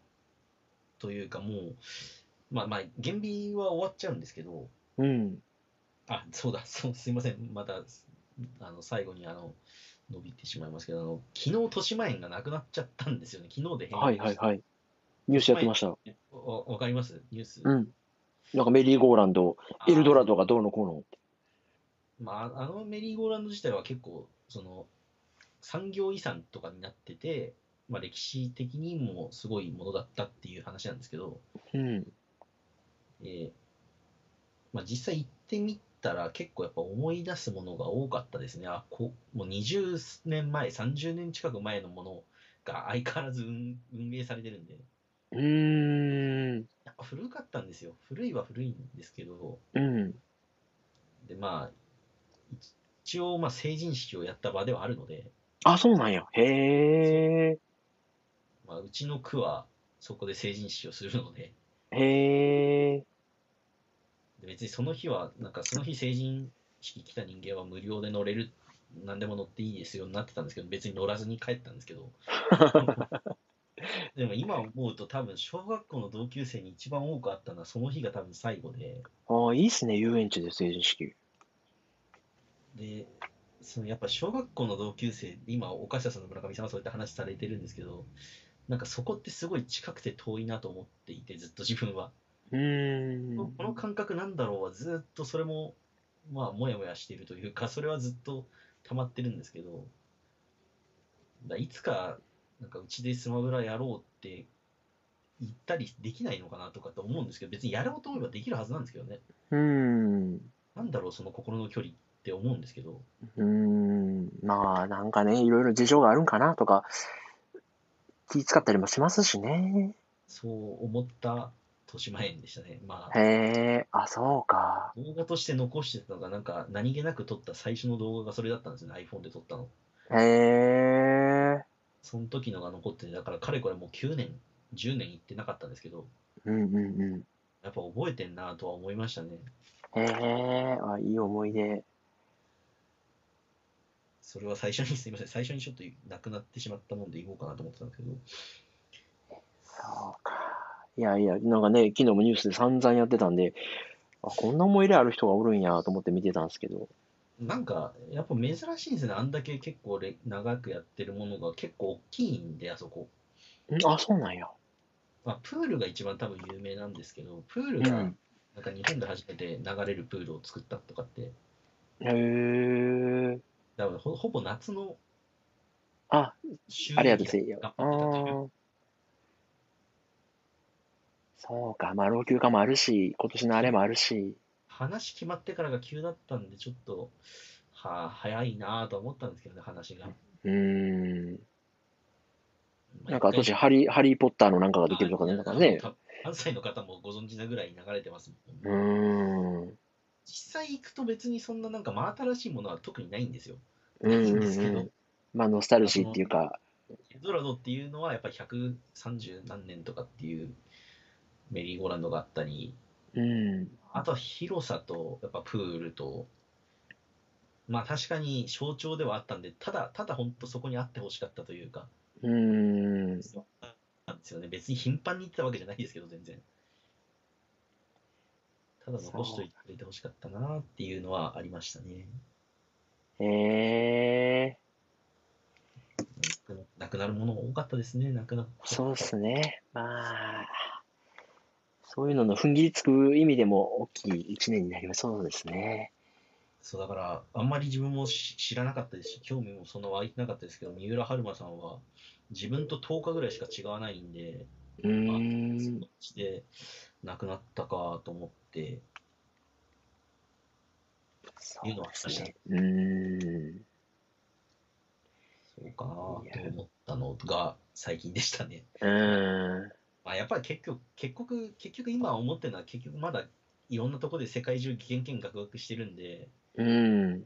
Speaker 1: というかもう、まあまあ、減備は終わっちゃうんですけど、
Speaker 2: うん。
Speaker 1: あ、そうだ、そうすいません、また、あの、最後にあの、伸びてしまいますけど、あの、昨日、豊島園がなくなっちゃったんですよね、昨日で
Speaker 2: はいはいはい。ニュースやってました。
Speaker 1: い。わわかりますニュース。
Speaker 2: うん。なんかメリーゴーランド、
Speaker 1: あー
Speaker 2: エルドラドがどうのこうの。
Speaker 1: まあ、あのメリーゴーランド自体は結構、その、産業遺産とかになってて、まあ、歴史的にもすごいものだったっていう話なんですけど、
Speaker 2: うん。
Speaker 1: えーまあ、実際行ってみたら結構やっぱ思い出すものが多かったですね。あこもう20年前、30年近く前のものが相変わらず運運営されてるんで、
Speaker 2: うーん。
Speaker 1: やっぱ古かったんですよ古いは古いんですけど
Speaker 2: うん。
Speaker 1: でまあ一一応まあ成人式をやった場ではあるので、
Speaker 2: あ、そうなんや。へえ。
Speaker 1: まあ、うちの区はそこで成人式をするので
Speaker 2: へえ。
Speaker 1: で別にその日はなんかその日成人式来た人間は無料で乗れる何でも乗っていいですよになってたんですけど別に乗らずに帰ったんですけどでも今思うと多分小学校の同級生に一番多くあったのはその日が多分最後で
Speaker 2: ああ、いいっすね。遊園地で成人式。
Speaker 1: でそのやっぱ小学校の同級生今お菓子屋さんの村上さんはそうやって話されてるんですけどなんかそこってすごい近くて遠いなと思っていてずっと自分は、
Speaker 2: うーん。
Speaker 1: この感覚なんだろうはずっとそれもまあモヤモヤしているというかそれはずっと溜まってるんですけどだいつかなんかうちでスマブラやろうって言ったりできないのかなとかと思うんですけど別にやろうと思えばできるはずなんですけどね
Speaker 2: うーん。う
Speaker 1: なんだろうその心の距離って思うんですけど
Speaker 2: ーん。まあ、なんかね、いろいろ事情があるんかなとか、気使ったりもしますしね。
Speaker 1: そう思った豊島園でしたね。ま
Speaker 2: へ
Speaker 1: あ、
Speaker 2: え。あ、そうか。
Speaker 1: 動画として残してたのが、なんか何気なく撮った最初の動画がそれだったんですよね、iPhone で撮ったの。
Speaker 2: へえ。
Speaker 1: その時のが残ってて、だからかれこれもう9年、10年行ってなかったんですけど、
Speaker 2: うんうんうん。
Speaker 1: やっぱ覚えてんなとは思いましたね。
Speaker 2: へえ。あ、いい思い出。
Speaker 1: それは最初に、すいません、最初にちょっとなくなってしまったもんで行こうかなと思ってたんですけど、
Speaker 2: そうか。いやいや、なんかね、昨日もニュースで散々やってたんで、あ、こんな思い入れある人がおるんやと思って見てたんですけど。
Speaker 1: なんか、やっぱ珍しいんですね、あんだけ結構れ長くやってるものが結構大きいんで、あそこ。
Speaker 2: んあ、そうなんや。
Speaker 1: まあ、プールが一番多分有名なんですけど、プール
Speaker 2: う
Speaker 1: が、
Speaker 2: ん。
Speaker 1: なんか日本で初めて流れるプールを作ったとかって、
Speaker 2: へえ。
Speaker 1: だからほほぼ夏の
Speaker 2: あ、
Speaker 1: 週
Speaker 2: あれやと
Speaker 1: に
Speaker 2: せいや。
Speaker 1: 頑
Speaker 2: あ
Speaker 1: 張ってたという
Speaker 2: ーそうか。まあ、老朽化もあるし、今年のあれもあるし。
Speaker 1: 話決まってからが急だったんで、ちょっと、はあ、早いなあと思ったんですけどね、話が。
Speaker 2: うーん。
Speaker 1: まあ
Speaker 2: なんか、
Speaker 1: 一回
Speaker 2: 私、ハリ、ハリー・ポッターのなんかができるとかね、なんかね。
Speaker 1: 関西の方もご存知なぐらい流れてますもんね、
Speaker 2: うーん。
Speaker 1: 実際行くと別にそんななんか真新しいものは特にないんですよ。
Speaker 2: うん
Speaker 1: いいん
Speaker 2: うん
Speaker 1: ですけ
Speaker 2: う
Speaker 1: ど
Speaker 2: ん。まあ、ノスタルシーっていうか、
Speaker 1: エルドラドっていうのはやっぱり130何年とかっていうメリーゴーランドがあったり、
Speaker 2: うん。
Speaker 1: あとは広さと、やっぱプールと、まあ確かに象徴ではあったんで、ただ、ただ本当そこにあってほしかったというか、
Speaker 2: うーん。
Speaker 1: なんですよね。別に頻繁に行ってたわけじゃないですけど、全然。ただ残しといてくれてほしかったなっていうのはありましたね。
Speaker 2: へえ。
Speaker 1: なくなくなるものも多かったですね、なくなっ
Speaker 2: そうっすね。まあ、そういうのの踏ん切りつく意味でも大きい一年になりそうですね。
Speaker 1: そうだから、あんまり自分もし知らなかったですし、興味もそんな湧いてなかったですけど、三浦春馬さんは自分と10日ぐらいしか違わないんで、
Speaker 2: うー
Speaker 1: そ
Speaker 2: ん
Speaker 1: っ。ちで亡くなったかと思って、
Speaker 2: そ
Speaker 1: いうの
Speaker 2: う
Speaker 1: はあ
Speaker 2: で
Speaker 1: り
Speaker 2: す
Speaker 1: ました
Speaker 2: ね。うーん。
Speaker 1: そうかなと思ったのが最近でしたね。
Speaker 2: うーん。
Speaker 1: まあ、やっぱり結局、結局、結局今思ってるのは結局まだいろんなところで世界中危険見学学してるんで、
Speaker 2: うん。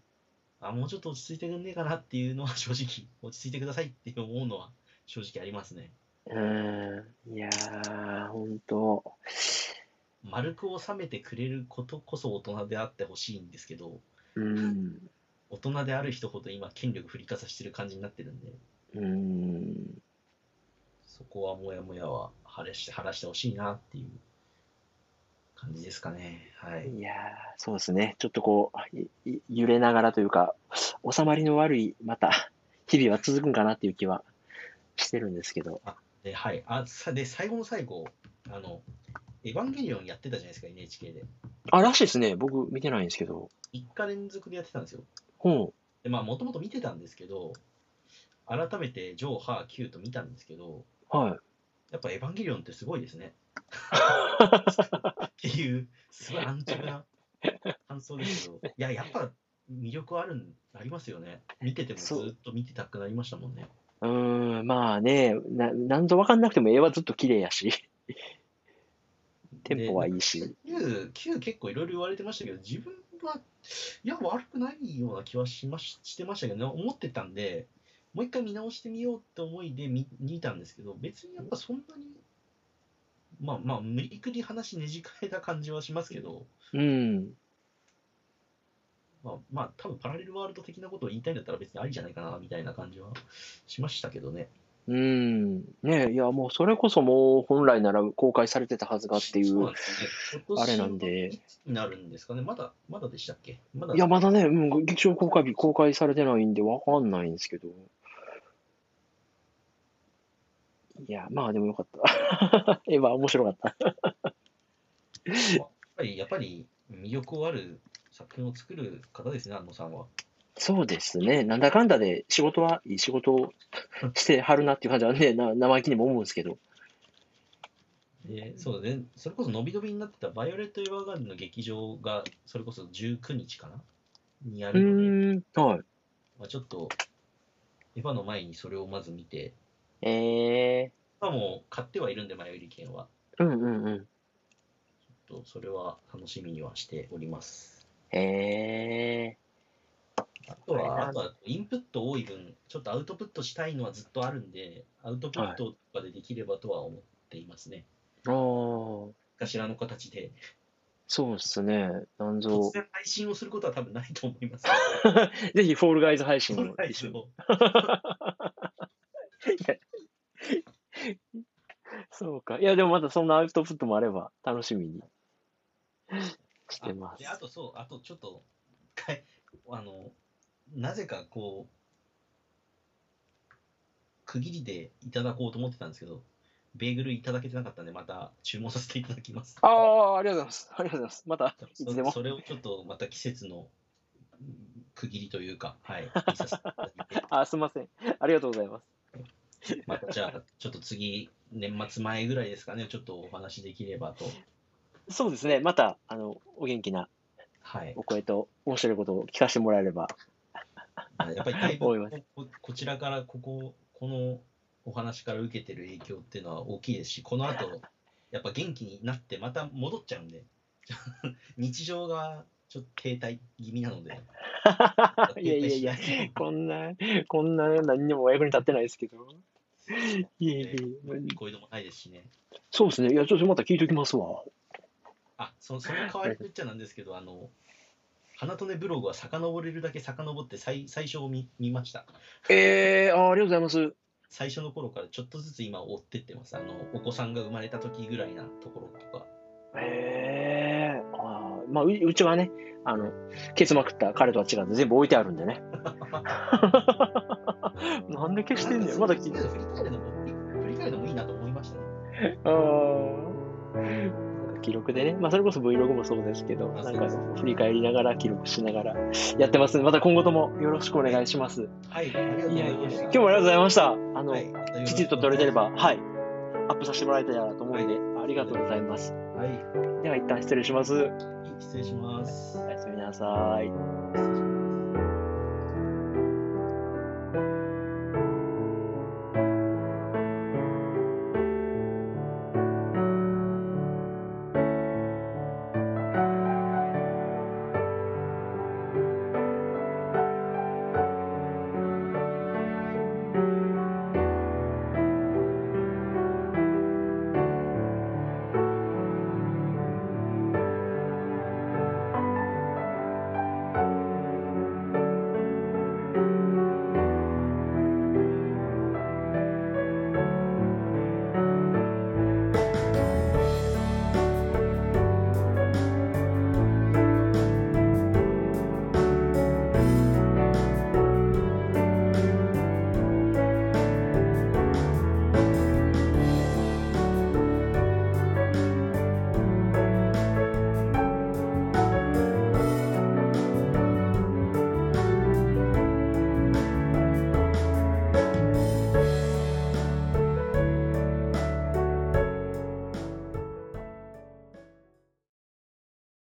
Speaker 1: あ、もうちょっと落ち着いてくんねえかなっていうのは正 [laughs] 直、落ち着いてくださいって思うのは正直ありますね。
Speaker 2: うん。いやー、ほんと。
Speaker 1: 丸く収めてくれることこそ大人であってほしいんですけど、
Speaker 2: うん。
Speaker 1: 大人である人ほど今権力振りかざしてる感じになってるんで、
Speaker 2: うん。
Speaker 1: そこはもやもやは晴れして晴らしてほしいなっていう感じですかね。はい。
Speaker 2: いやー、そうですね。ちょっとこう、いい揺れながらというか、収まりの悪い、また、 [laughs] 日々は続くんかなっていう気はしてるんですけど。
Speaker 1: で、はい。あ、さで、最後の最後、あの、エヴァンゲリオンやってたじゃないですか、NHK で。
Speaker 2: あ、らしいですね。僕見てないんですけど。
Speaker 1: 3日連続でやってたんですよ。
Speaker 2: ほ
Speaker 1: で、まあ、もともと見てたんですけど、改めて、ジョー、ハー、キューと見たんですけど、
Speaker 2: う。はい。
Speaker 1: やっぱエヴァンゲリオンってすごいです
Speaker 2: [laughs]
Speaker 1: ね。っていう、すごい安直な感想ですけど、いや、やっぱ魅力はあるん、ありますよね。見ててもず
Speaker 2: そう
Speaker 1: っと見てたくなりましたもんね。
Speaker 2: うーん、まあね、な、なんとわかんなくても絵はずっと綺麗やし。テンポはいいし。
Speaker 1: Q、Q 結構いろいろ言われてましたけど、自分は、いや、悪くないような気はしまししてましたけどね、思ってたんで、もう一回見直してみようって思いで見見たんですけど、別にやっぱそんなに、まあまあ、無理くり話ねじ替えた感じはしますけど、
Speaker 2: うん。
Speaker 1: まあ、まあ、多分パラレルワールド的なことを言いたいんだったら別にありじゃないかな、みたいな感じはしましたけどね。
Speaker 2: うん。ねえいや、もうそれこそもう本来なら公開されてたはずがってい
Speaker 1: そう
Speaker 2: う
Speaker 1: なん。ですよね。今
Speaker 2: あ
Speaker 1: 年
Speaker 2: れ
Speaker 1: の
Speaker 2: なんで
Speaker 1: いつになるんですかね。まだ、まだでしたっけまだ
Speaker 2: いや、まだね、うん、劇場公開日公開されてないんでわかんないんですけど。いや、まあでもよかった。 [laughs] エヴァ面白かった。
Speaker 1: やっぱり、やっぱり魅力ある作品を作る方ですね、安野さんは。
Speaker 2: そうですね。なんだかんだで仕事はいい仕事をしてはるなっていう感じはね、な生意気にも思うんですけど。
Speaker 1: で、そうね、それこそ伸び伸びになってたバイオレット・エヴァーガーデンの劇場が、それこそ19日かなにあ
Speaker 2: う
Speaker 1: るので、
Speaker 2: ーん、はい。
Speaker 1: まあ、ちょっと、エヴァの前にそれをまず見て、
Speaker 2: え
Speaker 1: まあもう買ってはいるんで、前売り券は。
Speaker 2: ー、うんうんう
Speaker 1: ちょっとそれは楽しみにはしております。
Speaker 2: ん。え
Speaker 1: あと
Speaker 2: はい
Speaker 1: は、
Speaker 2: な
Speaker 1: あとはインプット多い分、ちょっとアウトプットしたいのはずっとあるんで、アウトプットとかでできればとは思っていますね。
Speaker 2: ー、ああ、
Speaker 1: 頭の形で。
Speaker 2: そうですね。なん
Speaker 1: 突
Speaker 2: ぞ、
Speaker 1: 然配信をすることは多分ないと思います。
Speaker 2: ぜひフォールガイズ配信
Speaker 1: そう
Speaker 2: を
Speaker 1: ないで
Speaker 2: 一
Speaker 1: す
Speaker 2: 緒に。
Speaker 1: よ
Speaker 2: そうか。いや、でもまたそんなアウトプットもあれば楽しみにしてま
Speaker 1: あであ
Speaker 2: す。
Speaker 1: とそう、あとちょっと、一回あの、なぜかこう、区切りでいただこうと思ってたんですけど、ベーグルいただけてなかったんで、また注文させていただきます。
Speaker 2: ああ、ありがとうございます。ありがとうございます。また、
Speaker 1: そ
Speaker 2: いつでも
Speaker 1: それをちょっとまた季節のうん区切りというか、はい、見させていただいて
Speaker 2: あ、すいません。ありがとうございます。 [laughs]
Speaker 1: またじゃあ、ちょっと次、年末前ぐらいですかね、ちょっとお話できればと。
Speaker 2: そうですね。また、あの、お元気な
Speaker 1: はい
Speaker 2: お声と面白いことを聞かせてもらえれば。
Speaker 1: あやっぱりだいぶ
Speaker 2: 思いま
Speaker 1: こここちらからこここのお話から受けてる影響っていうのは大きいですしこの後やっぱ元気になってまた戻っちゃうんで [laughs] 日常がちょっと停滞気味なので
Speaker 2: [laughs] いやいやいや
Speaker 1: 停滞しない、
Speaker 2: こんな、こんな何にもお役に立ってないですけど。いえいえ。
Speaker 1: こういうのもないですしね
Speaker 2: そうですね。いや、ちょっとまた聞いておきますわ。
Speaker 1: あそその代わりと言っちゃなんですけどあの花とねブログは遡れるだけ遡って最最初を見見ました
Speaker 2: ええあありがとうございます。
Speaker 1: 最初の頃からちょっとずつ今追ってってますあのお子さんが生まれた時ぐらいなところとか
Speaker 2: ええあーまあ、ううちはね、あの、消しまくった彼とは違って全部置いてあるんでね。 [laughs] なんで消してんねん。まだ聞いて
Speaker 1: 振
Speaker 2: る。
Speaker 1: り返るのも振り返るのもいいなと思いましたね。
Speaker 2: ああ。なんか記録でね、まあ、それこそ Vlog もそうですけど、
Speaker 1: あ
Speaker 2: な
Speaker 1: そうんで
Speaker 2: か
Speaker 1: す
Speaker 2: 振り返りながら、記録しながらやってますんで、また今後ともよろしくお願いします。
Speaker 1: はい、ありがとう
Speaker 2: い
Speaker 1: ご
Speaker 2: や
Speaker 1: ざいました。
Speaker 2: いや、今日もありがとうございました。あの、
Speaker 1: はい、
Speaker 2: きちっと撮れてれば、はい、アップさせてもらえたらと思うんで、ありがとうございます。
Speaker 1: はい、
Speaker 2: では、一旦失礼します。
Speaker 1: 失礼します。
Speaker 2: おやすみなさい。
Speaker 1: 失礼します